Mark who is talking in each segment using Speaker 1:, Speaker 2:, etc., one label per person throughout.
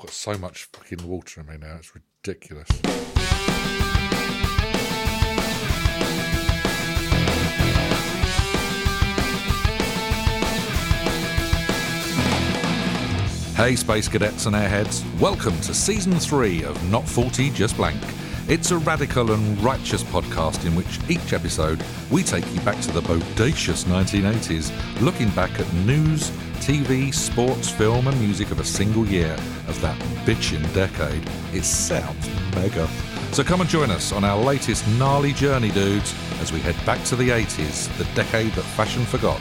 Speaker 1: got so much fucking water in me now. It's ridiculous. Hey, Space Cadets and Airheads. Welcome to Season 3 of Not 40 Just Blank. It's a radical and righteous podcast in which each episode we take you back to the bodacious 1980s, looking back at news, TV, sports, film, and music of a single year of that bitchin' decade. It sounds mega. So come and join us on our latest gnarly journey, dudes, as we head back to the 80s, the decade that fashion forgot,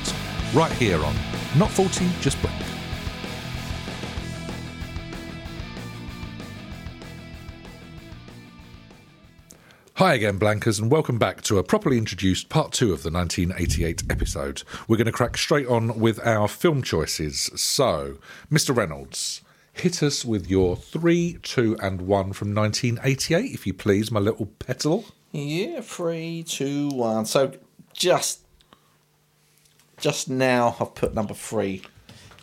Speaker 1: right here on Not 40 Just Blank. Hi again, Blankers, and welcome back to a properly introduced part two of the 1988 episode. We're going to crack straight on with our film choices. So, Mr. Reynolds, hit us with your three, two, and one from 1988, if you please, my little petal.
Speaker 2: Yeah, three, two, one. So just just now I've put number three.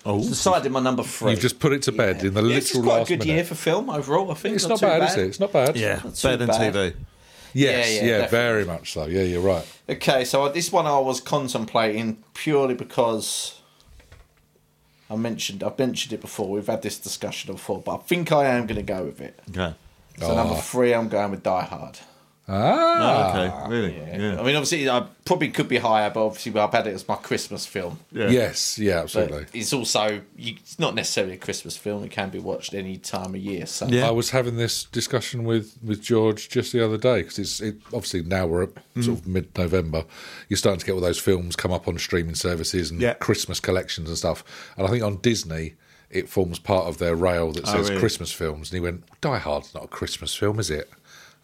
Speaker 1: Oh,
Speaker 2: Decided my number three.
Speaker 1: you've just put it to bed in the
Speaker 2: Yeah,
Speaker 1: literal
Speaker 2: this is quite
Speaker 1: last
Speaker 2: a good
Speaker 1: minute.
Speaker 2: year for film overall, I think.
Speaker 1: it's not, bad,
Speaker 2: too
Speaker 1: is it? It's not bad.
Speaker 3: Yeah,
Speaker 2: Not too
Speaker 3: better than
Speaker 2: bad.
Speaker 3: TV.
Speaker 1: Yes.
Speaker 2: Yeah,
Speaker 1: Yeah.
Speaker 2: yeah, definitely.
Speaker 1: very much so. Yeah, you're right.
Speaker 2: Okay, so this one I was contemplating purely because I mentioned I've mentioned it before. We've had this discussion before, but I think I am going to go with it.
Speaker 3: Okay.
Speaker 2: So number three, I'm going with Die Hard.
Speaker 1: Ah,
Speaker 3: Oh, okay, really? Yeah.
Speaker 2: I mean, obviously, I probably could be higher, but obviously, I've had it as my Christmas film.
Speaker 1: yes. Yeah,
Speaker 2: But
Speaker 1: absolutely.
Speaker 2: it's also you, it's not necessarily a Christmas film. It can be watched any time of year. So
Speaker 3: Yeah.
Speaker 1: I was having this discussion with, with George just the other day because it's it, obviously now we're at sort of mid November. You're starting to get all those films come up on streaming services and
Speaker 3: Yeah.
Speaker 1: Christmas collections and stuff. And I think on Disney, it forms part of their rail that says
Speaker 3: really?
Speaker 1: Christmas films. And he went, Die Hard's not a Christmas film, is it?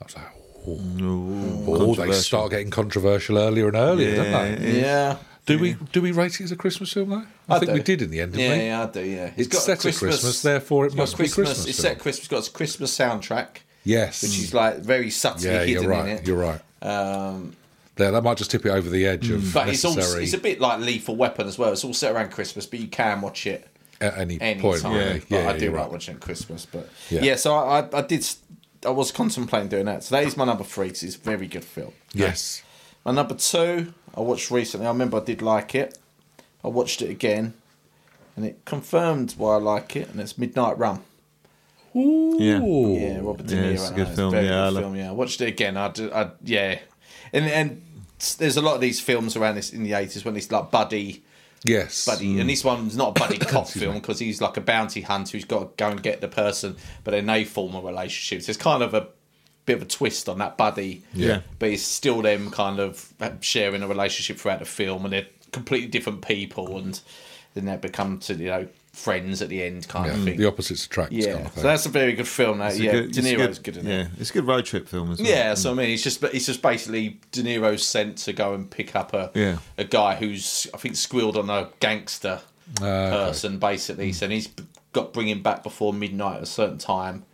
Speaker 1: I was like, Oh, Oh, they
Speaker 3: Mm. controversial.
Speaker 1: start getting controversial earlier and earlier, don't they?
Speaker 3: Yeah.
Speaker 2: yeah,
Speaker 1: Do we do we rate it as a Christmas film though? I,
Speaker 2: I
Speaker 1: think we
Speaker 2: do.
Speaker 1: did in the end, didn't
Speaker 2: yeah,
Speaker 1: we?
Speaker 2: yeah, I do. Yeah,
Speaker 1: It's set at Christmas, therefore it
Speaker 2: it's got
Speaker 1: must be
Speaker 2: Christmas.
Speaker 1: Christmas
Speaker 2: It's
Speaker 1: film.
Speaker 2: set Christmas. It's got a Christmas soundtrack,
Speaker 1: Yes.
Speaker 2: which is like very subtly
Speaker 1: yeah,
Speaker 2: hidden
Speaker 1: you're
Speaker 2: in
Speaker 1: right.
Speaker 2: it.
Speaker 1: You're right.
Speaker 2: Um,
Speaker 1: Yeah, that might just tip it over the edge of
Speaker 2: but it's all
Speaker 1: necessary
Speaker 2: it's a bit like Lethal Weapon as well. It's all set around Christmas, but you can watch it
Speaker 1: at any,
Speaker 2: any
Speaker 1: point.
Speaker 2: time.
Speaker 1: really.
Speaker 2: But I do
Speaker 1: you're
Speaker 2: like
Speaker 1: right.
Speaker 2: watching it at Christmas, but
Speaker 1: Yeah.
Speaker 2: yeah. so I, I, I did. s- I was contemplating doing that. So that is my number three. 'cause it's a very good film.
Speaker 1: Yes.
Speaker 2: My number two, I watched recently. I remember I did like it. I watched it again, and it confirmed why I like it. And it's Midnight Run.
Speaker 3: Yeah.
Speaker 2: Yeah, Robert De
Speaker 3: Yeah,
Speaker 2: Niro.
Speaker 3: it's a
Speaker 2: and
Speaker 3: good
Speaker 2: I-
Speaker 3: film,
Speaker 2: very
Speaker 3: yeah,
Speaker 2: good
Speaker 3: I love-
Speaker 2: film. Yeah, I watched it again. I, d- I- yeah, and and s- there's a lot of these films around this in the eighties when it's like buddy,
Speaker 1: Yes.
Speaker 2: buddy,
Speaker 3: Hmm.
Speaker 2: and this one's not a buddy cop film because he's like a bounty hunter who's got to go and get the person, but then they form a relationship. So it's kind of a bit of a twist on that buddy.
Speaker 3: Yeah.
Speaker 2: but it's still them kind of sharing a relationship throughout the film, and they're completely different people, and then they become to you know friends at the end kind
Speaker 1: Yeah,
Speaker 2: of thing.
Speaker 1: The opposites attract.
Speaker 2: Yeah,
Speaker 1: Kind of
Speaker 2: so
Speaker 1: thing.
Speaker 2: that's a very good film. That
Speaker 3: It's a
Speaker 2: yeah,
Speaker 3: good-
Speaker 2: De
Speaker 3: it's a
Speaker 2: Niro's good, in
Speaker 3: yeah,
Speaker 2: it.
Speaker 3: it's a good road trip film as well. Mm.
Speaker 2: Yeah, so I mean, it's just but it's just basically De Niro's sent to go and pick up a
Speaker 3: Yeah.
Speaker 2: a guy who's I think squealed on a gangster
Speaker 3: Ah,
Speaker 2: person basically.
Speaker 3: Mm.
Speaker 2: So he's b- got bringing back before midnight at a certain time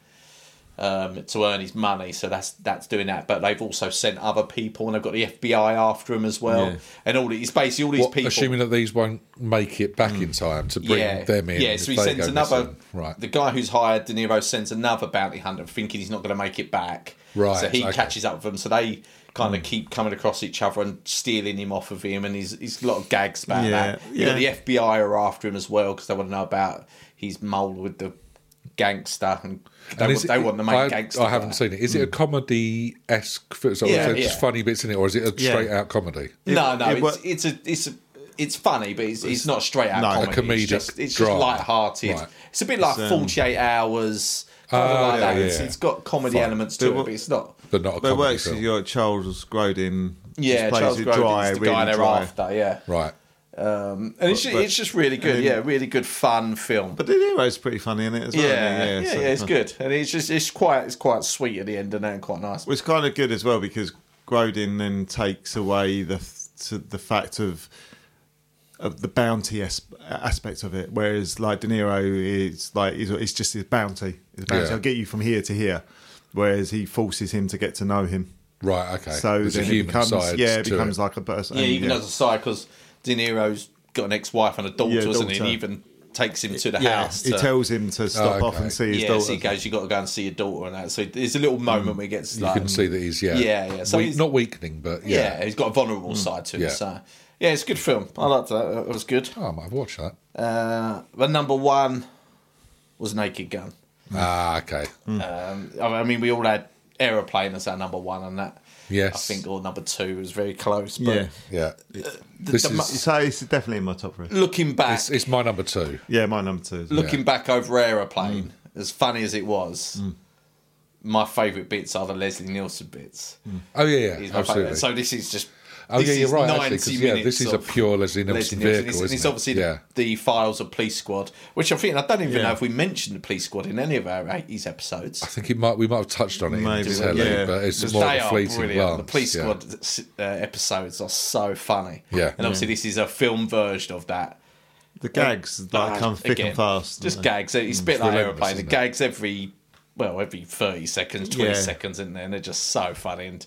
Speaker 2: um, to earn his money. So that's that's doing that. But they've also sent other people, and they've got the FBI after him as well.
Speaker 3: Yeah.
Speaker 2: And all it's basically all these
Speaker 1: What,
Speaker 2: people. Mm.
Speaker 1: assuming that these won't make it back in time to bring them in.
Speaker 2: Yeah,
Speaker 1: if
Speaker 2: so he
Speaker 1: they
Speaker 2: sends
Speaker 1: go
Speaker 2: another.
Speaker 1: missing. Right.
Speaker 2: The guy who's hired De Niro sends another bounty hunter, thinking he's not going to make it back.
Speaker 1: Right,
Speaker 2: So he
Speaker 1: okay. Hmm.
Speaker 2: catches up with them. So they kind of keep coming across each other and stealing him off of him. And he's he's got a lot of gags about
Speaker 3: Yeah,
Speaker 2: that. You got
Speaker 3: yeah.
Speaker 2: the FBI are after him as well because they want to know about his mole with the gangster and they,
Speaker 1: And
Speaker 2: want,
Speaker 1: is
Speaker 2: they
Speaker 1: it-
Speaker 2: want the main
Speaker 1: I,
Speaker 2: gangster.
Speaker 1: I
Speaker 2: guy.
Speaker 1: haven't seen it. Is
Speaker 3: Mm.
Speaker 1: it a comedy esque? So
Speaker 2: Yeah,
Speaker 1: there's
Speaker 2: yeah.
Speaker 1: funny bits in it, or is it a
Speaker 3: Yeah.
Speaker 1: straight out comedy?
Speaker 2: no, no,
Speaker 3: it
Speaker 2: it's,
Speaker 3: wa-
Speaker 2: it's a it's a, it's funny, but it's, it's not straight out
Speaker 3: No.
Speaker 2: comedy.
Speaker 3: A
Speaker 1: comedic
Speaker 2: it's just, it's just
Speaker 1: drama.
Speaker 2: light-hearted.
Speaker 1: Right.
Speaker 2: It's a bit like
Speaker 3: um,
Speaker 2: Forty Eight Hours. Kind of
Speaker 1: Oh,
Speaker 2: like
Speaker 1: yeah,
Speaker 2: that. It's,
Speaker 1: yeah.
Speaker 2: it's got comedy
Speaker 1: Fine.
Speaker 2: elements to
Speaker 3: But
Speaker 2: it,
Speaker 3: what-
Speaker 2: but it's not.
Speaker 1: But not a
Speaker 3: But it
Speaker 1: comedy
Speaker 3: works
Speaker 1: film.
Speaker 3: if you're Charles Grodin.
Speaker 2: Yeah,
Speaker 3: just plays
Speaker 2: Charles
Speaker 3: it
Speaker 2: Grodin
Speaker 3: dry,
Speaker 2: is the
Speaker 3: really
Speaker 2: guy they're
Speaker 3: dry.
Speaker 2: after. Yeah,
Speaker 1: Right.
Speaker 2: um, and it's, ju-
Speaker 3: but-
Speaker 2: it's just really good.
Speaker 3: then-
Speaker 2: yeah, really good fun film.
Speaker 3: But De Niro's pretty funny in it as well. isn't
Speaker 2: yeah,
Speaker 3: he?
Speaker 2: yeah, yeah,
Speaker 3: so-
Speaker 2: it's good, and it's just it's quite it's quite sweet at the end and that, and quite nice.
Speaker 3: Well, it's kind of good as well because Grodin then takes away the to the fact of of the bounty as, aspect of it, whereas like De Niro is like he's, it's just his bounty. His bounty.
Speaker 1: Yeah.
Speaker 3: I'll get you from here to here, whereas he forces him to get to know him.
Speaker 1: Right. Okay.
Speaker 3: So
Speaker 1: there's a
Speaker 3: then it
Speaker 1: human
Speaker 3: becomes
Speaker 1: side.
Speaker 3: yeah, it
Speaker 1: to
Speaker 3: becomes like a person.
Speaker 2: Yeah, even as a side, because De Niro's got an ex-wife and a daughter,
Speaker 3: Yeah,
Speaker 2: isn't he? And
Speaker 3: daughter.
Speaker 2: even takes him to the
Speaker 3: yeah,
Speaker 2: house.
Speaker 3: he
Speaker 2: to-
Speaker 3: tells him to stop
Speaker 1: Oh,
Speaker 3: off
Speaker 1: okay.
Speaker 3: and see his
Speaker 2: yeah,
Speaker 3: daughter.
Speaker 2: so he goes, "You got to go and see your daughter," and that. So there's a little moment where he gets
Speaker 1: Mm. You
Speaker 2: like,
Speaker 1: can see that he's yeah,
Speaker 2: Um, Yeah, yeah. So
Speaker 1: weak-
Speaker 2: he's-
Speaker 1: not weakening, but
Speaker 2: yeah.
Speaker 1: yeah. Mm.
Speaker 2: he's got a vulnerable side to him.
Speaker 1: Yeah.
Speaker 2: So yeah, it's a good film. I liked that. That was good.
Speaker 1: Oh, I might have watched that.
Speaker 2: Uh, but number one was Naked Gun.
Speaker 1: Ah, okay.
Speaker 2: Um, I I mean, we all had Aeroplane as our number one, and that
Speaker 1: Yes.
Speaker 2: I think or number two was very close. But
Speaker 3: yeah,
Speaker 1: Yeah,
Speaker 2: the-
Speaker 1: this
Speaker 2: the mu-
Speaker 1: is
Speaker 3: so it's definitely in my top three.
Speaker 2: looking back,
Speaker 1: it's, it's my number two.
Speaker 3: Yeah, my number two. Is
Speaker 2: looking back over Aeroplane,
Speaker 1: Mm.
Speaker 2: as funny as it was, my favourite bits are the Leslie Nielsen bits.
Speaker 1: Oh yeah,
Speaker 2: He's
Speaker 1: yeah
Speaker 2: my
Speaker 1: absolutely.
Speaker 2: favourite. So this is just.
Speaker 1: Oh,
Speaker 2: this
Speaker 1: yeah,
Speaker 2: is
Speaker 1: you're right,
Speaker 2: 90
Speaker 1: actually, 'cause, yeah,
Speaker 2: minutes
Speaker 1: this is a
Speaker 2: of
Speaker 1: pure Leslie Nielsen vehicle,
Speaker 2: It's,
Speaker 1: isn't
Speaker 2: it's
Speaker 1: it?
Speaker 2: obviously
Speaker 1: Yeah.
Speaker 2: the, the files of Police Squad, which I'm thinking I don't even
Speaker 3: Yeah.
Speaker 2: know if we mentioned the Police Squad in any of our 80s episodes.
Speaker 1: I think it might we might have touched on it
Speaker 3: Maybe,
Speaker 1: in telly,
Speaker 3: yeah.
Speaker 1: but it's
Speaker 2: Because
Speaker 1: more
Speaker 2: they
Speaker 1: of a
Speaker 2: are
Speaker 1: fleeting
Speaker 2: brilliant.
Speaker 1: glance.
Speaker 2: The Police
Speaker 1: yeah.
Speaker 2: Squad uh, episodes are so funny.
Speaker 1: Yeah.
Speaker 2: And obviously, this is a film version of that.
Speaker 3: the gags like come thick
Speaker 2: Ah, Again,
Speaker 3: and fast.
Speaker 2: Just
Speaker 3: don't they?
Speaker 2: gags. It's a bit like
Speaker 1: Mm, relentless,
Speaker 2: aeroplane. The
Speaker 1: isn't it?
Speaker 2: gags every well, every thirty seconds, twenty
Speaker 3: Yeah.
Speaker 2: seconds, isn't there? and they're just so funny. And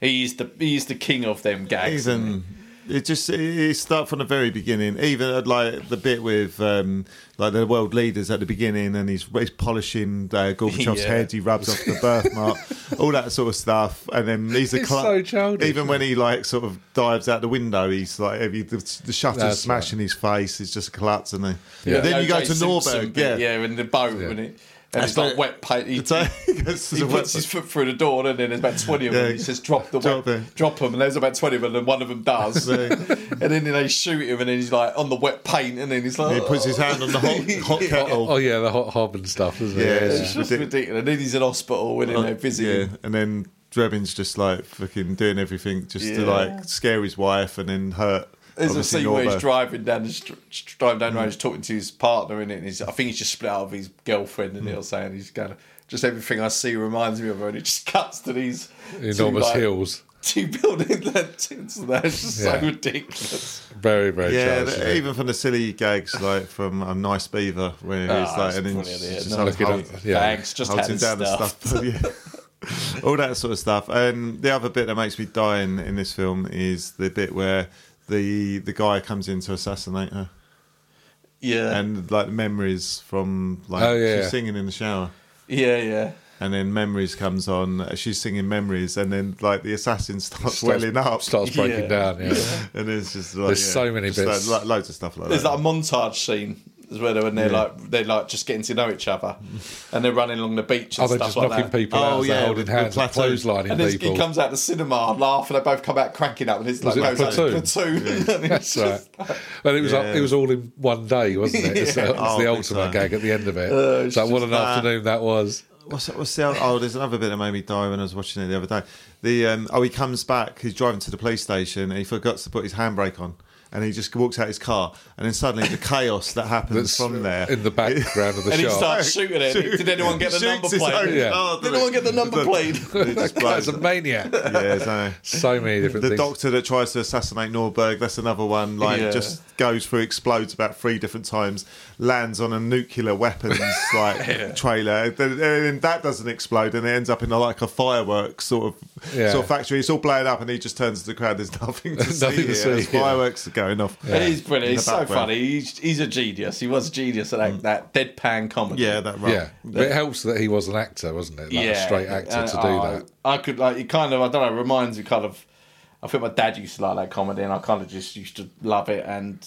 Speaker 2: he's the he's the king of them gags. isn't he?
Speaker 3: even it just it, it start from the very beginning. Even uh, like the bit with um, like the world leaders at the beginning, and he's, he's polishing uh, Gorbachev's
Speaker 2: Yeah.
Speaker 3: head. He rubs off the birthmark, all that sort of stuff. And then he's a
Speaker 1: It's
Speaker 3: cla-
Speaker 1: so childish,
Speaker 3: Even when he like sort of dives out the window, he's like every, the, the shutters
Speaker 1: That's
Speaker 3: smashing his face. It's just a collapse, and then
Speaker 1: Yeah.
Speaker 3: but then you go
Speaker 2: O.J.
Speaker 3: to
Speaker 2: Simpson
Speaker 3: Norberg,
Speaker 2: bit,
Speaker 3: yeah.
Speaker 2: yeah, in the boat, and it and
Speaker 3: That's
Speaker 2: it's like
Speaker 3: like-
Speaker 2: wet paint. He,
Speaker 3: It's like- it's
Speaker 2: he
Speaker 3: a
Speaker 2: puts his foot through the door, and then there's about twenty of them.
Speaker 3: Yeah.
Speaker 2: He says, "Drop the
Speaker 3: Drop
Speaker 2: wet,
Speaker 3: it.
Speaker 2: drop them." And there's about twenty of them, and one of them does.
Speaker 3: Yeah.
Speaker 2: and then they shoot him, and then he's like on the wet paint, and then he's like,
Speaker 3: he puts his hand on the hot, hot kettle.
Speaker 1: Oh yeah, the hot hob and stuff, isn't
Speaker 3: Yeah,
Speaker 1: it?
Speaker 3: it's
Speaker 2: "Oh, It's just ridiculous. And then he's in hospital when they're busy.
Speaker 3: Oh, Yeah, and then Drebin's just like fucking doing everything just to
Speaker 2: Yeah.
Speaker 3: like scare his wife and then hurt.
Speaker 2: There's a
Speaker 3: obviously,
Speaker 2: scene where he's
Speaker 3: Norberg. Mm.
Speaker 2: driving down the str- str- driving down the road, he's talking to his partner in it, and he's, I think he's just split out of his girlfriend,
Speaker 3: Mm.
Speaker 2: and he'll say, and he's going, to just everything I see reminds me of her, and it just cuts to these
Speaker 1: Enormous
Speaker 2: two, like,
Speaker 1: hills.
Speaker 2: two buildings that tits, and that's just
Speaker 1: Yeah.
Speaker 2: so ridiculous.
Speaker 1: Very, very
Speaker 3: Yeah,
Speaker 1: childish.
Speaker 3: the-
Speaker 1: isn't it?
Speaker 3: even from the silly gags like from um, Nice Beaver, where he's
Speaker 2: Ah,
Speaker 3: like,
Speaker 2: it's
Speaker 3: and then
Speaker 2: brilliant, yeah.
Speaker 3: just
Speaker 2: No,
Speaker 3: holds-
Speaker 1: look it up.
Speaker 3: holds-
Speaker 1: Yeah.
Speaker 2: Thanks, just
Speaker 3: holds
Speaker 2: had
Speaker 3: him
Speaker 2: his
Speaker 3: down
Speaker 2: stuff.
Speaker 3: and stuff. Oh, Yeah. All that sort of stuff. And the other bit that makes me die in, in this film is the bit where the the guy comes in to assassinate her,
Speaker 2: Yeah,
Speaker 3: and like the memories from like
Speaker 1: Oh, yeah.
Speaker 3: she's singing in the shower.
Speaker 2: yeah, yeah.
Speaker 3: and then memories comes on uh, she's singing memories and then like the assassin starts,
Speaker 1: Starts-
Speaker 3: welling up
Speaker 1: starts breaking
Speaker 2: Yeah.
Speaker 1: down. Yeah,
Speaker 3: and it's just like
Speaker 1: There's
Speaker 3: yeah,
Speaker 1: so many
Speaker 3: just
Speaker 1: bits.
Speaker 3: like, lo- loads of stuff like
Speaker 2: There's
Speaker 3: that
Speaker 2: like a montage scene. Is where they're when they're
Speaker 3: Yeah.
Speaker 2: like they're like just getting to know each other, and they're running along the beach and
Speaker 1: oh, they're
Speaker 2: stuff
Speaker 1: just
Speaker 2: like
Speaker 1: knocking
Speaker 2: that.
Speaker 1: people
Speaker 3: Oh,
Speaker 1: out, as they're
Speaker 3: yeah,
Speaker 1: holding
Speaker 3: the- the
Speaker 1: hands, and
Speaker 3: plateau.
Speaker 1: clotheslining
Speaker 2: And then he
Speaker 1: people.
Speaker 2: comes out of the cinema and laugh, and they both come out cranking up, and it's like
Speaker 1: it
Speaker 2: goes out to
Speaker 1: Platoon?
Speaker 2: platoon. and it's
Speaker 1: That's right.
Speaker 2: just-
Speaker 1: Well, it was
Speaker 3: Yeah.
Speaker 1: it was all in one day, wasn't it? It's,
Speaker 2: Yeah.
Speaker 1: uh, it's
Speaker 3: Oh,
Speaker 1: the
Speaker 3: I
Speaker 1: ultimate
Speaker 3: think so.
Speaker 1: gag at the end of it.
Speaker 2: Oh, it's
Speaker 1: so what an
Speaker 3: that.
Speaker 1: afternoon that was.
Speaker 3: what's, that- what's the other, oh there's another bit that made me die when I was watching it the other day the um, oh he comes back he's driving to the police station and he forgets to put his handbrake on and he just walks out his car and then suddenly the chaos that
Speaker 1: That's
Speaker 3: happens from there
Speaker 1: in the background of the
Speaker 2: and he
Speaker 1: shop.
Speaker 2: starts shooting it. Did anyone get the
Speaker 3: Shoots
Speaker 2: number
Speaker 3: his
Speaker 2: plate?
Speaker 3: own
Speaker 1: Yeah.
Speaker 3: car,
Speaker 2: Did
Speaker 3: doesn't
Speaker 2: anyone
Speaker 3: it?
Speaker 2: get the number plate?
Speaker 3: It just
Speaker 1: that guy's
Speaker 3: blows
Speaker 1: a
Speaker 3: up.
Speaker 1: maniac.
Speaker 3: yeah so
Speaker 1: So many different
Speaker 3: the
Speaker 1: things.
Speaker 3: doctor that tries to assassinate Norberg, that's another one. Like,
Speaker 2: Yeah.
Speaker 3: just goes through, explodes about three different times, lands on a nuclear weapons like trailer. Then- And that doesn't explode, and it ends up in a, like a fireworks sort of
Speaker 1: Yeah.
Speaker 3: sort of factory. It's all blown up, and he just turns to the crowd. There's nothing to see.
Speaker 1: Nothing to
Speaker 3: here.
Speaker 1: see,
Speaker 3: There's
Speaker 1: yeah.
Speaker 3: fireworks are going off.
Speaker 2: It is brilliant.
Speaker 3: In the
Speaker 2: It's so
Speaker 3: background.
Speaker 2: funny. He's, he's a genius. He was a genius at that, that deadpan comedy.
Speaker 3: Yeah, that right.
Speaker 1: yeah, but it helps that he was an actor, wasn't it? Like a straight actor
Speaker 2: And
Speaker 1: to do
Speaker 2: I,
Speaker 1: that.
Speaker 2: uh, oh, I could like it kind of I don't know, it reminds me kind of I think my dad used to like that comedy and I kind of just used to love it and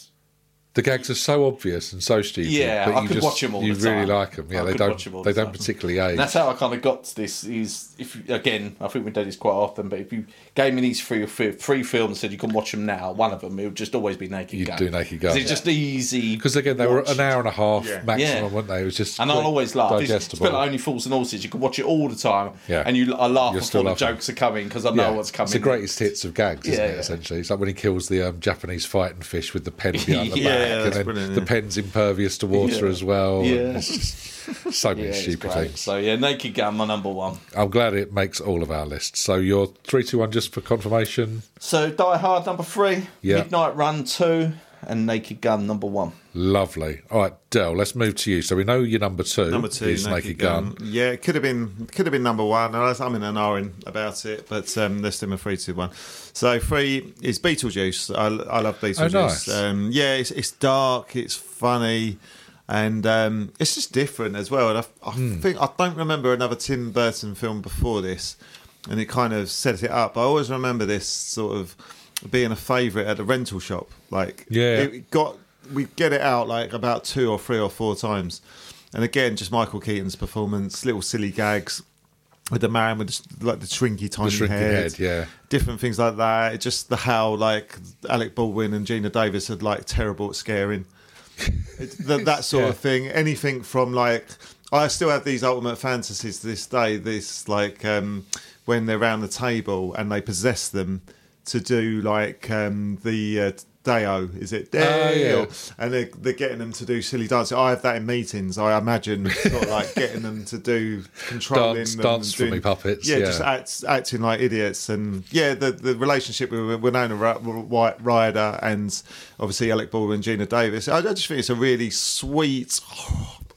Speaker 1: The gags are so obvious and so stupid.
Speaker 2: Yeah,
Speaker 1: but
Speaker 2: I
Speaker 1: you
Speaker 2: could
Speaker 1: just,
Speaker 2: watch 'em all
Speaker 1: You
Speaker 2: the
Speaker 1: really
Speaker 2: time.
Speaker 1: like them. Yeah,
Speaker 2: I
Speaker 1: they
Speaker 2: could
Speaker 1: don't.
Speaker 2: watch 'em all
Speaker 1: they
Speaker 2: the
Speaker 1: don't
Speaker 2: time.
Speaker 1: particularly age.
Speaker 2: And that's how I kind of got to this. Is if again, I think we do this quite often, but if you gave me these three three, three films and said you can watch them now, one of them it would just always be Naked
Speaker 1: You'd
Speaker 2: Gun.
Speaker 1: do Naked Gun.
Speaker 2: 'Cause It's just easy
Speaker 1: Because again, they were an hour and a half
Speaker 3: Yeah.
Speaker 1: maximum,
Speaker 2: Yeah.
Speaker 1: weren't they? It was just
Speaker 2: And I'll
Speaker 1: quick,
Speaker 2: always laugh. It's- It's
Speaker 1: digestible.
Speaker 2: been like only fools and horses. You can watch it all the time,
Speaker 1: Yeah.
Speaker 2: and you I
Speaker 1: You're
Speaker 2: laugh before
Speaker 1: still
Speaker 2: the
Speaker 1: laughing.
Speaker 2: jokes are coming because I know what's coming.
Speaker 1: It's the greatest hits of gags, isn't
Speaker 2: Yeah,
Speaker 1: it?
Speaker 2: yeah.
Speaker 1: Essentially, it's like when he kills the um, Japanese fighting fish with the pen behind the
Speaker 2: Yeah,
Speaker 1: back,
Speaker 2: yeah,
Speaker 1: and
Speaker 3: that's
Speaker 1: then
Speaker 3: brilliant,
Speaker 1: the
Speaker 3: yeah.
Speaker 1: pen's impervious to water
Speaker 2: Yeah.
Speaker 1: as well. and
Speaker 2: Yeah.
Speaker 1: it's just so many
Speaker 2: Yeah, it's
Speaker 1: stupid
Speaker 2: great.
Speaker 1: things.
Speaker 2: So yeah, Naked Gun, my number one.
Speaker 1: I'm glad it makes all of our lists. So your three, two, one, just for confirmation.
Speaker 2: So Die Hard number three,
Speaker 1: Yeah.
Speaker 2: Midnight Run two, and Naked Gun number one.
Speaker 1: Lovely. All right, Dell. Let's move to you. So we know your number two.
Speaker 3: Number two,
Speaker 1: is Naked, Gun.
Speaker 3: Yeah, it could have been could have been number one. And I was- I'm in an in about it, but um, they're still my three, two, one. So three is Oh, Beetlejuice. Uh, I, I love Beetlejuice.
Speaker 1: nice.
Speaker 3: Um, yeah, it's, it's dark, it's funny. and um, it's just different as well. And I, I think I don't remember another Tim Burton film before this, and it kind of sets it up. I always remember this sort of being a favourite at a rental shop. Like,
Speaker 1: Yeah.
Speaker 3: it got we get it out like about two or three or four times, and again, just Michael Keaton's performance, little silly gags. With the man with the, like the shrinky tiny
Speaker 1: shrinking head, yeah.
Speaker 3: different things like that. It just the how like Alec Baldwin and Gina Davis had like terrible at scaring, It- that, that sort of
Speaker 1: Yeah.
Speaker 3: thing. Anything from like I still have these ultimate fantasies to this day. This like um, when they're around the table and they possess them to do like um, the uh, Deo is it Deo?
Speaker 1: Oh, yeah.
Speaker 3: And they're, they're getting them to do silly dances. I have that in meetings. I imagine sort of like getting them to do controlling
Speaker 1: Dance-
Speaker 3: them,
Speaker 1: dance for
Speaker 3: doing-
Speaker 1: me puppets,
Speaker 3: Yeah,
Speaker 1: yeah.
Speaker 3: just act, acting like idiots, and yeah, the the relationship with Winona Ry- White Ryder and obviously Alec Baldwin, Gina Davis. I, I just think it's a really sweet,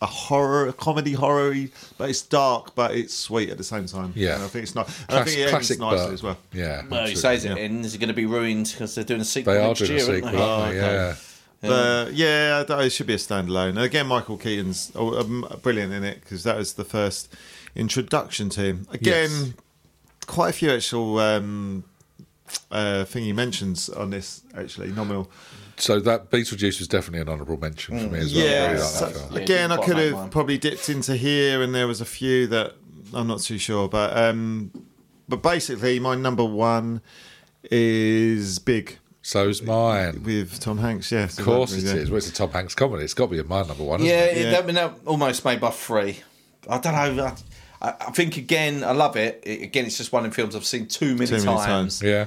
Speaker 3: a horror, a comedy horror, but it's dark, but it's sweet at the same time.
Speaker 1: Yeah.
Speaker 3: and I think it's nice. And I
Speaker 1: Class-
Speaker 3: think it ends
Speaker 1: classic
Speaker 3: nicely
Speaker 1: Bert.
Speaker 3: as well.
Speaker 1: Yeah,
Speaker 2: Well, he
Speaker 1: absolutely.
Speaker 2: says it ends are going to be ruined because they're doing a sequel
Speaker 1: they are
Speaker 2: next
Speaker 1: doing
Speaker 2: year,
Speaker 1: a sequel,
Speaker 2: aren't they?
Speaker 1: aren't they?
Speaker 3: Oh, okay.
Speaker 1: Yeah.
Speaker 3: But yeah, I don't- it should be a standalone. And again, Michael Keaton's oh, um, brilliant in it because that was the first introduction to him. Again,
Speaker 1: Yes.
Speaker 3: quite a few actual um, uh, thing he mentions on this actually nominal.
Speaker 1: So that Beetlejuice was definitely an honourable mention for me as well. I
Speaker 3: Mm. Yeah,
Speaker 1: really like
Speaker 3: so-
Speaker 1: that film.
Speaker 2: Yeah,
Speaker 3: again, I
Speaker 2: quite
Speaker 3: could
Speaker 2: like
Speaker 3: have
Speaker 2: mine.
Speaker 3: probably dipped into here, and there was a few that I'm not too sure. But um, but basically, my number one is Big
Speaker 1: So's mine.
Speaker 3: with Tom Hanks. Yeah,
Speaker 1: Of course it is. Well, it's a Tom Hanks comedy. It's got to be my number one.
Speaker 2: Yeah,
Speaker 1: Isn't it?
Speaker 2: it-
Speaker 3: Yeah.
Speaker 2: That, that almost made my three. I don't know. I, I I think again, I love it. It- Again, it's just one of the films I've seen too many,
Speaker 3: Too many
Speaker 2: times,
Speaker 3: times.
Speaker 1: Yeah.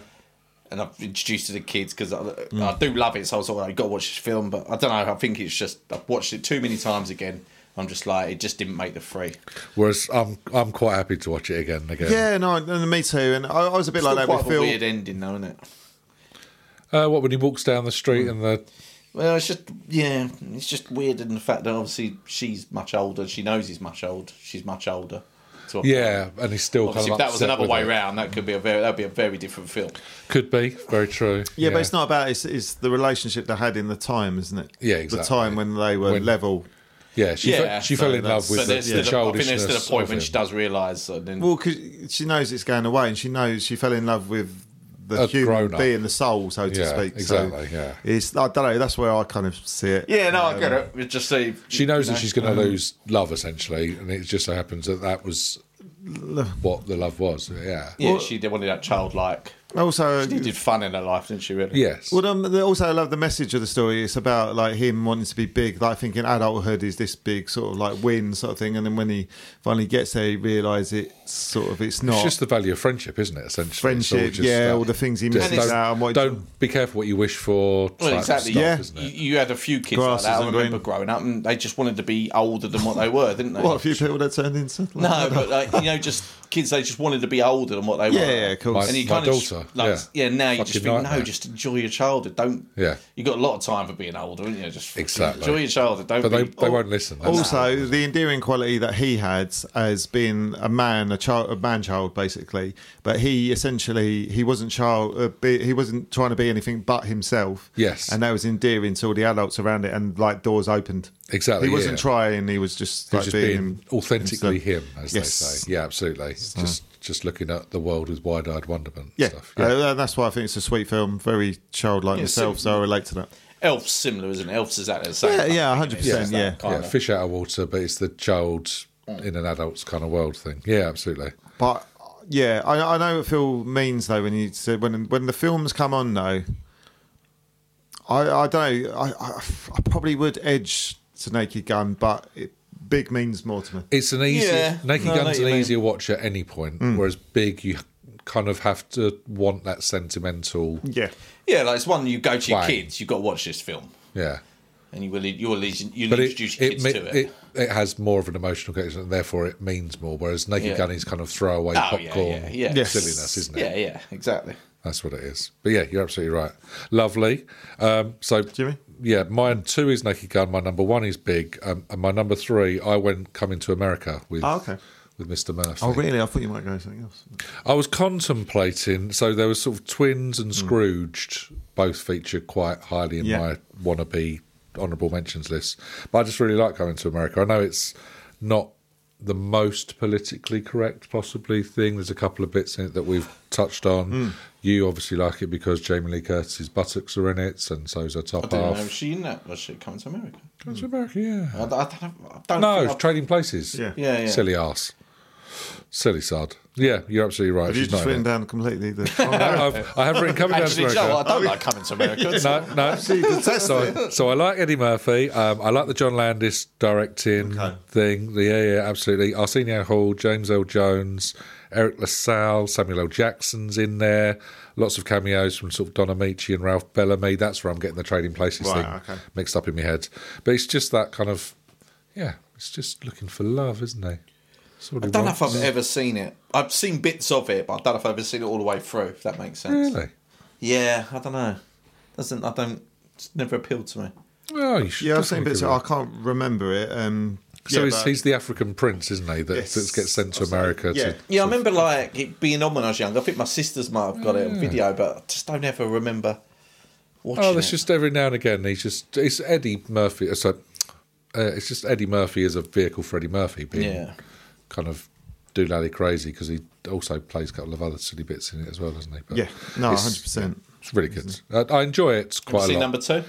Speaker 2: and I've introduced it to the kids because I, I do love it. So I was like, I got to watch this film, but I don't know. I think it's just I've watched it too many times again. I'm just like, it just didn't make the three.
Speaker 1: Whereas I'm, I'm quite happy to watch it again and again.
Speaker 3: Yeah, no, and me too. And I, I was a bit
Speaker 2: Still
Speaker 3: like that
Speaker 2: quite
Speaker 3: with
Speaker 2: a
Speaker 3: Phil.
Speaker 2: weird ending, though, isn't it?
Speaker 1: Uh, what when he walks down the street and the
Speaker 2: Well, it's just yeah, it's just weird in the fact that obviously she's much older. She knows he's much old. She's much older. So
Speaker 1: yeah, and he's still
Speaker 2: obviously, if
Speaker 1: kind of
Speaker 2: that was
Speaker 1: upset
Speaker 2: another
Speaker 1: with
Speaker 2: way
Speaker 1: it.
Speaker 2: round, that could be a very that'd be a very different film.
Speaker 1: Could be very true.
Speaker 3: Yeah, but it's not about it's, it's the relationship they had in the time, isn't it?
Speaker 1: Yeah,
Speaker 3: The
Speaker 1: exactly.
Speaker 3: time when they were
Speaker 1: When-
Speaker 3: level.
Speaker 1: Yeah, she
Speaker 2: Yeah,
Speaker 1: fe- she fell
Speaker 3: so
Speaker 1: in love
Speaker 3: that's-
Speaker 1: with
Speaker 2: But
Speaker 1: the,
Speaker 2: there's
Speaker 1: the
Speaker 2: still the, I think there's
Speaker 1: childishness.
Speaker 2: still a point
Speaker 1: of
Speaker 2: when
Speaker 1: him.
Speaker 2: she does realise. And then
Speaker 3: Well, because she knows it's going away, and she knows she fell in love with the
Speaker 1: A
Speaker 3: human
Speaker 1: grown-up.
Speaker 3: being, the soul, so to
Speaker 1: Yeah,
Speaker 3: speak.
Speaker 1: exactly,
Speaker 3: So
Speaker 1: yeah.
Speaker 3: It's I don't know. That's where I kind of see it. Uh,
Speaker 2: yeah, no, I get it. It's Um, just see,
Speaker 1: She knows that
Speaker 2: you know.
Speaker 1: she's going to lose love essentially, and it just so happens that that was what the love was. Yeah.
Speaker 2: Yeah, she did wanted that childlike.
Speaker 3: Also,
Speaker 2: She did fun in her life, didn't she? Really?
Speaker 1: Yes.
Speaker 3: Well, um, the- also I love the message of the story. It's about like him wanting to be big. Like I think in adulthood is this big sort of like win sort of thing, and then when he finally gets there, he realises it's sort of it's not
Speaker 1: It's just the value of friendship, isn't it? Essentially, It's all
Speaker 3: friendship.
Speaker 1: just
Speaker 3: yeah,
Speaker 1: that-
Speaker 3: all the things he
Speaker 1: Just
Speaker 3: misses
Speaker 1: don't,
Speaker 3: out. And what
Speaker 1: don't be careful what you wish for. type
Speaker 2: Well,
Speaker 1: of
Speaker 2: exactly.
Speaker 1: stuff,
Speaker 3: Yeah.
Speaker 1: isn't
Speaker 2: You,
Speaker 1: it?
Speaker 2: you had a few kids
Speaker 3: Grasses
Speaker 2: like that. I
Speaker 3: and
Speaker 2: remember
Speaker 3: green.
Speaker 2: growing up, and they just wanted to be older than what they were, didn't they?
Speaker 3: what a few people that turned into.
Speaker 2: No, but like you know, just kids. They just wanted to be older than what they
Speaker 3: Yeah,
Speaker 2: were.
Speaker 3: yeah, of course. My-
Speaker 2: And you
Speaker 1: my
Speaker 2: kind of just,
Speaker 1: daughter,
Speaker 2: like,
Speaker 1: yeah.
Speaker 2: yeah. Now you
Speaker 1: Fucking
Speaker 2: just think,
Speaker 1: nightmare.
Speaker 2: no, just enjoy your childhood. Don't.
Speaker 1: Yeah.
Speaker 2: You got a lot of time for being older, haven't you? Just fucking
Speaker 1: Exactly.
Speaker 2: enjoy your childhood. Don't.
Speaker 1: But they,
Speaker 2: be-
Speaker 1: they won't listen. that's-
Speaker 3: Also, the endearing quality that he had as being a man, a child, a man child, basically. But he essentially he wasn't child. Uh, be, he wasn't trying to be anything but himself.
Speaker 1: Yes.
Speaker 3: and that was endearing to all the adults around it, and like doors opened.
Speaker 1: Exactly,
Speaker 3: He wasn't
Speaker 1: yeah.
Speaker 3: trying. He was just
Speaker 1: He's
Speaker 3: like
Speaker 1: just
Speaker 3: being,
Speaker 1: being authentically
Speaker 3: himself.
Speaker 1: him, as
Speaker 3: Yes. Mm.
Speaker 1: they say. Yeah, absolutely. Just just looking at the world with wide-eyed wonderment. and
Speaker 3: Yeah,
Speaker 1: stuff.
Speaker 3: Uh, and that's why I think it's a sweet film. Very childlike myself, so I relate to that.
Speaker 2: oh, Elf's similar, isn't it? Elf's is that the same.
Speaker 3: Yeah,
Speaker 2: kind of
Speaker 3: yeah,
Speaker 2: thing, isn't it?
Speaker 3: 100%,
Speaker 2: It's that
Speaker 1: yeah,
Speaker 2: kind of-
Speaker 1: fish out of water, but it's the child
Speaker 2: Mm.
Speaker 1: in an adult's kind of world thing. Yeah, absolutely.
Speaker 3: But yeah, I, I know what Phil means though when you said when when the films come on though. I I don't know. I, I I probably would edge to Naked Gun, but it, big means more to me.
Speaker 1: It's an easy
Speaker 2: Yeah.
Speaker 1: Naked
Speaker 2: No, I know
Speaker 1: Gun's
Speaker 2: what
Speaker 1: an
Speaker 2: you mean.
Speaker 1: easier watch at any point,
Speaker 3: Mm.
Speaker 1: whereas Big you kind of have to want that sentimental.
Speaker 3: Yeah,
Speaker 2: yeah, like it's one you go to your
Speaker 1: Twang.
Speaker 2: kids. You've got to watch this film,
Speaker 1: Yeah,
Speaker 2: and you will. You'll, you'll
Speaker 1: but it
Speaker 2: introduce your
Speaker 1: it,
Speaker 2: kids
Speaker 1: mi-
Speaker 2: to it.
Speaker 1: it it has more of an emotional connection, and therefore it means more. Whereas Naked
Speaker 2: Yeah.
Speaker 1: Gun is kind of throwaway
Speaker 2: Oh, yeah,
Speaker 1: popcorn
Speaker 2: yeah, yeah.
Speaker 3: Yes.
Speaker 1: silliness, isn't it?
Speaker 2: yeah, yeah, exactly.
Speaker 1: That's what it is. But yeah, you're absolutely right. Lovely. Um, so,
Speaker 3: Jimmy?
Speaker 1: Yeah, my two is Naked Gun. My number one is Big, um, and my number three, I went coming to America with.
Speaker 3: Oh, okay.
Speaker 1: With Mr. Murphy.
Speaker 3: Oh really? I thought you might go something else.
Speaker 1: I was contemplating. So there was
Speaker 2: Hmm.
Speaker 1: sort of Twins and Scrooged, both feature quite highly in
Speaker 3: Yeah.
Speaker 1: my wannabe honourable mentions lists. But I just really like coming to America. I know it's not the most politically correct possibly thing. There's a couple of bits in it that we've touched on.
Speaker 2: Hmm.
Speaker 1: You obviously like it because Jamie Lee Curtis's buttocks are in it, and so's her
Speaker 2: I
Speaker 1: top
Speaker 2: didn't know
Speaker 1: half.
Speaker 2: she in that. Was she coming to America?
Speaker 1: Come to America, yeah.
Speaker 2: I, I don't. I don't
Speaker 1: No,
Speaker 2: think
Speaker 1: it's
Speaker 2: I've-
Speaker 1: trading places.
Speaker 3: Yeah.
Speaker 2: Yeah, yeah.
Speaker 1: Silly ass. Silly sod. Yeah, you're absolutely right.
Speaker 3: Have you
Speaker 1: She's
Speaker 3: just
Speaker 1: not. in
Speaker 3: written
Speaker 1: it.
Speaker 3: down completely the.
Speaker 1: I- I've, I have written coming down to
Speaker 2: Actually, do you know
Speaker 1: America.
Speaker 2: what? I don't like coming to America.
Speaker 1: No, no. So, so I like Eddie Murphy. Um, I like the John Landis directing
Speaker 3: Okay.
Speaker 1: thing. The, yeah, yeah, absolutely. Arsenio Hall, James L. Jones, Eric LaSalle, Samuel L. Jackson's in there. Lots of cameos from sort of Don Amici and Ralph Bellamy. That's where I'm getting the Trading Places
Speaker 3: Right,
Speaker 1: thing
Speaker 3: okay.
Speaker 1: mixed up in my head. But it's just that kind of, yeah, it's just looking for love, isn't it?
Speaker 2: I don't know if I've ever seen it. I've seen bits of it, but I don't know if I've ever seen it all the way through. If that makes sense.
Speaker 1: Really?
Speaker 2: Yeah, I don't know. Doesn't I don't. It's never appealed to me.
Speaker 1: Oh, you should
Speaker 3: Yeah, I've seen
Speaker 1: definitely
Speaker 3: bits.
Speaker 1: give
Speaker 3: of-
Speaker 1: it a
Speaker 3: I can't remember it. Um,
Speaker 1: So
Speaker 3: yeah,
Speaker 1: he's,
Speaker 3: but-
Speaker 1: he's the African prince, isn't he? That,
Speaker 3: Yes.
Speaker 1: that gets sent to
Speaker 3: That's right.
Speaker 1: America.
Speaker 3: Yeah.
Speaker 1: To,
Speaker 2: Yeah, I remember like it being on when I was young. I think my sisters might have got it on video, but I just don't ever remember watching
Speaker 1: oh,
Speaker 2: it.
Speaker 1: that's just every now and again. He's just it's Eddie Murphy. uh, So uh, it's just Eddie Murphy as a vehicle for Eddie Murphy being
Speaker 2: Yeah.
Speaker 1: kind of doolally crazy because he also plays a couple of other silly bits in it as well, doesn't he? But
Speaker 3: Yeah, no,
Speaker 1: it's-
Speaker 3: 100%.
Speaker 1: It's really good. Uh, I enjoy it quite
Speaker 2: See
Speaker 1: a lot.
Speaker 2: number two.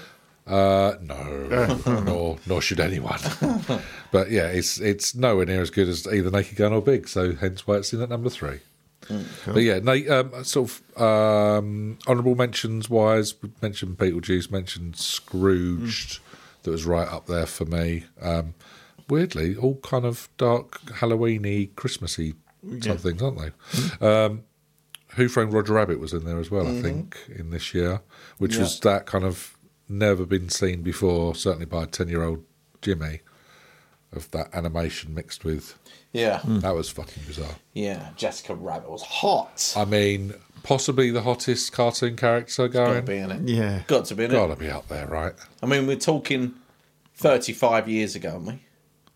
Speaker 1: Uh, no, nor nor should anyone. but yeah, it's it's nowhere near as good as either Naked Gun or Big, so hence why it's in at number three. But yeah, na- um, sort of um, honourable mentions wise, we mentioned Beetlejuice, mentioned Scrooged, that was right up there for me. Um, weirdly, all kind of dark Halloweeny, Christmassy type things, aren't they? Um, Who Framed Roger Rabbit was in there as well, I think, in this year, which
Speaker 2: Yeah.
Speaker 1: was that kind of never been seen before, certainly by a 10 year old Jimmy, of that animation mixed with.
Speaker 2: Yeah,
Speaker 1: That was fucking bizarre.
Speaker 2: yeah. Jessica Rabbit was hot.
Speaker 1: I mean, possibly the hottest cartoon character
Speaker 2: Got to
Speaker 1: going.
Speaker 2: be in it.
Speaker 3: Yeah.
Speaker 2: Got to be in it.
Speaker 1: Gotta be up there, right?
Speaker 2: I mean, we're talking 35 years ago, aren't we?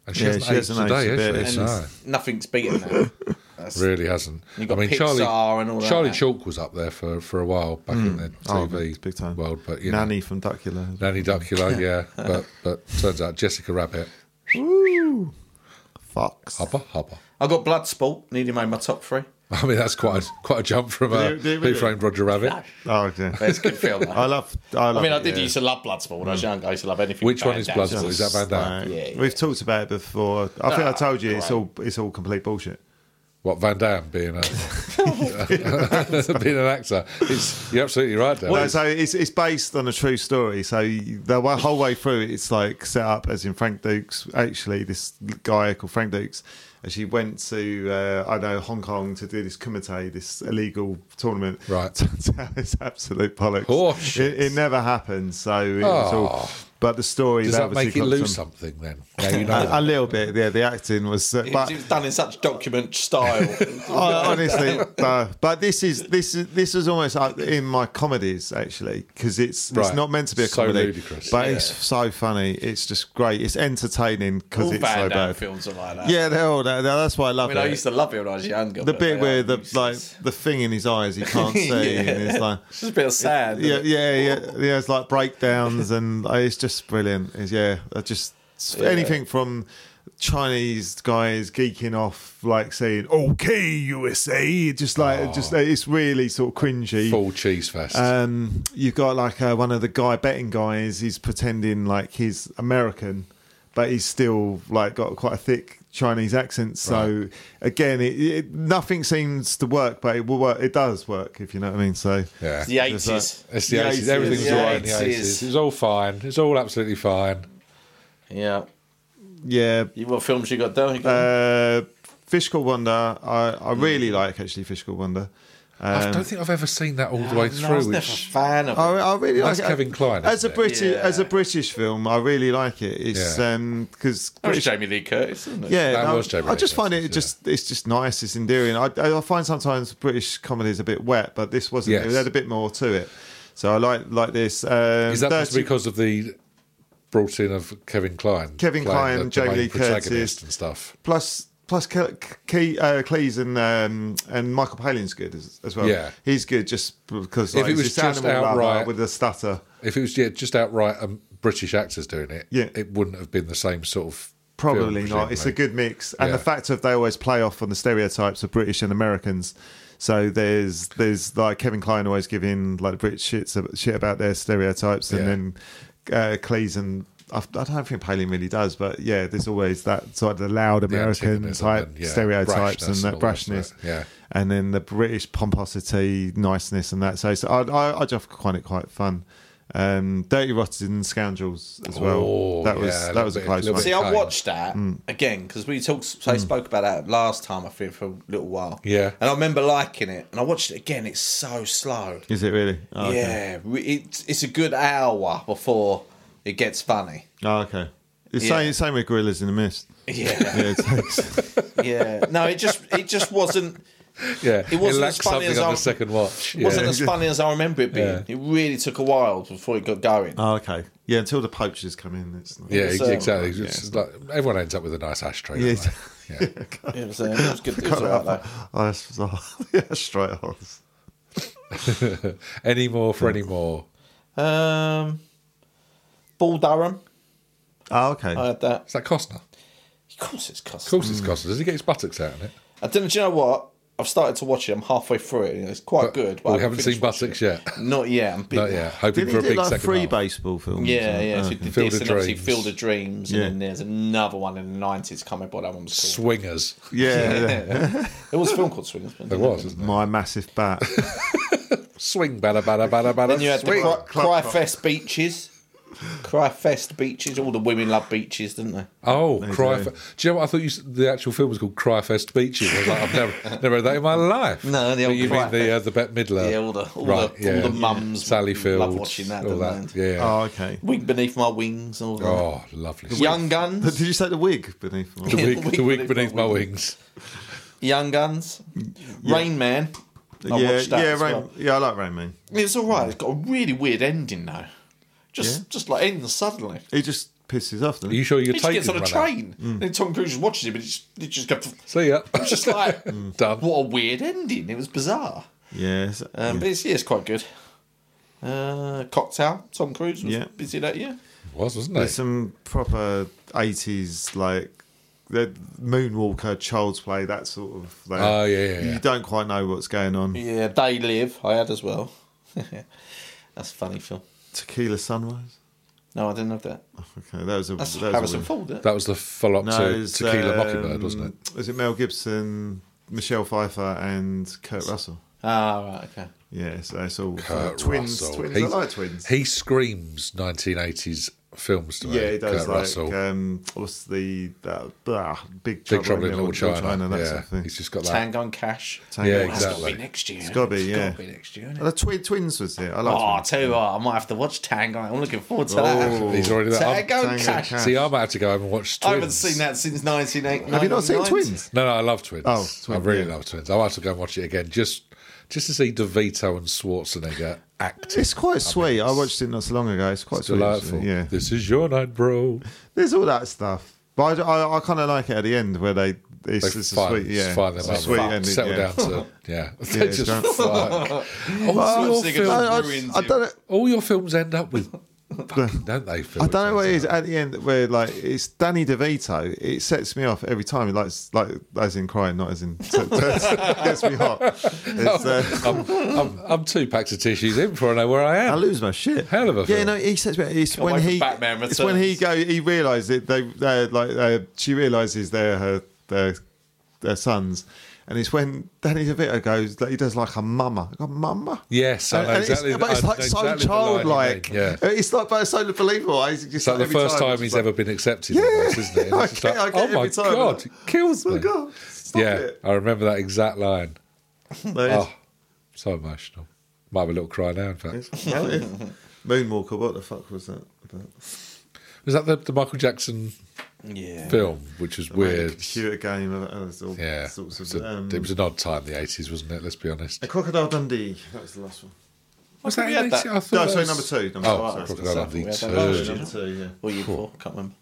Speaker 1: And she
Speaker 3: Yeah,
Speaker 1: hasn't
Speaker 3: she
Speaker 1: aged
Speaker 3: hasn't
Speaker 1: today,
Speaker 3: aged a
Speaker 1: has
Speaker 3: bit,
Speaker 1: she?
Speaker 2: And
Speaker 1: No,
Speaker 2: nothing's beaten that.
Speaker 1: really hasn't. I
Speaker 2: You've got
Speaker 1: mean,
Speaker 2: Pixar
Speaker 1: Charlie
Speaker 2: and all that.
Speaker 1: Charlie Chalk was up there for, for a while back in the
Speaker 3: Oh,
Speaker 1: TV
Speaker 3: it's big time.
Speaker 1: world, but you know,
Speaker 3: Nanny from Dracula.
Speaker 1: Nanny Duckula, yeah, but but turns out Jessica Rabbit,
Speaker 3: Woo! Fox.
Speaker 1: hubba hubba.
Speaker 2: I got Bloodsport. Nearly made my top three.
Speaker 1: I mean, that's quite a, quite a jump from uh,
Speaker 3: Did it- did it
Speaker 1: Who
Speaker 3: really?
Speaker 1: Framed Roger Rabbit.
Speaker 3: Oh, okay.
Speaker 2: That's a good film. though.
Speaker 3: I love. I, love
Speaker 2: I mean, I
Speaker 3: it,
Speaker 2: did
Speaker 3: yeah.
Speaker 2: used to love Bloodsport when I was young. I used to love anything.
Speaker 1: Which one
Speaker 2: Van
Speaker 1: is
Speaker 2: Damme.
Speaker 1: Bloodsport? Is that Van Damme?
Speaker 3: Right.
Speaker 2: Yeah, yeah.
Speaker 3: We've talked about it before. I think I
Speaker 2: Ah,
Speaker 3: told you it's
Speaker 2: right.
Speaker 3: all it's all complete bullshit.
Speaker 1: What Van Damme being a being an actor? It's, you're absolutely right, Dan.
Speaker 3: No, so it's it's based on a true story. So you- the wa- whole way through, it's like set up as in Frank Dukes. Actually, this guy called Frank Dukes, actually went to uh, I know Hong Kong to do this kumite, this illegal tournament.
Speaker 1: Right.
Speaker 3: Turns out it's absolute bollocks.
Speaker 1: Horseshit.
Speaker 3: It, it never happened. So it was all.
Speaker 1: Oh.
Speaker 3: But the story
Speaker 1: Does
Speaker 3: they
Speaker 1: that
Speaker 3: obviously
Speaker 1: make it
Speaker 3: got
Speaker 1: lose
Speaker 3: some-
Speaker 1: something then? Now you know.
Speaker 3: A, a
Speaker 1: that.
Speaker 3: little bit, yeah. The acting was, uh,
Speaker 2: It was,
Speaker 3: but
Speaker 2: it was done in such document style.
Speaker 3: Hon- honestly, no. But this is this is this is almost like in my comedies actually because it's
Speaker 1: Right.
Speaker 3: it's not meant to be a
Speaker 1: So
Speaker 3: comedy,
Speaker 1: ludicrous.
Speaker 3: but
Speaker 2: Yeah.
Speaker 3: it's so funny. It's just great. It's entertaining because
Speaker 2: all
Speaker 3: it's
Speaker 2: Van
Speaker 3: so
Speaker 2: Damme
Speaker 3: bad.
Speaker 2: films are like that.
Speaker 3: Yeah, they're all that. That's why I
Speaker 2: I
Speaker 3: love
Speaker 2: mean,
Speaker 3: it.
Speaker 2: I used to love it when I was younger.
Speaker 3: the
Speaker 2: but
Speaker 3: bit
Speaker 2: they
Speaker 3: where
Speaker 2: are
Speaker 3: the
Speaker 2: useless.
Speaker 3: like the thing in his eyes he can't see, and it's like.
Speaker 2: It's just a bit of sad.
Speaker 3: Yeah,
Speaker 2: isn't it?
Speaker 3: yeah, yeah, yeah. It's like breakdowns, and uh, it's just brilliant. It's, yeah, I just anything from Chinese guys geeking off, like saying "Okay, USA," just like just it's really sort of cringy.
Speaker 1: Full cheese fest.
Speaker 3: Um, you've got like uh, one of the guy betting guys. He's pretending like he's American, but he's still like got quite a thick Chinese accent. So again, it, it, nothing seems to work, but it will work. It does work if you know what I mean. So
Speaker 1: yeah.
Speaker 2: The eighties.
Speaker 1: It's the
Speaker 3: The
Speaker 1: 80s. Everything's
Speaker 2: Yeah,
Speaker 1: all right in the
Speaker 2: 80s.
Speaker 1: 80s. It's all fine. It's all absolutely fine.
Speaker 2: Yeah.
Speaker 3: yeah,
Speaker 2: You what films you got down? You got-
Speaker 3: uh, Fish Called Wonder. I, I
Speaker 1: Hmm.
Speaker 3: really like actually Fish Called Wonder. Um,
Speaker 1: I don't think I've ever seen that all the way
Speaker 2: No, I was
Speaker 1: through.
Speaker 2: never a
Speaker 1: Which,
Speaker 2: fan of
Speaker 3: I,
Speaker 2: it.
Speaker 3: I really
Speaker 1: That's
Speaker 3: like it.
Speaker 1: Kevin Kline,
Speaker 3: as a
Speaker 1: isn't it?
Speaker 3: British
Speaker 2: Yeah.
Speaker 3: as a British film. I really like it. It's
Speaker 1: Yeah.
Speaker 3: um 'cause
Speaker 2: That was
Speaker 3: British
Speaker 2: Jamie Lee Curtis, isn't it?
Speaker 3: Yeah,
Speaker 1: That
Speaker 3: no,
Speaker 1: was Jamie
Speaker 3: I
Speaker 1: Lee
Speaker 3: just find
Speaker 1: Curtis,
Speaker 3: it just it's just nice, it's endearing. I, I find sometimes British comedy is a bit wet, but this wasn't.
Speaker 1: Yes.
Speaker 3: It had a bit more to it. So I like like this. Um,
Speaker 1: is that just
Speaker 3: 30
Speaker 1: because of the brought in of Kevin Klein?
Speaker 3: Kevin
Speaker 1: playing
Speaker 3: Kline,
Speaker 1: the- the
Speaker 3: Jamie
Speaker 1: main
Speaker 3: Lee Curtis.
Speaker 1: protagonist and stuff.
Speaker 3: plus plus Ke- Ke- uh, Cleese and um, and Michael Palin's good as, as well.
Speaker 1: Yeah.
Speaker 3: he's good just because
Speaker 1: If
Speaker 3: like,
Speaker 1: it
Speaker 3: he's
Speaker 1: was
Speaker 3: this
Speaker 1: just
Speaker 3: animal lover
Speaker 1: outright-
Speaker 3: with a stutter.
Speaker 1: If it was yeah, just outright um, British actors doing it,
Speaker 3: Yeah.
Speaker 1: it wouldn't have been the same sort of. film,
Speaker 3: Probably not. It's a
Speaker 1: presumably.
Speaker 3: good mix, and
Speaker 1: Yeah.
Speaker 3: the fact of they always play off on the stereotypes of British and Americans. So there's there's like Kevin Klein always giving like the British shits ab- shit about their stereotypes,
Speaker 1: Yeah.
Speaker 3: and then uh, Cleese and I, I don't think Palin really does, but yeah, there's always that sort of the loud American
Speaker 1: antagonism
Speaker 3: type
Speaker 1: and, yeah,
Speaker 3: stereotypes and
Speaker 1: brashness and
Speaker 3: that
Speaker 1: all that
Speaker 3: brashness,
Speaker 1: stuff, yeah.
Speaker 3: and then the British pomposity, niceness, and that. So, so I, I I just find it quite fun. Um, Dirty Rotten Scoundrels as well.
Speaker 1: Oh,
Speaker 3: that was
Speaker 1: yeah, a
Speaker 3: that
Speaker 1: little
Speaker 3: was a
Speaker 1: bit-
Speaker 3: close
Speaker 1: little
Speaker 3: one.
Speaker 1: bit
Speaker 2: See, I
Speaker 1: Kind.
Speaker 2: watched that again because we talked. So I spoke about that last time. I think for a little while.
Speaker 1: Yeah.
Speaker 2: and I remember liking it, and I watched it again. It's so slow.
Speaker 3: Is it really? Oh, okay.
Speaker 2: Yeah, we- it's it's a good hour before it gets funny.
Speaker 3: Oh, okay. It's
Speaker 2: Yeah.
Speaker 3: same, same with Gorillas in the Mist.
Speaker 2: Yeah,
Speaker 3: Yeah, it takes-
Speaker 2: yeah. No, it just it just wasn't.
Speaker 1: Yeah,
Speaker 2: It wasn't
Speaker 1: lacks
Speaker 2: as funny
Speaker 1: something
Speaker 2: as
Speaker 1: on
Speaker 2: I-
Speaker 1: the second watch.
Speaker 2: It wasn't
Speaker 1: Yeah.
Speaker 2: as funny as I remember it being.
Speaker 1: Yeah.
Speaker 2: It really took a while before it got going.
Speaker 3: oh, okay. Yeah, until the poachers come in, it's not.
Speaker 1: Yeah,
Speaker 2: It's,
Speaker 1: ex-
Speaker 2: um,
Speaker 1: exactly. It's
Speaker 3: yeah.
Speaker 1: just like everyone ends up with a nice ashtray.
Speaker 3: Yeah,
Speaker 1: don't they? Yeah.
Speaker 2: It was, uh, it was good. It was
Speaker 3: Cut it
Speaker 2: all
Speaker 3: up.
Speaker 2: right,
Speaker 3: Oh, that's bizarre. yeah, straight horse.
Speaker 1: any more for
Speaker 3: Hmm.
Speaker 1: any more?
Speaker 2: though. Um, Ball Durham.
Speaker 3: Oh, okay.
Speaker 2: I had that.
Speaker 1: Is that Costner?
Speaker 2: Of course, it's cost.
Speaker 1: Of course, it's Costner. Does he get his buttocks out in it?
Speaker 2: I didn't. Do you know what? I've started to watch it. I'm halfway through it. And it's quite good.
Speaker 1: Well,
Speaker 2: I
Speaker 1: we haven't seen
Speaker 2: finished watching
Speaker 1: buttocks yet.
Speaker 2: it. Not yet. I'm a bit-
Speaker 1: Not yet. Hoping
Speaker 3: Did
Speaker 1: for
Speaker 3: he
Speaker 1: a
Speaker 3: do
Speaker 1: big
Speaker 3: like
Speaker 1: second
Speaker 3: three
Speaker 1: half.
Speaker 3: baseball films?
Speaker 2: Yeah, yeah. So he did
Speaker 1: Field
Speaker 2: this
Speaker 1: of
Speaker 2: and obviously
Speaker 1: Dreams.
Speaker 2: Field of Dreams,
Speaker 3: Yeah.
Speaker 2: and then there's another one in the nineties. Can't remember what that one was called.
Speaker 1: Swingers.
Speaker 3: yeah, yeah.
Speaker 2: Yeah. there was a film called Swingers.
Speaker 1: There was, isn't there?
Speaker 3: My massive bat.
Speaker 1: Swing, bada, bada, bada, bada.
Speaker 2: Then you had the
Speaker 1: swing.
Speaker 2: Cry,
Speaker 3: Clap,
Speaker 2: Cry
Speaker 3: clap.
Speaker 2: Fest beaches. Cry Fest beaches. All the women love beaches, didn't they?
Speaker 1: Oh,
Speaker 3: you
Speaker 1: Cry. Fe-
Speaker 3: go.
Speaker 1: Do you know what? I thought you, s- the actual film was called Cryfest Beaches. I was like, I've never, never heard that in my life.
Speaker 2: No, the
Speaker 1: But
Speaker 2: old
Speaker 1: you mean
Speaker 2: Cry
Speaker 1: the,
Speaker 2: Fest.
Speaker 1: uh, the Bette Midler.
Speaker 2: Yeah, all the all
Speaker 1: Right,
Speaker 2: the, all the mums
Speaker 1: Sally Fields.
Speaker 2: love watching that.
Speaker 1: all
Speaker 2: All
Speaker 1: that. Yeah.
Speaker 3: Oh, okay.
Speaker 2: Wing beneath my wings. and All that.
Speaker 1: Oh, lovely.
Speaker 2: Young Guns.
Speaker 3: But did you say the wig beneath? my-
Speaker 1: The
Speaker 2: Yeah,
Speaker 1: week, the week beneath my wings.
Speaker 2: Young Guns, Rain Man. I
Speaker 3: yeah,
Speaker 2: watched that
Speaker 3: yeah,
Speaker 2: as
Speaker 3: Rain,
Speaker 2: well.
Speaker 3: yeah. I like Rain Man.
Speaker 2: It's all right. It's got a really weird ending though. Just
Speaker 3: Yeah.
Speaker 2: just like ends suddenly.
Speaker 3: He just pisses off.
Speaker 1: Are
Speaker 3: Doesn't he?
Speaker 1: you sure you're
Speaker 2: He just
Speaker 1: taking
Speaker 2: gets on a
Speaker 1: right now?
Speaker 2: train, and Tom Cruise just watches him, and it just, it just goes.
Speaker 1: See ya.
Speaker 2: It's just like
Speaker 1: Done.
Speaker 2: what a weird ending. It was bizarre,
Speaker 3: Yes.
Speaker 2: um, but it's, yeah, it's quite good. Uh, Cocktail. Tom Cruise was
Speaker 3: Yeah.
Speaker 2: busy that year.
Speaker 1: was, wasn't
Speaker 3: There's
Speaker 1: it?
Speaker 3: some proper eighties like the Moonwalker, Child's Play, that sort of. Like,
Speaker 1: Oh, yeah, yeah, yeah.
Speaker 3: You don't quite know what's going on.
Speaker 2: Yeah, They Live. I had as well. That's a funny film.
Speaker 3: Tequila Sunrise.
Speaker 2: No, I didn't have that.
Speaker 3: Okay, that was a
Speaker 2: That's
Speaker 3: that was
Speaker 2: Harrison
Speaker 3: a
Speaker 2: Ford. isn't it?
Speaker 1: That was the follow-up
Speaker 3: No,
Speaker 1: to
Speaker 3: it's,
Speaker 1: Tequila
Speaker 3: um,
Speaker 1: Mockingbird, wasn't it?
Speaker 3: Was it Mel Gibson, Michelle Pfeiffer, and Kurt Russell?
Speaker 2: Ah, right, okay.
Speaker 3: Yeah, so it's all
Speaker 1: Kurt
Speaker 3: uh, twins.
Speaker 1: Russell.
Speaker 3: Twins.
Speaker 1: He-
Speaker 3: I like twins.
Speaker 1: He screams 1980s films to me.
Speaker 3: yeah, he does
Speaker 1: Kurt
Speaker 3: like
Speaker 1: Russell.
Speaker 3: um, what's the uh, blah, big trouble,
Speaker 1: Big Trouble in Little China.
Speaker 3: that
Speaker 1: yeah,
Speaker 3: sort of thing.
Speaker 1: he's just got that.
Speaker 2: Tango and Cash.
Speaker 3: Tango
Speaker 1: Yeah,
Speaker 3: and Cash.
Speaker 2: That's got to
Speaker 1: exactly.
Speaker 2: be next year. It's
Speaker 3: gotta be, yeah.
Speaker 2: Got to be next year. Isn't
Speaker 3: Oh,
Speaker 2: it?
Speaker 3: the twi- twins was here. I like
Speaker 2: Oh, I
Speaker 3: twins.
Speaker 2: tell you what, I might have to watch Tango. I'm looking forward to that.
Speaker 1: He's already that. I'm-
Speaker 2: Tango and
Speaker 3: Tango
Speaker 2: Cash.
Speaker 3: Cash.
Speaker 1: See, I might have to go home and watch Twins.
Speaker 2: I haven't seen that since 1989.
Speaker 3: Have you not seen twins?
Speaker 1: No, no, I love Twins.
Speaker 3: Oh, Twins,
Speaker 1: I really
Speaker 3: yeah.
Speaker 1: love Twins. I might have to go and watch it again just just to see DeVito and Schwarzenegger act.
Speaker 3: It's quite sweet. I watched it not so long ago. It's quite sweet.
Speaker 1: Delightful.
Speaker 3: actually. Yeah,
Speaker 1: This is your night, bro.
Speaker 3: there's all that stuff. But I, I, I kind of like it at the end where they it's,
Speaker 1: They
Speaker 3: it's a
Speaker 1: fine,
Speaker 3: sweet yeah,
Speaker 1: fine
Speaker 3: it's
Speaker 1: them
Speaker 3: a
Speaker 1: up.
Speaker 3: sweet
Speaker 1: Fuck,
Speaker 3: ending.
Speaker 1: settle
Speaker 3: yeah.
Speaker 1: down to yeah. They
Speaker 3: it's
Speaker 1: just
Speaker 3: done.
Speaker 1: fuck.
Speaker 3: Well,
Speaker 1: all, your
Speaker 2: Schwarzenegger
Speaker 1: films,
Speaker 3: I,
Speaker 2: ruins
Speaker 3: I, I
Speaker 2: you.
Speaker 3: don't know.
Speaker 1: all your films end up with, fucking, don't they? Phil?
Speaker 3: I don't know what it is at the end where like it's Danny DeVito. It sets me off every time. It likes like as in crying, not as in gets me hot. It's, uh,
Speaker 1: I'm, I'm, I'm two packs of tissues in before I know where I
Speaker 3: I
Speaker 1: am.
Speaker 3: lose my shit.
Speaker 1: Hell of a
Speaker 3: yeah.
Speaker 1: film.
Speaker 3: No, he says it's when
Speaker 2: wait for
Speaker 3: he
Speaker 2: Batman
Speaker 3: it's when he
Speaker 2: Returns.
Speaker 3: go he realizes it. They they're like uh, she realizes they're her their their sons, and it's when Danny DeVito goes like he does like a mama, like a mama.
Speaker 1: Yes, I know
Speaker 3: And
Speaker 1: exactly.
Speaker 3: it's, but it's
Speaker 1: I
Speaker 3: like
Speaker 1: know
Speaker 3: so
Speaker 1: exactly the line you mean,
Speaker 3: childlike. Uh,
Speaker 1: Yeah.
Speaker 3: It's like but it's so believable. I just,
Speaker 1: It's like the
Speaker 3: every
Speaker 1: first time,
Speaker 3: it's
Speaker 1: he's
Speaker 3: like-
Speaker 1: ever been accepted,
Speaker 3: Yeah.
Speaker 1: almost, isn't it? And
Speaker 3: I
Speaker 1: it's just
Speaker 3: get-
Speaker 1: like,
Speaker 3: I get
Speaker 1: oh my
Speaker 3: every time.
Speaker 1: god, it kills
Speaker 3: Oh
Speaker 1: me.
Speaker 3: my god! Stop
Speaker 1: yeah,
Speaker 3: it.
Speaker 1: I remember that exact line.
Speaker 3: That is-
Speaker 1: Oh, so emotional. Might have a little cry now. In fact, Oh.
Speaker 3: Moonwalker, what the fuck was that about?
Speaker 1: was that the, the Michael Jackson
Speaker 2: Yeah.
Speaker 1: film, which was weird?
Speaker 3: Computer game, uh, uh, it's all
Speaker 1: Yeah,
Speaker 3: sorts
Speaker 1: It's
Speaker 3: of.
Speaker 1: a-
Speaker 3: Um,
Speaker 1: it was an odd time, the eighties, wasn't it? Let's be honest.
Speaker 3: a Crocodile Dundee. That was the last one.
Speaker 1: Was
Speaker 2: we had
Speaker 1: 80s?
Speaker 2: that.
Speaker 1: I thought
Speaker 3: No,
Speaker 1: that
Speaker 3: sorry,
Speaker 1: was-
Speaker 3: number two. Number
Speaker 1: Oh,
Speaker 3: two.
Speaker 1: Crocodile
Speaker 2: We had that
Speaker 1: Dundee
Speaker 2: last
Speaker 1: two.
Speaker 2: year.
Speaker 3: Number two, yeah.
Speaker 2: Or you four, can't remember.